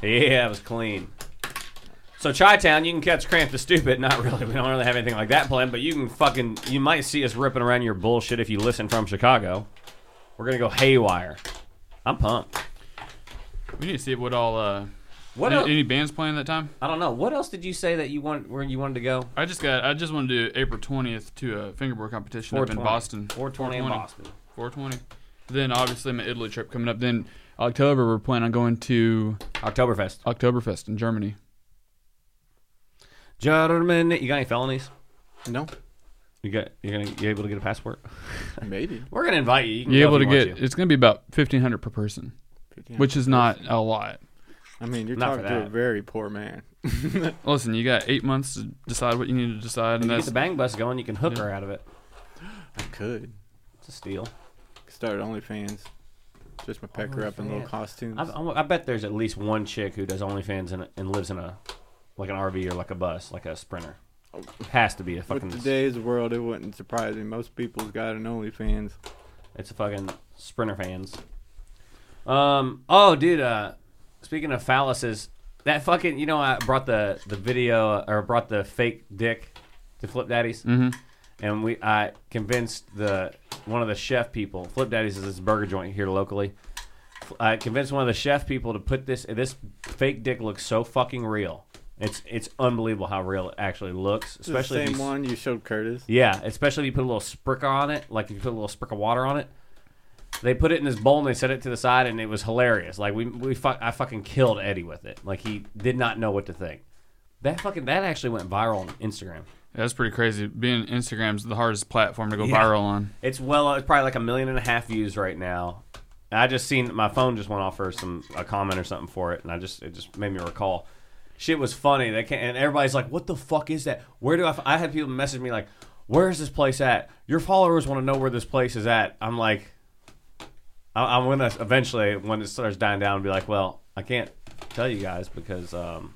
Speaker 1: Yeah, that was clean. So Chi Town, you can catch Cramp the Stupid. Not really. We don't really have anything like that planned, but you can fucking you might see us ripping around your bullshit if you listen from Chicago. We're gonna go haywire. I'm pumped.
Speaker 2: We need to see what all. Uh,
Speaker 1: What
Speaker 2: any,
Speaker 1: el-
Speaker 2: any bands playing that time?
Speaker 1: I don't know. What else did you say that you want where you wanted to go?
Speaker 2: I just got. I just want to do April twentieth to a fingerboard competition up in Boston.
Speaker 1: 420 in Boston.
Speaker 2: Four twenty. Then obviously my Italy trip coming up. Then October we're planning on going to
Speaker 1: Oktoberfest.
Speaker 2: Oktoberfest in Germany.
Speaker 1: Gentlemen, you got any felonies?
Speaker 3: No,
Speaker 1: You got you're gonna you able to get a passport?
Speaker 3: maybe.
Speaker 1: We're gonna invite you. You can go
Speaker 2: You're able
Speaker 1: if
Speaker 2: to
Speaker 1: you want
Speaker 2: get. It's going to be about fifteen hundred per person, which is not a lot.
Speaker 3: I mean, you're
Speaker 1: Not for
Speaker 3: talking to a
Speaker 1: that.
Speaker 3: very poor man.
Speaker 2: Listen, you got eight months to decide what you need to decide, and
Speaker 1: You get
Speaker 2: that's
Speaker 1: the bang bus going, you can hook her out of it.
Speaker 3: I could
Speaker 1: It's a steal.
Speaker 3: start OnlyFans. Just my pecker up in little
Speaker 1: OnlyFans.
Speaker 3: costumes.
Speaker 1: I, I, I bet there's at least one chick who does OnlyFans and, and lives in a like an RV or like a bus, like a sprinter. Has to be a fucking.
Speaker 3: With today's world, it wouldn't surprise me. Most people's got an OnlyFans.
Speaker 1: It's a fucking sprinter fans. Um. Oh, dude. Uh, speaking of phalluses, that fucking you know I brought the the video or brought the fake dick to Flip Daddies, mm-hmm. and we I convinced the one of the chef people. Flip Daddies is this burger joint here locally. I convinced one of the chef people to put this. This fake dick looks so fucking real. It's it's unbelievable how real it actually looks, especially
Speaker 3: the
Speaker 1: if
Speaker 3: same
Speaker 1: you
Speaker 3: one you showed Curtis.
Speaker 1: yeah, especially if you put a little spricker on it, like if you put a little sprick of water on it. They put it in this bowl and they set it to the side, and it was hilarious. Like we, we fu- I fucking killed Eddie with it. Like he did not know what to think. That fucking that actually went viral on Instagram.
Speaker 2: that's pretty crazy. Being Instagram's the hardest platform to go
Speaker 1: Yeah.
Speaker 2: viral on.
Speaker 1: It's well, it's probably like a million and a half views right now. And I just seen my phone just went off for some a comment or something for it, and I just it just made me recall. Shit was funny. They can and everybody's like, "What the fuck is that? Where do I?" f-" I had people message me like, "Where is this place at?" Your followers want to know where this place is at. I'm like, I- I'm gonna eventually when it starts dying down, be like, "Well, I can't tell you guys because um,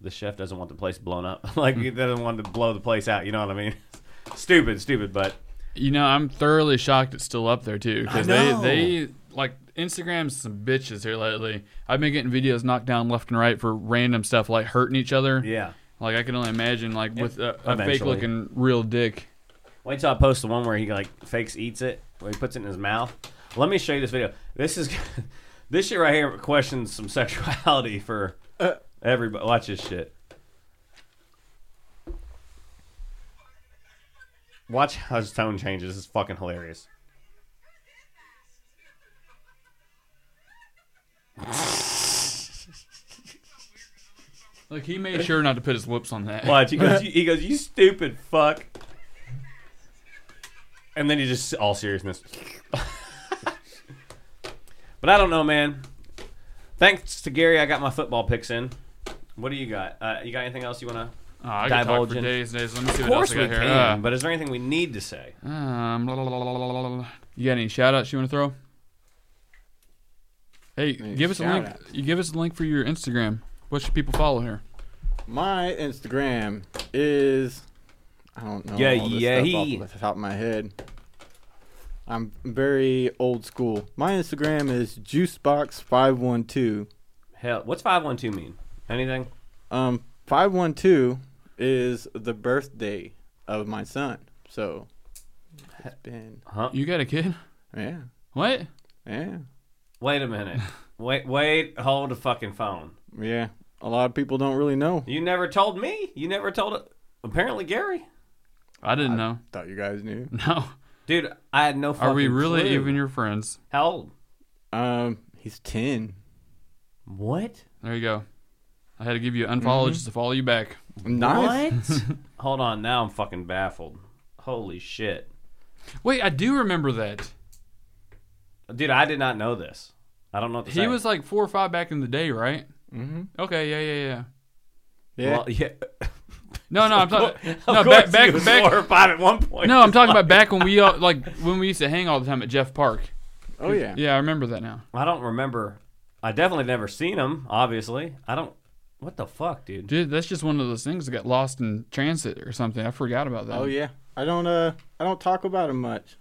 Speaker 1: the chef doesn't want the place blown up. like he doesn't want to blow the place out. You know what I mean? stupid, stupid, but."
Speaker 2: You know, I'm thoroughly shocked it's still up there too, because they they like Instagram's some bitches here lately. I've been getting videos knocked down left and right for random stuff like hurting each other.
Speaker 1: Yeah.
Speaker 2: Like I can only imagine like with a, a
Speaker 1: Eventually.
Speaker 2: fake looking real dick.
Speaker 1: Wait till I post the one where he like fakes eats it, where he puts it in his mouth. Let me show you this video. This is this shit right here questions some sexuality for everybody. Watch this shit. Watch how his tone changes. It's fucking hilarious.
Speaker 2: Like he made sure not to put his lips on that.
Speaker 1: Watch. He goes, you, he goes, you stupid fuck. And then he just, all seriousness. but I don't know, man. Thanks to Gary, I got my football picks in. What do you got? Uh, you got anything else you want to?
Speaker 2: Oh, I could talk for
Speaker 1: Divulging.
Speaker 2: days and days. Let me see what else I got here. Uh,
Speaker 1: but is there anything we need to say?
Speaker 2: Um, la, la, la, la, la, la, la, la. you got any shout outs you want to throw? Hey, give us a link.
Speaker 3: shout-outs?
Speaker 2: You give us a link for your Instagram. What should people follow here?
Speaker 3: My Instagram is I don't know.
Speaker 1: Yeah,
Speaker 3: all this
Speaker 1: yeah,
Speaker 3: stuff
Speaker 1: he-
Speaker 3: Off the top of my head, I'm very old school. My Instagram is juicebox512.
Speaker 1: Hell, what's five one two mean? Anything?
Speaker 3: Um, 512 is the birthday of my son. So it's been
Speaker 1: Huh?
Speaker 2: You got a kid?
Speaker 3: yeah,
Speaker 2: What?
Speaker 3: yeah,
Speaker 1: Wait a minute. wait, wait. Hold the fucking phone.
Speaker 3: yeah. A lot of people don't really know.
Speaker 1: You never told me. You never told it. Apparently, Gary.
Speaker 2: I didn't know.
Speaker 3: Thought you guys knew.
Speaker 2: No.
Speaker 1: Dude, I had no. Fucking
Speaker 2: Are we really
Speaker 1: clue.
Speaker 2: even your friends?
Speaker 1: How old?
Speaker 3: Um, he's 10.
Speaker 1: What?
Speaker 2: There you go. I had to give you unfollow just to follow you back.
Speaker 3: Nice.
Speaker 1: What? Hold on. Now I'm fucking baffled. Holy shit,
Speaker 2: Wait, I do remember that.
Speaker 1: dude! I did not know this. I don't know. What to
Speaker 2: He
Speaker 1: say.
Speaker 2: was like four or five back in the day, right?
Speaker 1: Mm-hmm.
Speaker 3: Mhm.
Speaker 2: Okay, yeah, yeah, yeah.
Speaker 3: Yeah.
Speaker 1: Well, yeah.
Speaker 2: No, no, I'm talking.
Speaker 1: Of
Speaker 2: No,
Speaker 1: course
Speaker 2: back, back,
Speaker 1: he was
Speaker 2: back.
Speaker 1: four or five at one point.
Speaker 2: No, I'm talking about back when we all like when we used to hang all the time at Jeff Park.
Speaker 3: oh yeah.
Speaker 2: Yeah, I remember that now.
Speaker 1: I don't remember. I definitely never seen him. Obviously, I don't. What the fuck, dude?
Speaker 2: Dude, that's just one of those things that got lost in transit or something. I forgot about that.
Speaker 3: Oh yeah. I don't uh I don't talk about him much.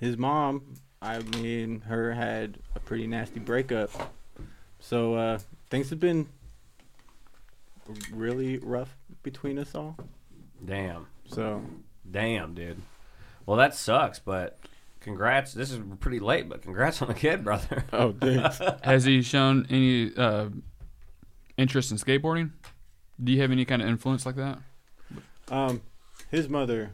Speaker 3: His mom, I mean her had a pretty nasty breakup. So uh things have been really rough between us all.
Speaker 1: Damn,
Speaker 3: So
Speaker 1: damn, dude. Well, that sucks. But congrats. This is pretty late, but congrats on the kid, brother.
Speaker 3: Oh thanks.
Speaker 2: Has he shown any uh, interest in skateboarding? Do you have any kind of influence like that?
Speaker 3: um his mother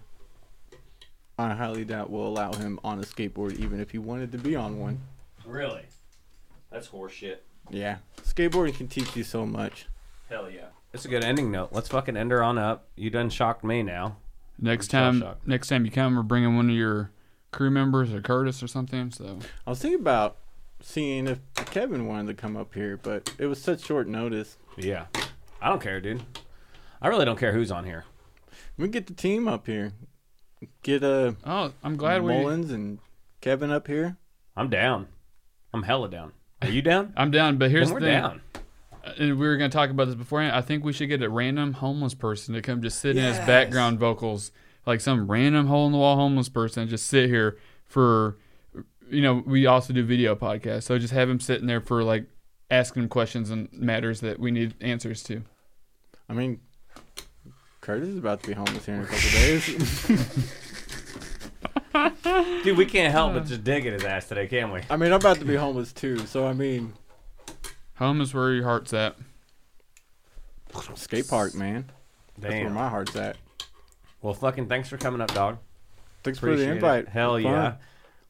Speaker 3: I highly doubt will allow him on a skateboard even if he wanted to be on one.
Speaker 1: really? That's horseshit.
Speaker 3: Yeah. Skateboarding can teach you so much.
Speaker 1: Hell yeah. It's a good ending note. Let's fucking end her on up. You done shocked me now.
Speaker 2: Next
Speaker 1: I'm
Speaker 2: time,
Speaker 1: shell-shocked.
Speaker 2: next time you come, we're bringing one of your crew members or Curtis or something. So
Speaker 3: I was thinking about seeing if Kevin wanted to come up here, but it was such short notice.
Speaker 1: Yeah. I don't care, dude. I really don't care who's on here.
Speaker 3: We can get the team up here. Get uh
Speaker 2: oh, I'm glad we.
Speaker 3: Mullins and Kevin up here.
Speaker 1: I'm down. I'm hella down. Are you down?
Speaker 2: I'm down, but here's
Speaker 1: Then we're
Speaker 2: the thing.
Speaker 1: down.
Speaker 2: and we were going to talk about this beforehand. I think we should get a random homeless person to come just sit in as background vocals, like some random hole in the wall homeless person, just sit here for, you know, we also do video podcasts, so just have him sitting there for like asking him questions and matters that we need answers to.
Speaker 3: I mean, Curtis is about to be homeless here in a couple days.
Speaker 1: Dude, we can't help but just dig at his ass today, can we?
Speaker 3: I mean, I'm about to be homeless too. So I mean,
Speaker 2: Home is where your heart's at.
Speaker 3: skate park, man. That's where
Speaker 1: Damn.
Speaker 3: my heart's at.
Speaker 1: Well, fucking thanks for coming up, dog.
Speaker 3: Thanks
Speaker 1: Appreciate
Speaker 3: for the invite.
Speaker 1: It. Hell
Speaker 3: Fun.
Speaker 1: yeah.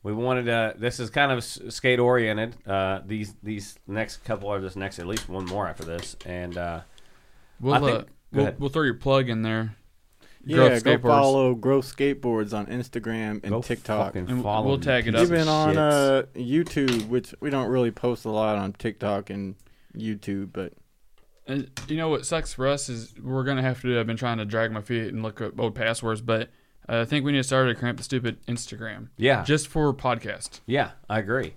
Speaker 1: We wanted to. This is kind of skate oriented. Uh, these these next couple or this next at least one more after this, and uh,
Speaker 2: We'll,
Speaker 1: I think-
Speaker 2: uh,
Speaker 1: go
Speaker 2: we'll,
Speaker 1: ahead.
Speaker 2: we'll throw your plug in there.
Speaker 3: Yeah,
Speaker 2: Growth
Speaker 3: go
Speaker 2: Skateboards.
Speaker 3: follow Growth Skateboards on Instagram and
Speaker 1: go
Speaker 3: TikTok.
Speaker 1: fucking
Speaker 2: And we'll
Speaker 1: follow them,
Speaker 2: tag it
Speaker 1: piece
Speaker 2: up.
Speaker 1: of
Speaker 3: Even on
Speaker 1: shits.
Speaker 3: uh, YouTube, which we don't really post a lot on TikTok and YouTube, but
Speaker 2: And you know what sucks for us is we're gonna have to. I've been trying to drag my feet and look up old passwords, but uh, I think we need to start to cramp the stupid Instagram.
Speaker 1: Yeah.
Speaker 2: just for podcast,
Speaker 1: yeah, I agree.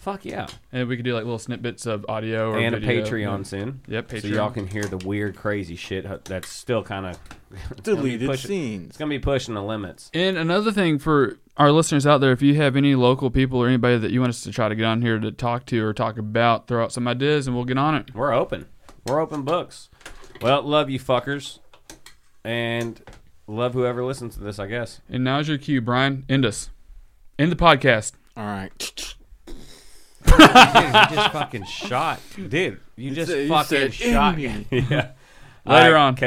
Speaker 1: Fuck yeah,
Speaker 2: and we could do like little snippets of audio or
Speaker 1: and a
Speaker 2: video.
Speaker 1: Patreon
Speaker 2: Yeah.
Speaker 1: soon.
Speaker 2: Yep,
Speaker 1: So
Speaker 2: Patreon.
Speaker 1: y'all can hear the weird, crazy shit that's still kind of
Speaker 3: deleted
Speaker 1: push it.
Speaker 3: scenes.
Speaker 1: it's gonna be pushing the limits.
Speaker 2: And another thing for our listeners out there, if you have any local people or anybody that you want us to try to get on here to talk to or talk about, throw out some ideas and we'll get on it.
Speaker 1: We're open. We're open books. Well, love you fuckers, and love whoever listens to this. I guess.
Speaker 2: And now's your cue, Brian. End us. End the podcast.
Speaker 3: All right.
Speaker 1: Dude, you just fucking shot, dude. You just
Speaker 3: said- you
Speaker 1: fucking
Speaker 3: said, "In
Speaker 1: shot
Speaker 3: me."
Speaker 1: yeah.
Speaker 2: Later
Speaker 1: All right,
Speaker 2: on.
Speaker 1: catch